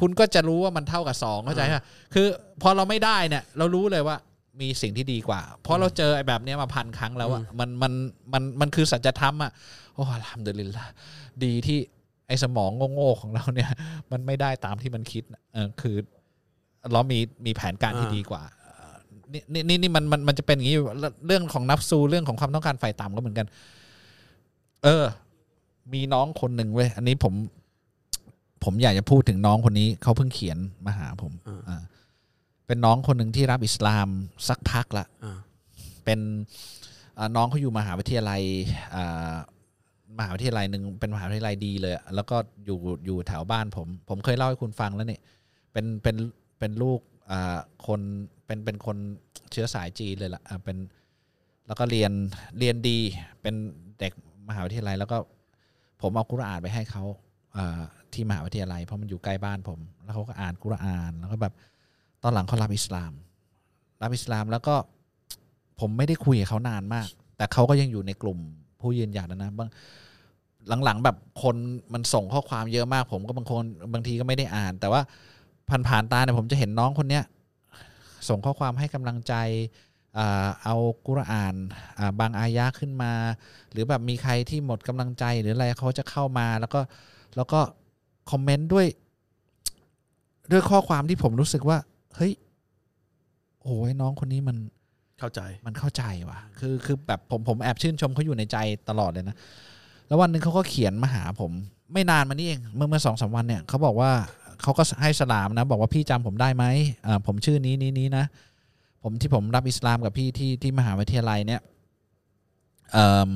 คุณก็จะรู้ว่ามันเท่ากับสองเข้าใจป่ะ คือพอเราไม่ได้เนี่ย เรารู้เลยว่า มีสิ่งที่ดีกว่า เพราะเราเจอไอ้แบบเนี้ยมาพันครั้งแล้วอะมัน มัน มัน มันคือสัจธรรมอะโอ้อัลฮัมดุลิลละดีที่ไอ้สมองโง่ๆของเราเนี่ย <laughs> มันไม่ได้ตามที่มันคิดน่ะเออคือ เรามีมีแผนการที่ อ่า ดีกว่าเอ่อนี่นี่นี่นี่มันมันมันจะเป็นอย่างนี้อยู่แล้วเรื่องของนับซูเรื่องของความต้องการฝ่ายต่ำก็เหมือนกัน เออ มีน้องคนหนึ่งเว้ยอันนี้ผม ผมอยากจะพูดถึงน้องคนนี้เขาเพิ่งเขียนมาหาผมอ่าเป็นน้องคนหนึ่งที่รับอิสลามสักพักละ อ่า เป็นเอ่อน้องเขาอยู่มหาวิทยาลัยอ่ามหาวิทยาลัยหนึ่งเป็นมหาวิทยาลัยดีเลยอะแล้วก็อยู่อยู่แถวบ้านผม ผมเคยเล่าให้คุณฟังแล้วเนี่ยเป็นเป็นเป็นลูกอ่าคนเป็นเป็นคนเชื้อสายจีนเลยละอ่ะเป็นแล้วก็เรียนเรียนดี เป็นเด็กมหาวิทยาลัย แล้วก็ผมเอากุรอานไปให้เขาอ่าที่มหาวิทยาลัย เพราะมันอยู่ใกล้บ้านผม แล้วเขาก็อ่านกุรอาน แล้วก็แบบตอนหลังเขารับอิสลาม รับอิสลามแล้วก็ ผมไม่ได้คุยกับเขานานมาก แต่เขาก็ยังอยู่ในกลุ่มผู้ยืนหยัดนะนะบางหลังๆ แบบคนมันส่งข้อความเยอะมาก ผมก็บางคนบางทีก็ไม่ได้อ่าน แต่ว่าผ่านๆตาเนี่ยผมจะเห็นน้องคนเนี้ยส่งข้อความให้กำลังใจอ่าเอากุรอานอ่าบางอายะขึ้นมา หรือแบบมีใครที่หมดกำลังใจหรืออะไรเขาจะเข้ามาแล้วก็แล้วก็คอมเมนต์ด้วยด้วยข้อความที่ผมรู้สึกว่า เฮ้ยโอ้ยน้องคนนี้มัน เข้าใจ มันเข้าใจว่ะ คือ คือแบบผม ผมแอบชื่นชมเขาอยู่ในใจตลอดเลยนะ แล้ววันหนึ่งเขาก็เขียนมาหาผม ไม่นานมานี่เอง เมื่อเมื่อสองสามวันเนี่ยเขาบอกว่าเขาก็ให้สลามนะ บอกว่าพี่จำผมได้ไหมอ่าผมชื่อนี้นี้นี้นะ ผมที่ผมรับอิสลามกับพี่ที่ที่มหาวิทยาลัยเนี่ยเอิ่ม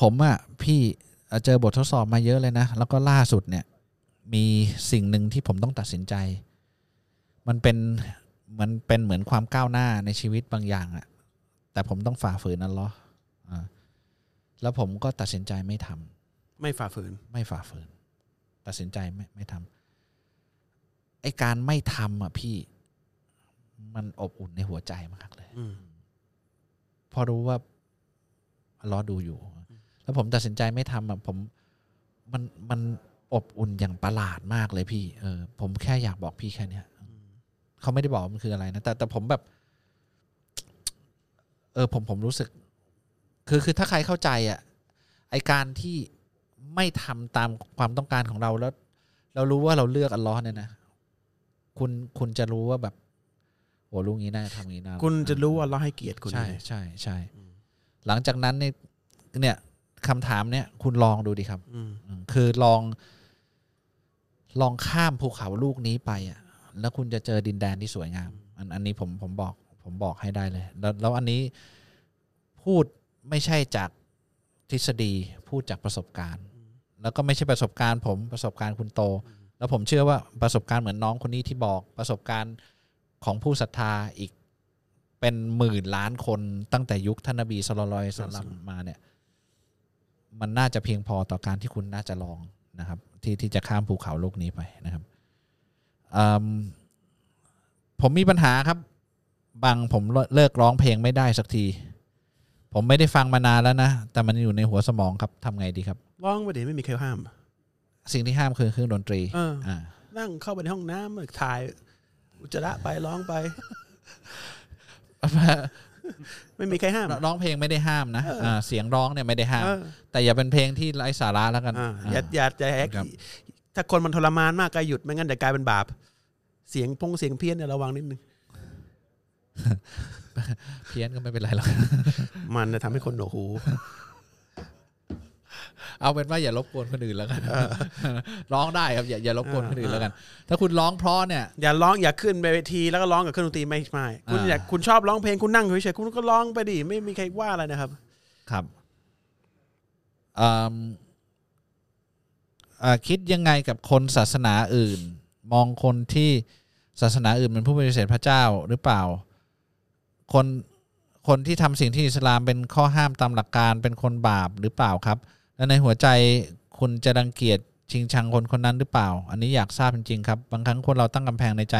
ผมอะพี่เอ่อเจอบททดสอบมาเยอะเลยนะ แล้วก็ล่าสุดเนี่ย มีสิ่งหนึ่งที่ผมต้องตัดสินใจ มันเป็นมันเป็นเหมือนความก้าวหน้าในชีวิตบางอย่างอะแต่ผมต้องฝ่าฝืนนั่นหรออ่าแล้วผมก็ตัดสินใจไม่ทำ ไม่ฝ่าฝืน ไม่ฝ่าฝืน ตัดสินใจไม่ไม่ทำไอการไม่ทำอ่ะพี่ มันอบอุ่นในหัวใจมากเลย อืม พอรู้ว่าอัลเลอดูอยู่ แล้วผมตัดสินใจไม่ทำอะผมมันมันอบอุ่นอย่างประหลาดมากเลยพี่ เออ ผมแค่อยากบอกพี่แค่เนี้ยเขาไม่ได้บอกว่ามันคืออะไรนะแต่แต่ผมแบบ เออ ผมผมรู้สึก คือคือถ้าใครเข้าใจอ่ะไอการที่ไม่ทำตามความต้องการของเราแล้ว เรารู้ว่าเราเลือกอัลเลอฮ์เนี่ยนะ คุณคุณจะรู้ว่าแบบโอ้ลูกนี้น่าจะทำอย่างนี้นะ คุณจะรู้ว่าเราให้เกียรติคุณ ใช่ ยังไง ใช่ใช่ หลังจากนั้นเนี่ยเนี่ยคำถามเนี่ย คุณลองดูดิครับ อืม อืมคือลอง ลองข้ามภูเขาลูกนี้ไปอ่ะ แล้วคุณจะเจอดินแดนที่สวยงาม อันอันนี้ผมผมบอก ผมบอกให้ได้เลย แล้วแล้วอันนี้พูดไม่ใช่จากทฤษฎีพูดจากประสบการณ์ แล้วก็ไม่ใช่ประสบการณ์ ผมประสบการณ์คุณโต แล้วผมเชื่อว่าประสบการณ์เหมือนน้องคนนี้ที่บอกประสบการณ์ของผู้ศรัทธาอีกเป็นหมื่นล้านคนตั้งแต่ยุคท่านนบีสุลต่านละฮ์สัลลัมมาเนี่ย มันน่าจะเพียงพอต่อการที่คุณน่าจะลองนะครับ ที่ที่จะข้ามภูเขาลูกนี้ไปนะครับอืมผมมีปัญหาครับ บางผมเลิกร้องเพลงไม่ได้สักที ผมไม่ได้ฟังมานานแล้วนะ แต่มันอยู่ในหัวสมองครับทำไงดีครับ ร้องไปเดี๋ยวไม่มีใครห้าม สิ่งที่ห้ามคือเครื่องดนตรี เอออ่ ่า นั่งเข้าไปในห้องน้ำถ่าย อุจจาระไปร้องไป ไม่มีใครห้าม ร้องเพลงไม่ได้ห้ามนะเออเสียงร้องเนี่ยไม่ได้ห้าม เออ แต่อย่าเป็นเพลงที่ไร้สาระแล้วกัน อ่า อ่า อย่าอย่าอย่าแฮก ครับ ถ้าคนมันทรมานมากก็หยุดไม่งั้นเดี๋ยวกลายเป็นบาป เสียงพงเสียงเพี้ยนเนี่ยระวังนิดนึง เพี้ยนก็ไม่เป็นไรหรอก มันน่ะทำให้คนหนวกหู เอาเป็นว่าอย่ารบกวนคนอื่นแล้วกันร้องได้ครับอย่าอย่ารบกวนคนอื่นแล้วกัน ถ้าคุณร้องเพราะเนี่ย อย่าร้องอย่าขึ้นไปเวทีแล้วก็ร้องกับเครื่องดนตรีไม่ไม่คุณ อ่า อยากคุณชอบร้องเพลงคุณนั่งอยู่เฉยๆคุณก็ร้องไปดิไม่มีใครว่าอะไรนะครับ ครับอืมอ่าคิดยังไงกับคนศาสนาอื่น มองคนที่ศาสนาอื่นเป็นผู้ปฏิเสธพระเจ้าหรือเปล่า คนคนที่ทำสิ่งที่อิสลามเป็นข้อห้ามตามหลักการเป็นคนบาปหรือเปล่าครับ และในหัวใจคุณจะรังเกียจชิงชังคนคนนั้นหรือเปล่า อันนี้อยากทราบจริงๆครับ บางครั้งคนเราตั้งกำแพงในใจ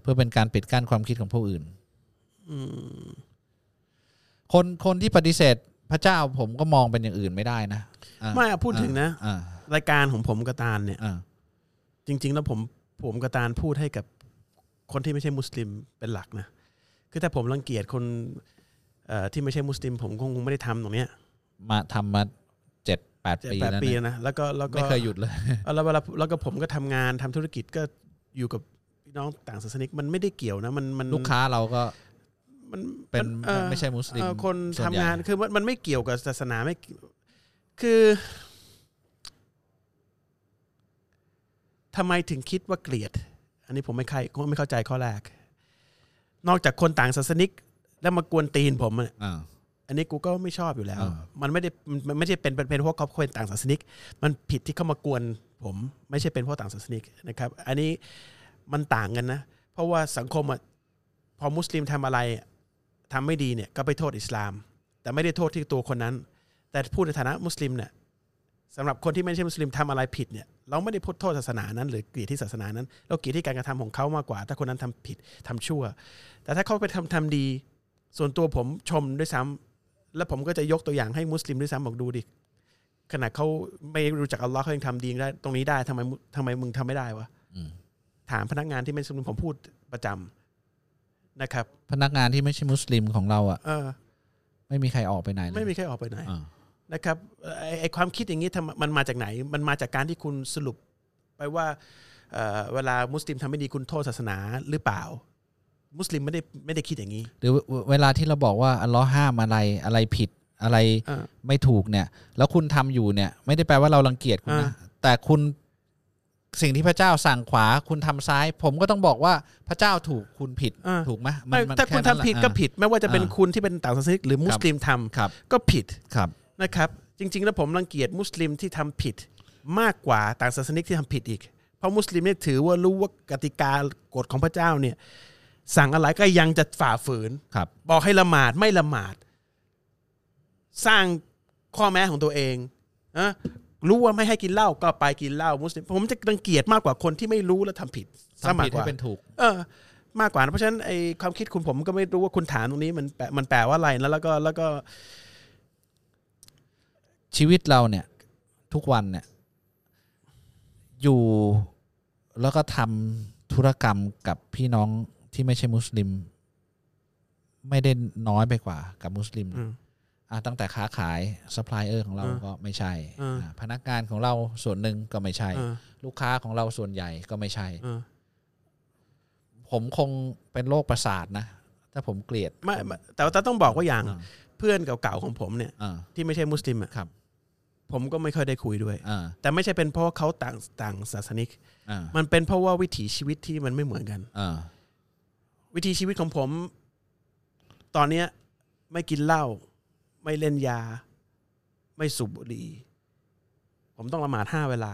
เพื่อเป็นการปิดกั้นความคิดของผู้อื่น อืม คนคนที่ปฏิเสธพระเจ้าผมก็มองเป็นอย่างอื่นไม่ได้นะอ่า ไม่อะพูดถึงนะ อ่าร ายการของผมกระตานเนี่ย อ่า จริง ๆ แล้วผมผมกระตานพูดให้กับคนที่ไม่ใช่มุสลิมเป็นหลักนะ คือถ้าผมรังเกียจคนเอ่อที่ไม่ใช่มุสลิม ผมคงไม่ได้ทำตรงเนี้ย มาทำมาเจ็ดแปด เจ็ด ปี แปด แล้ว ปี เนี่ย แล้วนะแล้วก็แล้วก็ ไม่เคยหยุดเลย เออแล้วเวลาแล้วก็ผมก็ทำงานทำธุรกิจก็อยู่กับพี่น้องต่างศาสนิกมันไม่ได้เกี่ยวนะมันมัน ลูกค้าเราก็ มัน เป็น เอ่อ ไม่ใช่มุสลิม เอ่อคน ส่ว ทำ ใหญ่ งานคือมันมันไม่เกี่ยวกับศาสนาไม่คือทำไมถึงคิดว่าเกลียด อันนี้ผมไม่ใครไม่เข้าใจข้อแรก นอกจากคนต่างศาสนิก แล้วมากวนตีนผมอะ อ่า อันนี้กูก็ไม่ชอบอยู่แล้ว อ่า มันไม่ได้ มันไม่ใช่เป็นเป็นเป็นเพราะเขาเป็นต่างศาสนิก มันผิดที่เขามากวนผม ไม่ใช่เป็นเพราะต่างศาสนิกนะครับ อันนี้มันต่างกันนะ เพราะว่าสังคมอะพอมุสลิมทำอะไรอะทำไม่ดีเนี่ยก็ไปโทษอิสลาม แต่ไม่ได้โทษที่ตัวคนนั้น แต่พูดในฐานะมุสลิมเนี่ยสำหรับคนที่ไม่ใช่มุสลิมทำอะไรผิดเนี่ย เราไม่ได้พูดโทษศาสนานั้น หรือเกลียดที่ศาสนานั้น เราเกลียดที่การกระทำของเขามากกว่า ถ้าคนนั้นทำผิดทำชั่ว แต่ถ้าเขาไปทำทำดี ส่วนตัวผมชมด้วยซ้ำ แล้วผมก็จะยกตัวอย่างให้มุสลิมด้วยซ้ำบอกดูดิขนาดเขาไม่รู้จักอัลลอฮ์เขายังทำดีได้ ตรงนี้ได้ทำไมทำไมมึงทำไม่ได้วะ อืม ถามพนักงานที่ไม่มุสลิมผมพูดประจำนะครับ พนักงานที่ไม่ใช่มุสลิมของเราอ่ะ เออ ไม่มีใครออกไปไหนเลย ไม่มีใครออกไปไหน อ่า นะครับไอ้ไอความคิดอย่างนี้ทำมันมาจากไหน มันมาจากการที่คุณสรุปไปว่าเอ่อเวลามุสลิมทำไม่ดีคุณโทษศาสนาหรือเปล่า มุสลิมไม่ได้ไม่ได้คิดอย่างนี้ หรือเวเวลาที่เราบอกว่าอัลเลอฮ์ห้ามอะไรอะไรผิดอะไร เออ ไม่ถูกเนี่ย แล้วคุณทำอยู่เนี่ย ไม่ได้แปลว่าเรารังเกียจคุณนะแต่คุณสิ่งที่พระเจ้าสั่งขวาคุณทำซ้าย ผมก็ต้องบอกว่าพระเจ้าถูกคุณผิด อ่า ถูกไหมมั ไม่ มัน ถ้าคุณ แนั้ทำนแหละ ผิดก็ อ่า ผิด ไม่ว่าจะเป็น อ่า คุณที่เป็นต่างศาสนิกหรือมุสลิมทำ ครับ ก็ผิด ครับ นะครับจริงๆ แล้วผมรังเกียจมุสลิมที่ทำผิดมากกว่าต่างศาสนิกที่ทำผิดอีก เพราะมุสลิมเนี่ยถือว่ารู้ว่ากติกากฎของพระเจ้าเนี่ยสั่งอะไรก็ยังจะฝ่าฝืน ครับ บอกให้ละหมาดไม่ละหมาด สร้างข้อแม้ของตัวเองนะรู้ว่าไม่ให้กินเหล้าก็ไปกินเหล้ามุสลิมผมจะรังเกียจมากกว่าคนที่ไม่รู้แล้วทำผิดซะ ทำ มา ผิด กก ให้ ว่า เป็นถูก เออมากกว่านะเพราะฉะนั้นไอความคิดคุณผมก็ไม่รู้ว่าคุณถามตรงนี้มันแปลมันแปลว่าอะไรนะแล้วก็แล้วก็ ชีวิตเราเนี่ย ทุกวันเนี่ย อยู่แล้วก็ทำธุรกรรมกับพี่น้องที่ไม่ใช่มุสลิม ไม่ได้น้อยไปกว่ากับมุสลิม อืม อ่ะตั้งแต่ค้าขายซัพพลายเออร์ของเรา อ่า ก็ไม่ใช่ อ่า อ่ะพนักงานของเราส่วนหนึ่งก็ไม่ใช่ เออ ลูกค้าของเราส่วนใหญ่ก็ไม่ใช่ เออ ผมคงเป็นโรคประสาทนะ ถ้าผมเกลียด ไม่ไม่แต่ว่าต้องบอกว่าอย่างเพื่อนเก่าๆของผมเนี่ย อ่า ที่ไม่ใช่มุสลิมอะ ครับ ผมก็ไม่ค่อยได้คุยด้วย อ่า แต่ไม่ใช่เป็นเพราะว่าเขาต่างต่างศาสนิก อ่า มันเป็นเพราะว่าวิถีชีวิตที่มันไม่เหมือนกัน อ่า วิถีชีวิตของผม ตอนเนี้ยไม่กินเหล้าไม่เล่นยา ไม่สูบบุหรี่ผมต้องละหมาดห้าเวลา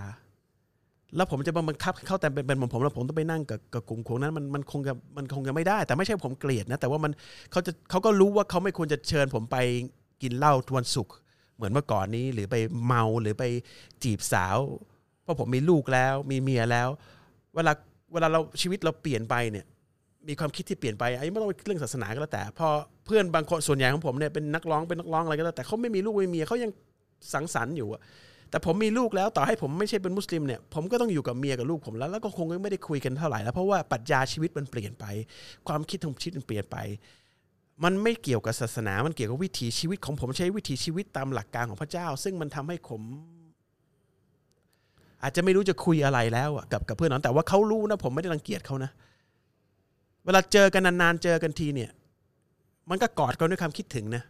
แล้วผมจะมาบังคับให้เข้าแต่เป็นเป็นผมผมแล้วผมต้องไปนั่งกับกับกลุ่มของนั้นมันมันคงจะมันคงจะไม่ได้ แต่ไม่ใช่ผมเกลียดนะ แต่ว่ามันเขาจะเขาก็รู้ว่าเขาไม่ควรจะเชิญผมไปกินเหล้าทวันศุกร์เหมือนเมื่อก่อนนี้หรือไปเมาหรือไปจีบสาว เพราะผมมีลูกแล้ว มีเมียแล้ว เวลาเวลาเราชีวิตเราเปลี่ยนไปเนี่ย มีความคิดที่เปลี่ยนไปไอ้ไม่ต้องเป็นเรื่องศาสนาก็แล้วแต่พอเพื่อนบางคนส่วนใหญ่ของผมเนี่ยเป็นนักร้องเป็นนักร้องอะไรก็แล้วแต่เขาไม่มีลูกไม่มีเมียเขายังสังสรรค์อยู่อะแต่ผมมีลูกแล้วต่อให้ผมไม่ใช่เป็นมุสลิมเนี่ยผมก็ต้องอยู่กับเมียกับลูกผมแล้วแล้วก็คงไม่ได้คุยกันเท่าไหร่แล้วเพราะว่าปรัชญาชีวิตมันเปลี่ยนไป ความคิดของชีวิตมันเปลี่ยนไป มันไม่เกี่ยวกับศาสนา มันเกี่ยวกับวิถีชีวิตของผมใช้วิถีชีวิตตามหลักการของพระเจ้า ซึ่งมันทำให้ผม อาจจะไม่รู้จะคุยอะไรแล้วอะกับกับเพื่อนน้องแต่ว่าเขารู้นะผมไม่ได้รังเกียจเขานะ เวลาเจอกันนานๆ เจอกันทีเนี่ย มันก็กอดกันด้วยความคิดถึงนะ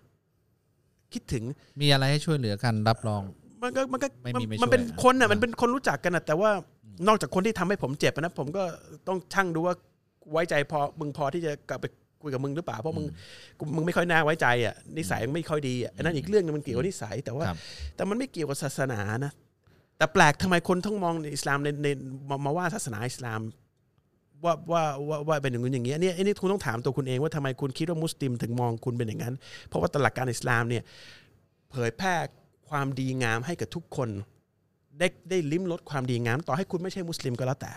คิดถึง มีอะไรให้ช่วยเหลือกันรับรอง มันก็มันก็ ไม่มีไม่ช่วย นเป็นคนน่ะ อ่ะ มันเป็นคนรู้จักกันน่ะแต่ว่านอกจากคนที่ทำให้ผมเจ็บนะผมก็ต้องชั่งดูว่าไว้ใจพอมึงพอที่จะกลับไปคุยกับมึงหรือเปล่าเพราะมึงกูมึงไม่ค่อยน่าไว้ใจอ่ะนิสัยมึงไม่ค่อยดีอ่ะอันนั้นอีกเรื่องนึงมันเกี่ยวกับนิสัยแต่ว่า ครับ แต่มันไม่เกี่ยวกับศาสนานะ แต่แปลกทำไมคนต้องมองอิสลามในในมามาว่าศาสนาอิสลาม ว่าว่าว่าว่าเป็นอย่างนู้นอย่างนี้อันนี้อันนี้คุณต้องถามตัวคุณเองว่าทำไมคุณคิดว่ามุสลิมถึงมองคุณเป็นอย่างนั้น เพราะว่าตามหลักการอิสลามเนี่ย เผยแพร่ความดีงามให้กับทุกคน ได้ได้ลิ้มรสความดีงาม ต่อให้คุณไม่ใช่มุสลิมก็แล้วแต่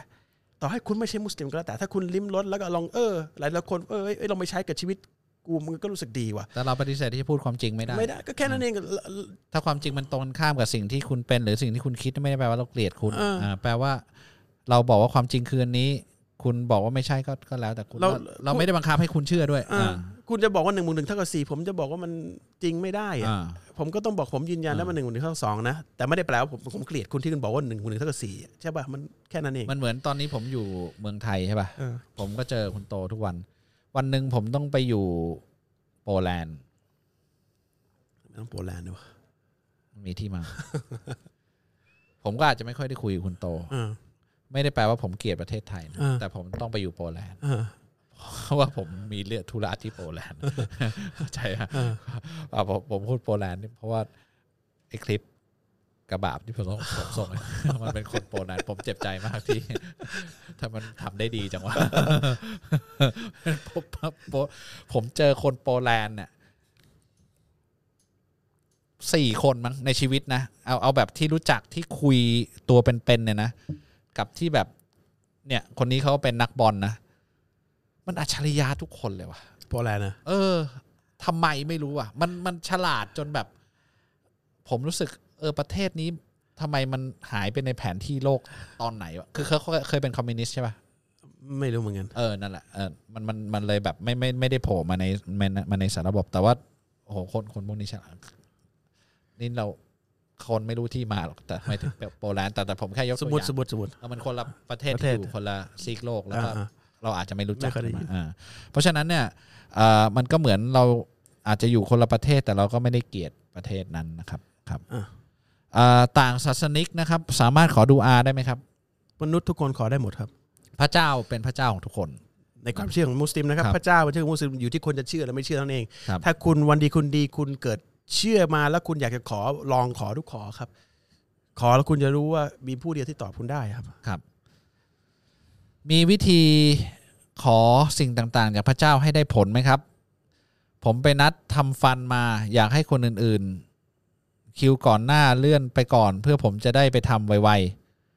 ต่อให้คุณไม่ใช่มุสลิมก็แล้วแต่ ถ้าคุณลิ้มรสแล้วก็ลองเออหลายๆคนเออเอ้ยเอ้ยลองไปใช้กับชีวิตกูมันก็รู้สึกดีว่ะ แต่เราปฏิเสธที่จะพูดความจริงไม่ได้ ไม่ได้ก็แค่นั้นเอง ถ้าความจริงมันตรงข้ามกับสิ่งที่คุณเป็นหรือสิ่งที่คุณคิดไม่ได้แปลว่าเราเกลียดคุณ เอออ่ าแปลว่า เราบอกว่าความจริงคืออันนี้ คุณบอกว่าไม่ใช่ก็ก็แล้วแต่คุณ เรา เราเราไม่ได้บังคับให้คุณเชื่อด้วย อ่า อ่า คุณจะบอกว่าหนึ่งบวกหนึ่งเท่ากับสี่ผมจะบอกว่ามันจริงไม่ได้อะ อ่า ผมก็ต้องบอกผมยืนยันนะ อ่ามั มันหนึ่งบวกหนึ่งเท่ากับสองนะแต่ไม่ได้แปลว่าผมผมเกลียดคุณที่คุณบอกว่าหนึ่งบวกหนึ่งเท่ากับสี่อะใช่ป่ะมันแค่นั้นเอง มันเหมือนตอนนี้ผมอยู่เมืองไทยใช่ป่ะ เออ ผมก็เจอคุณโตทุกวัน วันหนึ่งผมต้องไปอยู่โปแลนด์ ไม่ต้องโปรแลนด์ด้วย มีที่มา <laughs> ผมก็อาจจะไม่ค่อยได้คุยกับคุณโต เออ ไม่ได้แปลว่าผมเกลียดประเทศไทยนะ อ่า แต่ผมต้องไปอยู่โปแลนด์ เออ เพราะว่าผมมีเลือดธุระที่โปแลนด์เข้าใจฮะ อ่า อ่าผมผมพูดโปแลนด์นี่เพราะว่าไอ้คลิปกระบาบที่ผมส่งผมส่งเนี่ยมันเป็นคนโปแลนด์ผมเจ็บใจมากที่ ถ้ามันทำได้ดีจังวะ ผมผมผมเจอคนโปแลนด์เนี่ยสี่คนมั้งในชีวิตนะเอาเอาแบบที่รู้จักที่คุยตัวเป็นๆเนี่ยนะกับที่แบบ เนี่ย คนนี้เขาเป็นนักบอลนะมันอัจฉริยะทุกคนเลยว่ะ โปรแลนด์นะ เออทำไมไม่รู้อ่ะ มันมันฉลาดจนแบบ ผมรู้สึก เออประเทศนี้ทำไมมันหายไปในแผนที่โลกตอนไหนวะคือเขาเขาเคยเป็นคอมมิวนิสต์ใช่ป่ะ ไม่รู้เหมือนกัน เออ นั่นแหละ เออ มัน มัน มันเลยแบบไม่ ไม่ ไม่ได้โผล่มาในมาในมาในสารระบบ แต่ว่า โอ้โห คน คนพวกนี้ฉลาดนี่เรา คนไม่รู้ที่มาหรอก แต่ไม่ถึงแบบโปแลนด์ แต่ แต่ผมแค่ยก ส ตัว ม อ มติ ย่าง สมมติสมมติ เออมันคนละประเทศ ประ ที่ เทศ อยู่คนละซีกโลก แล้วก็ อ่าฮะ เราอาจจะไม่รู้จัก ไม่เคยได้ยิน อ่าเพราะฉะนั้นเนี่ยเอ่อมันก็เหมือนเราอาจจะอยู่คนละประเทศ แต่เราก็ไม่ได้เกลียดประเทศนั้นนะครับ ครับ อ่ะ เอ่อต่างศาสนิกนะครับ สามารถขอดูอาได้ไหมครับ มนุษย์ทุกคนขอได้หมดครับ พระเจ้าเป็นพระเจ้าของทุกคน ในความเชื่อของมุสลิมนะครับ ครับ พระเจ้าเป็นเชื่อของมุสลิมอยู่ที่คนจะเชื่อและไม่เชื่อเท่านั่นเอง ครับ ถ้าคุณวันดีคุณดีคุณเกิดเชื่อมาแล้วคุณอยากจะขอลองขอทุกขอครับ ขอแล้วคุณจะรู้ว่ามีผู้เดียวที่ตอบคุณได้ครับ ครับ มีวิธีขอสิ่งต่างๆ จากพระเจ้าให้ได้ผลไหมครับ ผมไปนัดทำฟันมาอยากให้คนอื่นๆ คิวก่อนหน้าเลื่อนไปก่อน เพื่อผมจะได้ไปทำไว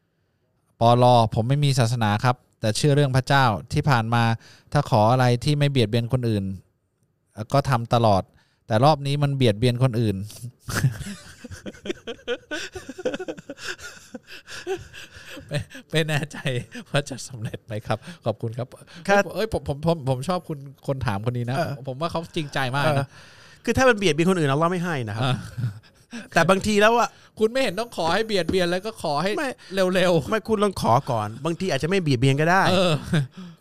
ๆปอลอผมไม่มีศาสนาครับ แต่เชื่อเรื่องพระเจ้าที่ผ่านมา ถ้าขออะไรที่ไม่เบียดเบียนคนอื่น ก็ทำตลอด แต่รอบนี้มันเบียดเบียนคนอื่น ไม่ไม่แน่ใจว่าจะสำเร็จไหมครับ ขอบคุณครับ ครับ เอ้ยผมผมผมผมชอบคุณคนถามคนนี้นะผมผมว่าเขาจริงใจมากนะ คือถ้ามันเบียดเบียนคนอื่นเราไม่ให้นะครับ อ่า แต่บางทีแล้วอะ คุณไม่เห็นต้องขอให้เบียดเบียนแล้วก็ขอให้ ไม่ เร็ว ไม่คุณลองขอก่อน บางทีอาจจะไม่เบียดเบียนก็ได้ ๆเออ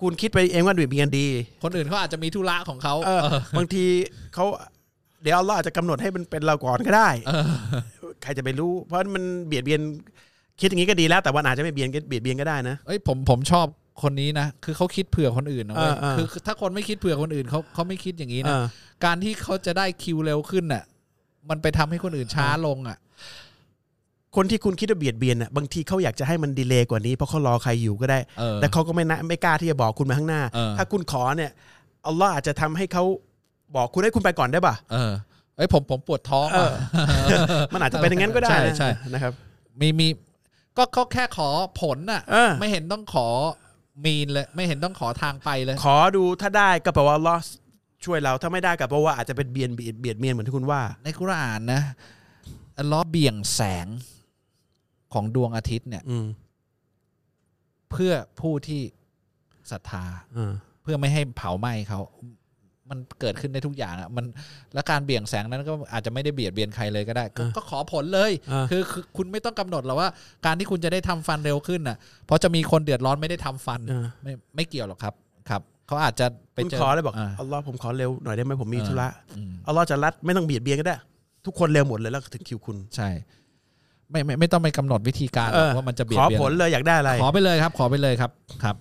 คุณคิดไปเองว่าเบียดเบียนดี คนอื่นเขาอาจจะมีธุระของเขา เออ เออบ างทีเขาเดี๋ยวอัลเลอฮ์อาจจะกำหนดให้มันเป็นเราก่อนก็ได้ เออ ใครจะไปรู้ เพราะมันเบียดเบียนคิดอย่างนี้ก็ดีแล้ว แต่วันอาจจะไม่เบียนก็เบียดเบียนก็ได้นะ เอ้ยผมผมชอบคนนี้นะคือเขาคิดเผื่อคนอื่นนะเว้ย เออเออ คือคือถ้าคนไม่คิดเผื่อคนอื่นเขาเขาไม่คิดอย่างนี้ เอ นะ อ การที่เขาจะได้คิวเร็วขึ้นน่ะ มันไปทำให้คนอื่นช้าลงอ่ะ คนที่คุณคิดว่าเบียดเบียนน่ะบางทีเขาอยากจะให้มันดีเลย์กว่านี้เพราะเขารอใครอยู่ก็ได้ เออ แต่เขาก็ไม่นะไม่กล้าที่จะบอกคุณมาข้างหน้า เออ ถ้าคุณขอเนี่ยอัลเลอฮ์อาจจะทำให้เขาบอกคุณให้คุณไปก่อนได้ป่ะ เออเอ้ยผมผมปวดท้อง เอ อ่ะ อ <laughs> มันอาจจะเป็นอย่างนั้นก็ได้ ใช่ นะ ใช่ นะครับ มีมีก็เขาแค่ขอผลน่ะ เออ ไม่เห็นต้องขอมีนเลย ไม่เห็นต้องขอทางไปเลย ขอดูถ้าได้ก็แปลว่าลอสช่วยเราถ้าไม่ได้ก็แปลว่าอาจจะเป็นเบียนเบียดเบียดเมียนเหมือนที่คุณว่า ในกุรอานนะอัลล้อฮ์เบี่ยงแสงของดวงอาทิตย์เนี่ย อืม เพื่อผู้ที่ศรัทธา อ่า เพื่อไม่ให้เผาไหม้เขา มันเกิดขึ้นได้ทุกอย่างอะมันและการเบี่ยงแสงนั้นก็อาจจะไม่ได้เบียดเบียนใครเลยก็ได้ก็ก็ขอผลเลย อ่า คือคือคุณไม่ต้องกำหนดหรอกว่า การที่คุณจะได้ทำฟันเร็วขึ้นน่ะ เพราะจะมีคนเดือดร้อนไม่ได้ทำฟัน อ่า ไม่ไม่เกี่ยวหรอกครับครับเขาอาจจะไป คุณ เจอ ขอเลยบอก า อัลลอฮ์ผมขอเร็วหน่อยได้ไหมผมมีธุระ อืม อัลลอฮ์จะรัดไม่ต้องเบียดเบียนก็ได้ ทุกคนเร็วหมดเลยแล้วถึงคิวคุณ ใช่ ไม่ไม่ไม่ต้องไปกำหนดวิธีการหรอกว่ามันจะเบียด ขอ เบียน ผลเลยอยากได้อะไร ขอไปเลยครับ ขอไปเลยครับครับ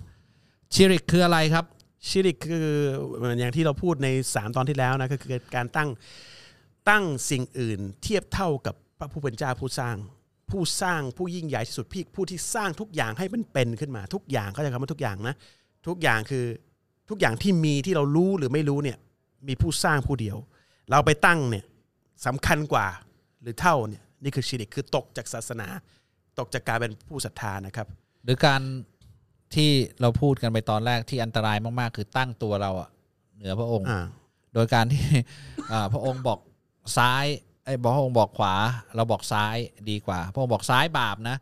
ชิริกคืออะไรครับ ชิริกคือเหมือนอย่างที่เราพูดใน 3 ตอนที่แล้วนะก็คือการตั้งตั้งสิ่งอื่น เทียบเท่ากับพระผู้เป็นเจ้าผู้สร้าง ผู้สร้างผู้ยิ่งใหญ่ที่สุดพี่ผู้ที่สร้างทุกอย่างให้มันเป็นขึ้นมา ทุกอย่างเขาจะคำว่าทุกอย่างนะ ทุกอย่างคือทุกอย่างที่มีที่เรารู้หรือไม่รู้เนี่ยมีผู้สร้างผู้เดียว เราไปตั้งเนี่ยสำคัญกว่าหรือเท่าเนี่ยนี่คือชิริกคือตกจากศาสนา ตกจากการเป็นผู้ศรัทธานะครับ หรือการที่เราพูดกันไปตอนแรกที่อันตรายมากๆ คือตั้งตัวเราอะเหนือพระองค์ อ่า โดยการที่ <laughs> อ่าพระองค์บอกซ้ายไอ้ยพระองค์บอกขวา เราบอกซ้ายดีกว่า พระองค์บอกซ้ายบาปนะ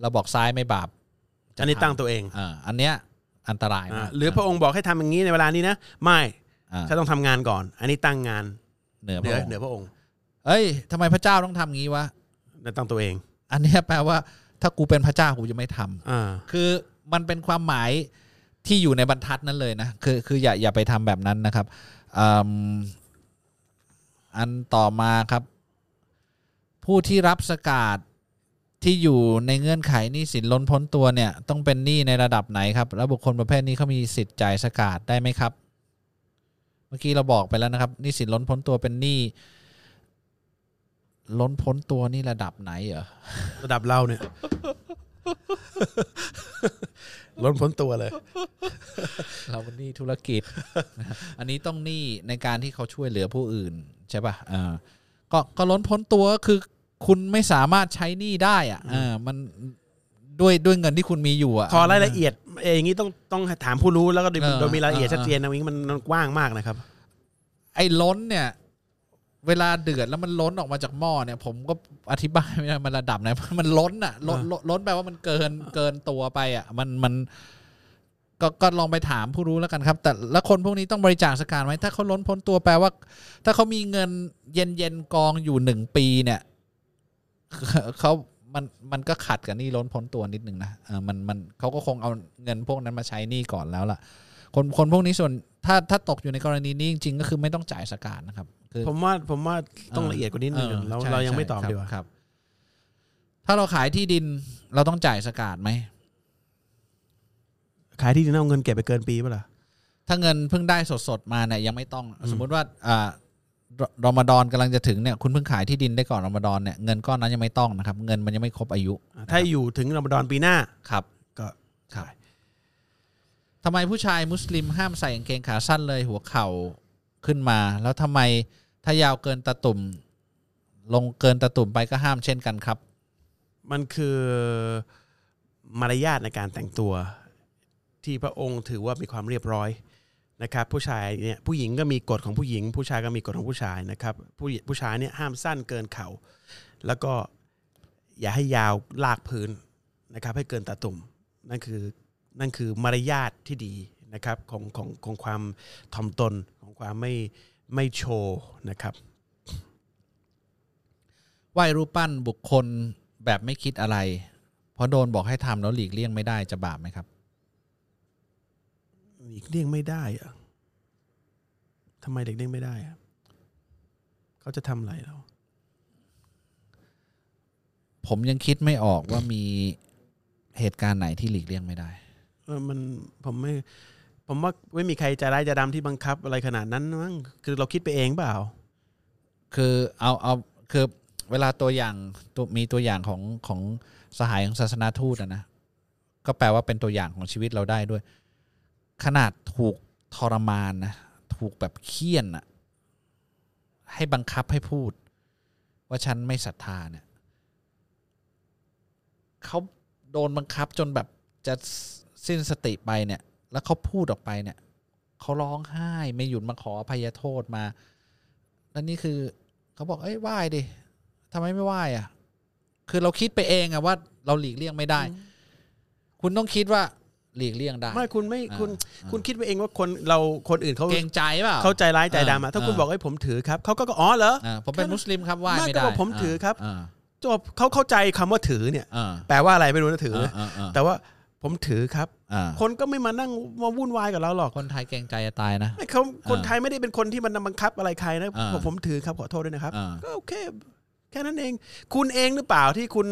เราบอกซ้ายไม่บาป อันนี้ตั้งตัวเอง อ่าอันเนี้ยอันตราอ่ามยาก หรือพระองค์บอกให้ทำอย่างนี้ในเวลานี้นะ ไม่ อ่า ฉันต้องทำงานก่อน อันนี้ตั้งงาน เหนือ เห พ นือระองค์ เหนือพระองค์ เอ้ยทำไมพระเจ้าต้องทำงี้วะ ตั้งตัวเอง อันเนี้ยแปลว่า ถ้ากูเป็นพระเจ้ากูจะไม่ทำ อ่า คือมันเป็นความหมายที่อยู่ในบรรทัดนั้นเลยนะ คือคืออย่าอย่าไปทำแบบนั้นนะครับอืมอันต่อมาครับ ผู้ที่รับสกาดที่อยู่ในเงื่อนไขหนี้สินล้นพ้นตัวเนี่ย ต้องเป็นหนี้ในระดับไหนครับ แล้วบุคคลประเภทนี้เขามีสิทธิ์จ่ายสกาดได้ไหมครับ เมื่อกี้เราบอกไปแล้วนะครับหนี้สินล้นพ้นตัวเป็นหนี้ล้นพ้นตัวนี่ระดับไหนเหรอ ระดับเรา <laughs> เนี่ย ล้นพ้นตัวเลย เราหนี้ธุรกิจ <laughs> อันนี้ต้องหนี้ในการที่เขาช่วยเหลือผู้อื่นใช่ป่ะอ่าก็ก็ล้นพ้นตัวก็คือคุณไม่สามารถใช้หนี้ได้อ่ะเออมันด้วยด้วยเงินที่คุณมีอยู่อ่ะ ขอรายละเอียดเอยอย่างนี้ต้องต้องถามผู้รู้แล้วก็โดย เออ โดยมีรายละเอียดชัดเจนนะอย่างนี้มันมันกว้างมากนะครับ ไอ้ล้นเนี่ย เวลาเดือดแล้วมันล้นออกมาจากหม้อเนี่ย ผมก็อธิบายไม่ได้มันระดับไหน <laughs> มันล้นอ่ะล้นล้นล้นแปลว่ามันเกินเกินตัวไปอ่ะ มันมัน ก็ก็ลองไปถามผู้รู้แล้วกันครับ แต่ละคนพวกนี้ต้องบริจาคสการไหมถ้าเขาล้นพ้นตัวแปลว่า ถ้าเขามีเงินเย็นเย็นๆกองอยู่หนึ่งปีเนี่ย เขามันมันก็ขัดกับหนี่ล้นพ้นตัวนิดนึงนะเออมันมันเขาก็คงเอาเงินพวกนั้นมาใช้หนี่ก่อนแล้วล่ะ คนคนพวกนี้ส่วนถ้าถ้าตกอยู่ในกรณีนี้จริงๆก็คือไม่ต้องจ่ายสการนะครับคือ ผมว่าผมว่าต้อง เออ ละเอียดกว่านี้นิดนึง ออ เรา ใช่ เรายังไม่ ใช่ ตอบ ครั ดีกว่า ครับ ถ้าเราขายที่ดินเราต้องจ่ายสการไหม ขายที่ดินเอาเงินเก็บไปเกินปีป่ะล่ะ ถ้าเงินเพิ่งได้สดๆมาเนี่ยยังไม่ต้อง สมมุติว่าอ่ารรอมฎอนกำลังจะถึงเนี่ยคุณเพิ่งขายที่ดินได้ก่อนรอมฎอนเนี่ยเงินก้อนนั้นยังไม่ต้องนะครับ เงินมันยังไม่ครบอายุ ถ้าอยู่ถึงรอมฎอนปีหน้า ครับ ก็ ครับทำไมผู้ชายมุสลิมห้ามใส่กางเกงขาสั้นเลยหัวเข่าขึ้นมา แล้วทำไมถ้ายาวเกินตะตุ่ม ลงเกินตะตุ่มไปก็ห้ามเช่นกันครับ มันคือมารยาทในการแต่งตัว ที่พระองค์ถือว่ามีความเรียบร้อยนะครับ ผู้ชายเนี่ยผู้หญิงก็มีกฎของผู้หญิง ผู้ชายก็มีกฎของผู้ชายนะครับผู้หญิผู้ชายเนี่ยห้ามสั้นเกินเข่า แล้วก็อย่าให้ยาวลากพื้นนะครับ ให้เกินตาตุ่มนั่นคือนั่นคือมารยาทที่ดีนะครับของของของความถ่อมตนของความไม่ไม่โชว์นะครับ ไหว้รูปปั้นบุคคลแบบไม่คิดอะไร เพราะโดนบอกให้ทำแล้วหลีกเลี่ยงไม่ได้จะบาปไหมครับ หลีกเลี่ยงไม่ได้อะทำไมเด็กเลี่ยงไม่ได้อะเขาจะทำอะไรเรา ผมยังคิดไม่ออกว่ามีเหตุการณ์ไหนที่หลีกเลี่ยงไม่ได้ เออมันผมไม่ ผมว่าไม่มีใครใจร้ายใจดำที่บังคับอะไรขนาดนั้นมั้งคือเราคิดไปเองเปล่า คือเอาเอาคือเวลาตัวอย่างตัวมีตัวอย่างของของสหายของศาสนาทูตอะนะ ก็แปลว่าเป็นตัวอย่างของชีวิตเราได้ด้วย ขนาดถูกทรมานนะถูกแบบเคี่ยนอะให้บังคับให้พูด ว่าฉันไม่ศรัทธาเนี่ยเขาโดนบังคับจนแบบจะสิ้นสติไปเนี่ย แล้วเขาพูดออกไปเนี่ยเขาร้องไห้ไม่หยุดมาขออภัยโทษมา แล้วนี่คือเขาบอกเอ้ยไหว้ดิทำไมไม่ไหว้อะคือเราคิดไปเองอะว่า เราหลีกเลี่ยงไม่ได้ คุณต้องคิดว่าหลีกเลี่ยงได้ ไม่คุณไม่คุณ อ่า คุณคิดไปเองว่าคนเราคนอื่นเขา เกรงใจเปล่า เขาใจร้ายใจดำอะถ้าคุณ อ่า บอกให้ยผมถือครับเขาก็ก็อ๋อเหรอ อ่าผมเป็นมุสลิมครับไหว้ ไม่ ไม่ ก็ ได้ บอกผมถือครับ า จบเขาเข้าใจคำว่าถือเนี่ย อ่า แปลว่าอะไรไม่รู้นะถือนะ อ่าอ่า แต่ว่าผมถือครับ อ่า คนก็ไม่มานั่งมาวุ่นวายกับเราหรอก คนไทยเกรงใจจะตายนะ ไอ้เขาคนไทยไม่ได้เป็นคนที่มันบังคับอะไรใครนะ อ่า บอกผมถือครับขอโทษด้วยนะครับ อ่า ก็โอเค แค่นั้นเอง คุณเองหรือเปล่าที่คุณ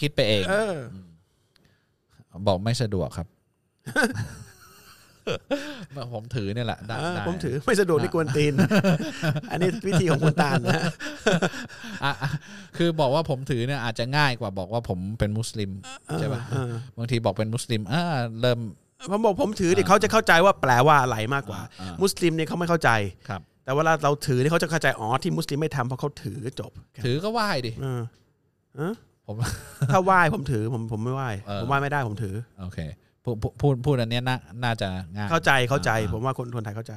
คิดไปเอง เออ บอกไม่สะดวก <laughs> ครับ ผมถือเนี่ยแหละได้ เออ ได้ ผมถือ <laughs> ไม่สะดวกที่กวนตีน อันนี้วิธีของคุณตาลนะ อ่ะอ่ะ <laughs> คือบอกว่าผมถือเนี่ยอาจจะง่ายกว่าบอกว่าผมเป็นมุสลิมใช่ป่ะ เออ บางทีบอกเป็นมุสลิมอ่าเริ่ม ผมบอกผมถือเนี่ยเขาจะเข้าใจว่าแปลว่าอะไรมากกว่า อ่าอ่ามุ มุสลิมเนี่ยเขาไม่เข้าใจ ครับ แต่เวลาเราถือเนี่ยเขาจะเข้าใจอ๋อที่มุสลิมไม่ทำเพราะเขาถือจบ ถือก็ไหว้ดิ เออเออ ผม <laughs> ถ้าไหว้ผมถือผมผมไม่ไหว้ เออ ผมไหว้ไม่ได้ผมถือ โอเคพูดพูดพูดพูดอันเนี้ยน่าน่าจะง่าย เข้าใจเข้าใจ อ่า ผมว่าคนคนไทยเข้าใจ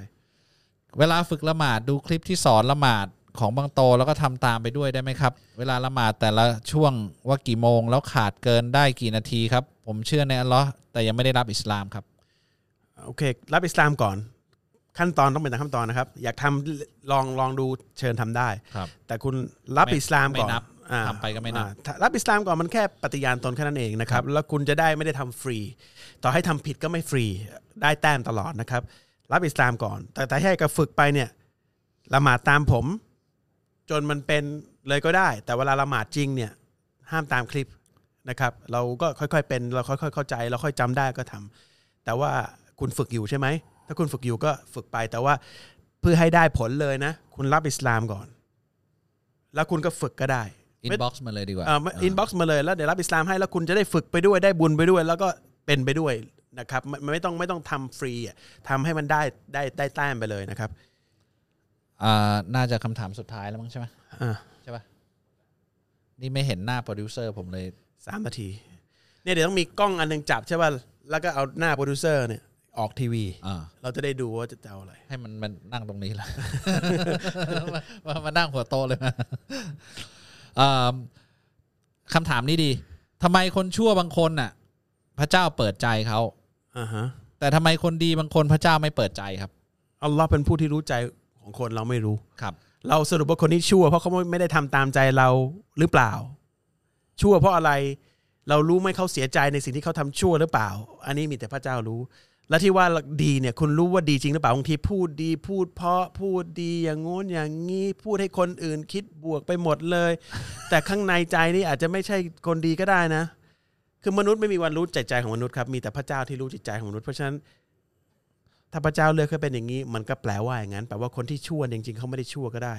เวลาฝึกละหมาดดูคลิปที่สอนละหมาดของบางโตแล้วก็ทำตามไปด้วยได้ไหมครับ เวลาละหมาดแต่ละช่วงว่ากี่โมง แล้วขาดเกินได้กี่นาทีครับ ผมเชื่อในอัลเลอฮ์แต่ยังไม่ได้รับอิสลามครับ โอเค รับอิสลามก่อน ขั้นตอนต้องเป็นตามขั้นตอนนะครับ อยากทำลองลองดูเชิญทำได้ ครับ แต่คุณรับ ไม่ อิสลามก่อน ไม่นับ อ่า ทำไปก็ไม่นับ อ่าถ้ารับอิสลามก่อนมันแค่ปฏิญาณตนแค่นั้นเองนะครับ แล้วคุณจะได้ไม่ได้ทำฟรี ต่อให้ทำผิดก็ไม่ฟรีได้แต้มตลอดนะครับ รับอิสลามก่อน แต่แต่ให้กับฝึกไปเนี่ยละหมาดตามผม จนมันเป็นเลยก็ได้ แต่เวลาละหมาดจริงเนี่ยห้ามตามคลิปนะครับ เราก็ค่อยๆเป็นเราค่อยๆเข้าใจ เราค่อยจำได้ก็ทำแต่ว่าคุณฝึกอยู่ใช่ไหมถ้าคุณฝึกอยู่ก็ฝึกไปแต่ว่าเพื่อให้ได้ผลเลยนะ คุณรับอิสลามก่อน แล้วคุณก็ฝึกก็ได้ อิน ไม่ บ็อกซ์มาเลยดีกว่า อินบ็อกซ์มาเลยแล้วเดี๋ยวรับอิสลามให้แล้วคุณจะได้ฝึกไปด้วยได้บุญไปด้วย แล้วก็เป็นไปด้วยนะครับไม่ไม่ต้องไม่ต้องทำฟรีอะทำให้มันได้ได้ได้แต้มไปเลยนะครับ อ่าน่าจะคำถามสุดท้ายแล้วมั้งใช่ไหม อ่า ใช่ปะนี่ไม่เห็นหน้าโปรดิวเซอร์ผมเลย สามนาทีเนี่ยเดี๋ยวต้องมีกล้องอันหนึงจับใช่ป่ะแล้วก็เอาหน้าโปรดิวเซอร์เนี่ยออกทีวี อ่า เราจะได้ดูว่าจะเอาอะไร ให้มันมันนั่งตรงนี้ <laughs> ละ มามามานั่งหัวโตเลยมาเอิ่มคำถามนี้ดีทำไมคนชั่วบางคนน่ะ พระเจ้าเปิดใจเขา อ่าฮะ แต่ทำไมคนดีบางคนพระเจ้าไม่เปิดใจครับ อัลลอฮ์เป็นผู้ที่รู้ใจของคนเราไม่รู้ ครับ เราสรุปว่าคนนี้ชั่ว เพราะเขาไม่ได้ทำตามใจเราหรือเปล่า ชั่วเพราะอะไรเรารู้ไหมเขาเสียใจในสิ่งที่เขาทำชั่วหรือเปล่า อันนี้มีแต่พระเจ้ารู้ และที่ว่าดีเนี่ยคุณรู้ว่าดีจริงหรือเปล่าบางทีพูดดีพูดเพราะพูดดีอย่างงู้นอย่างงี้พูดให้คนอื่นคิดบวกไปหมดเลย แต่ข้างในใจนี่อาจจะไม่ใช่คนดีก็ได้นะ คือมนุษย์ไม่มีวันรู้ใจใจของมนุษย์ครับมีแต่พระเจ้าที่รู้จิตใจของมนุษย์เพราะฉะนั้น ถ้าพระเจ้าเลือกให้เป็นอย่างนี้ มันก็แปลว่าอย่างนั้นแปลว่าคนที่ชั่วจริงๆเขาไม่ได้ชั่วก็ได้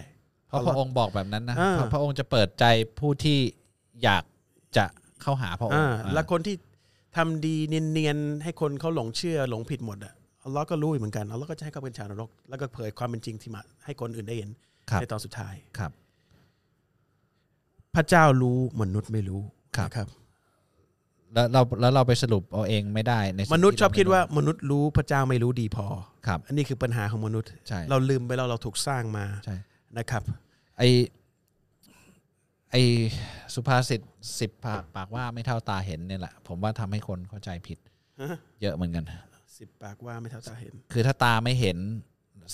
เพราะพระองค์บอกแบบนั้นนะ อ่า พระพระองค์จะเปิดใจผู้ที่อยากจะเข้าหาพระองค์ อ่าแล้ อ่า วคนที่ทำดีเนียนๆให้คนเขาหลงเชื่อหลงผิดหมดอ่ะอัลเลอฮ์ก็รู้อยู่เหมือนกันอัลเลอฮ์ก็จะให้เขาเป็นชาวนรก แล้วก็เผยความเป็นจริงที่มาให้คนอื่นได้เห็น ครับ ในตอนสุดท้าย ครับ พระเจ้ารู้มนุษย์ไม่รู้ ครับ นะครับ แล้วเราแล้วเราไปสรุปเอาเองไม่ได้ในสิ่มงที่ นุษย์ชอบคิดว่า เรไ มนุษย์รู้พระเจ้าไม่รู้ดีพอ ครับ อันนี้คือปัญหาของมนุษย์ ใช่ เราลืมไปแล้วเราถูกสร้างมา ใช่ นะครับ ไอไอสุภาษิตสิบปากปากว่าไม่เท่าตาเห็นเนี่ยแหละ ผมว่าทำให้คนเข้าใจผิด ฮะ เยอะเหมือนกัน สิบปากว่าไม่เท่าตาเห็น คือถ้าตาไม่เห็น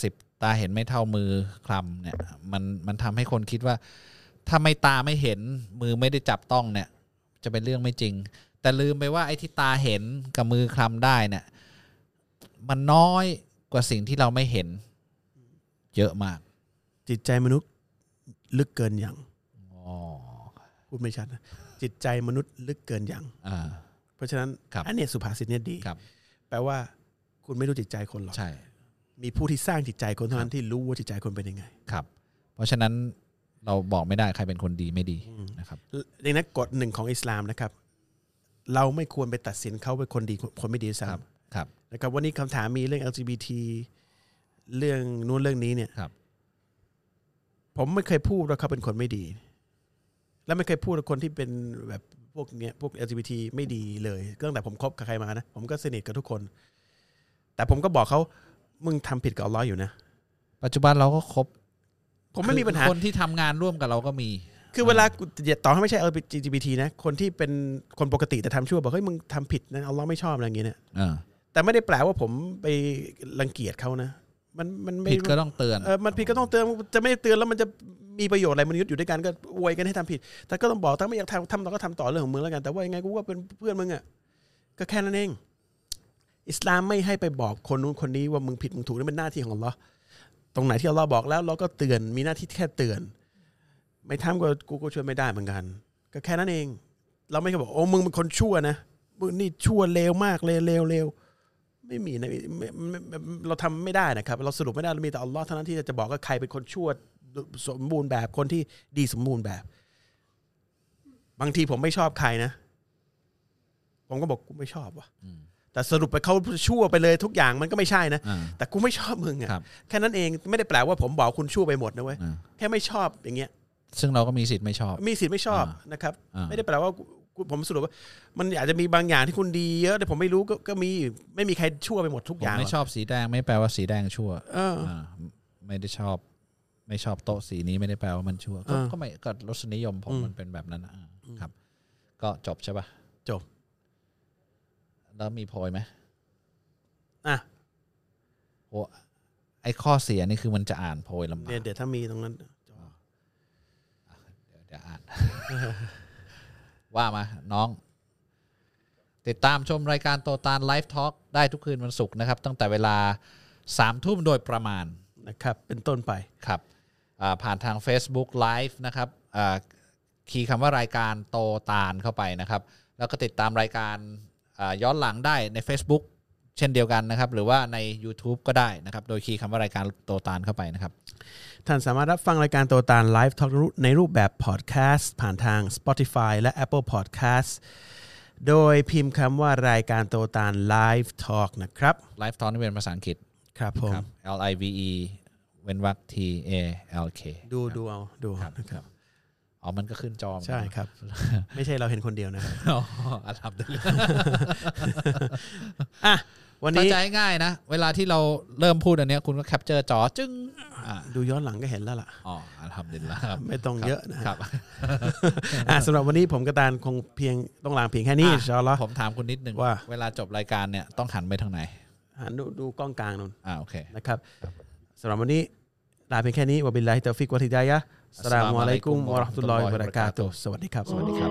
สิบตาเห็นไม่เท่ามือคลำเนี่ย มันมันทำให้คนคิดว่า ถ้าไม่ตาไม่เห็นมือไม่ได้จับต้องเนี่ย จะเป็นเรื่องไม่จริง แต่ลืมไปว่าไอ้ที่ตาเห็นกับมือคลำได้เนี่ย มันน้อยกว่าสิ่งที่เราไม่เห็น เยอะมาก จิตใจมนุษย์ลึกเกินอย่าง อ๋อ พูดไม่ชัดนะจิตใจมนุษย์ลึกเกินอย่าง อ่า เพราะฉะนั้น ครับ อันเนี้ยสุภาษิตเนี่ยดี ครับ แปลว่าคุณไม่รู้จิตใจคนหรอก ใช่ มีผู้ที่สร้างจิตใจคนเท่านั้นที่รู้ว่าจิตใจคนเป็นยังไง ครับ เพราะฉะนั้นเราบอกไม่ได้ใครเป็นคนดีไม่ดีนะครับ ดังนั้นกฎหนึ่งของอิสลามนะครับ เราไม่ควรไปตัดสินเขาเป็นคนดีคนไม่ดีซ้ ครับ ครับ ำนะครับวันนี้คำถามมีเรื่อง LGBT เรื่องนู้นเรื่องนี้เนี่ย ครับ ผมไม่เคยพูดว่าเขาเป็นคนไม่ดี และไม่เคยพูดว่าคนที่เป็นแบบพวกเนี้ยพวก LGBT ไม่ดีเลยตั้งแต่ผมคบกับใครมานะ ผมก็สนิทกับทุกคน แต่ผมก็บอกเขามึงทำผิดกับอัลเลอฮ์อยู่นะ ปัจจุบันเราก็ครบ ผมไม่มีปัญหา คนที่ทำงานร่วมกับเราก็มี คือเวลากูอย่าต่อให้ไม่ใช่ LGBT นะ คนที่เป็นคนปกติแต่ทำชั่วบอกเฮ้ยมึงทำผิดนะอัลเลอฮ์ไม่ชอบอะไรอย่างเงี้ยเนี่ย เออ แต่ไม่ได้แปลว่าผมไปรังเกียจเขานะ มันมันไม่ ผิดก็ต้องเตือน เออมันผิดก็ต้องเตือนจะไม่เตือนแล้วมันจะมีประโยชน์อะไรมนุษย์อยู่ด้วยกันก็อวยกันให้ทำผิด แต่ก็ต้องบอกถ้าไม่อยากทำทำเราก็ทำต่อเรื่องของมึงแล้วกันแต่ว่ายังไงกูก็เป็นเพื่อนมึงอ่ะก็แค่นั้นเอง อิสลามไม่ให้ไปบอกคนนู้นคนนี้ว่ามึงผิดมึงถูกนั่นเป็นหน้าที่ของเราตรงไหนที่เราบอกแล้วเราก็เตือนมีหน้าที่แค่เตือน ไม่ทำก็กูก็ช่วยไม่ได้เหมือนกัน ก็แค่นั้นเอง เราไม่เคยบอกโอ้มึงเป็นคนชั่วนะมึงนี่ชั่วเลวมากเลยเลวเลวไม่มีนะไม่ไม่ไม่เราทำไม่ได้นะครับ เราสรุปไม่ได้เรามีแต่อัลลอฮ์เท่านั้นที่จะบอกว่าใครเป็นคนชั่วสมบูรณ์แบบคนที่ดีสมบูรณ์แบบ บางทีผมไม่ชอบใครนะ ผมก็บอกกูไม่ชอบว่ะ อืม แต่สรุปไปเขาชั่วไปเลยทุกอย่างมันก็ไม่ใช่นะ อ่า แต่กูไม่ชอบมึง ครั อะ บ แค่นั้นเองไม่ได้แปลว่าผมบอกคุณชั่วไปหมดนะเว้ย อ่า แค่ไม่ชอบอย่างเงี้ย ซึ่งเราก็มีสิทธิ์ไม่ชอบ มีสิทธิ์ไม่ชอบ อ่าน นะครับ อ่า ไม่ได้แปลว่ากูผมสรุปว่า มันอาจจะมีบางอย่างที่คุณดีเยอะแต่ผมไม่รู้ก็ก็มีไม่มีใครชั่วไปหมดทุก ผ อ ม ย่าง ไม่ชอบสีแดงไม่แปลว่าสีแดงชั่ว เออ อ่าไม่ได้ชอบ ไม่ชอบโต๊ะสีนี้ไม่ได้แปลว่ามันชั่ว ก็ อ่า ก็ไม่ก็รสนิยมผม อืม มันเป็นแบบนั้นอ่ะอ่าครับ ก็จบใช่ป่ะ จบ แล้วมีโพยไหม อ่ะ โอ้ไอข้อเสียนี่คือมันจะอ่านโพยลำบาก เดี๋ยวเดี๋ยวถ้ามีตรงนั้นจบ เดี๋ยวเดี๋ยวอ่าน <laughs> ว่ามาน้อง ติดตามชมรายการโตตาลไลฟ์ทอล์กได้ทุกคืนวันศุกร์นะครับ ตั้งแต่เวลาสามทุ่มโดยประมาณ นะครับ เป็นต้นไป ครับอ่าผ่านทาง Facebook Live นะครับอ่าคีย์คำว่ารายการโตตาลเข้าไปนะครับ แล้วก็ติดตามรายการอ่าย้อนหลังได้ใน Facebook เช่นเดียวกันนะครับ หรือว่าใน YouTube ก็ได้นะครับ โดยคีย์คำว่ารายการโตตาลเข้าไปนะครับ ท่านสามารถรับฟังรายการโตตาลไลฟ์ทอลในรูปแบบพอดแคสต์ผ่านทาง Spotify และ Apple Podcast โดยพิมพ์คำว่ารายการโตตาลไลฟ์ทอ k นะครับ Live Talk นี่เป็นภาษาอังกฤษ ครับผม ครับ L I V E เว้นวรรค T A L K ดูดูเอาดูเอานะครับ อ๋อ มันก็ขึ้นจอม ใช่ครับ ไม่ใช่เราเห็นคนเดียวนะ อ๋ออัลฮัมดุลิลลาห์ อ่ะวัน เข้า นี้ ใจง่ายนะ เวลาที่เราเริ่มพูดอันเนี้ยคุณก็แคปเจอร์จอจึ้งอ่า ดูย้อนหลังก็เห็นแล้วล่ะ อ๋ออัลฮัมดุลิลลาห์ครับ ไม่ต้องเยอะนะฮะ ครับ อ่ะสำหรับวันนี้ผมกระตานคงเพียงต้องลาเพียงแค่นี้ อ่ะ อินชาอัลลอฮ์ ผมถามคุณนิดหนึ่ง ว่า เวลาจบรายการเนี่ยต้องหันไปทางไหน หันดูดูกล้องกลางนู่น อ่าโอเค นะครับสำหรับวันนี้ลาเพียงแค่นี้วะบิลลาฮิตอฟิกวะฮิดายะฮ์อัสสลามุอะลัยกุมวะเราะห์มะตุลลอฮิวะบะเราะกาตุฮ์สวัสดีครับ สวัสดีครับ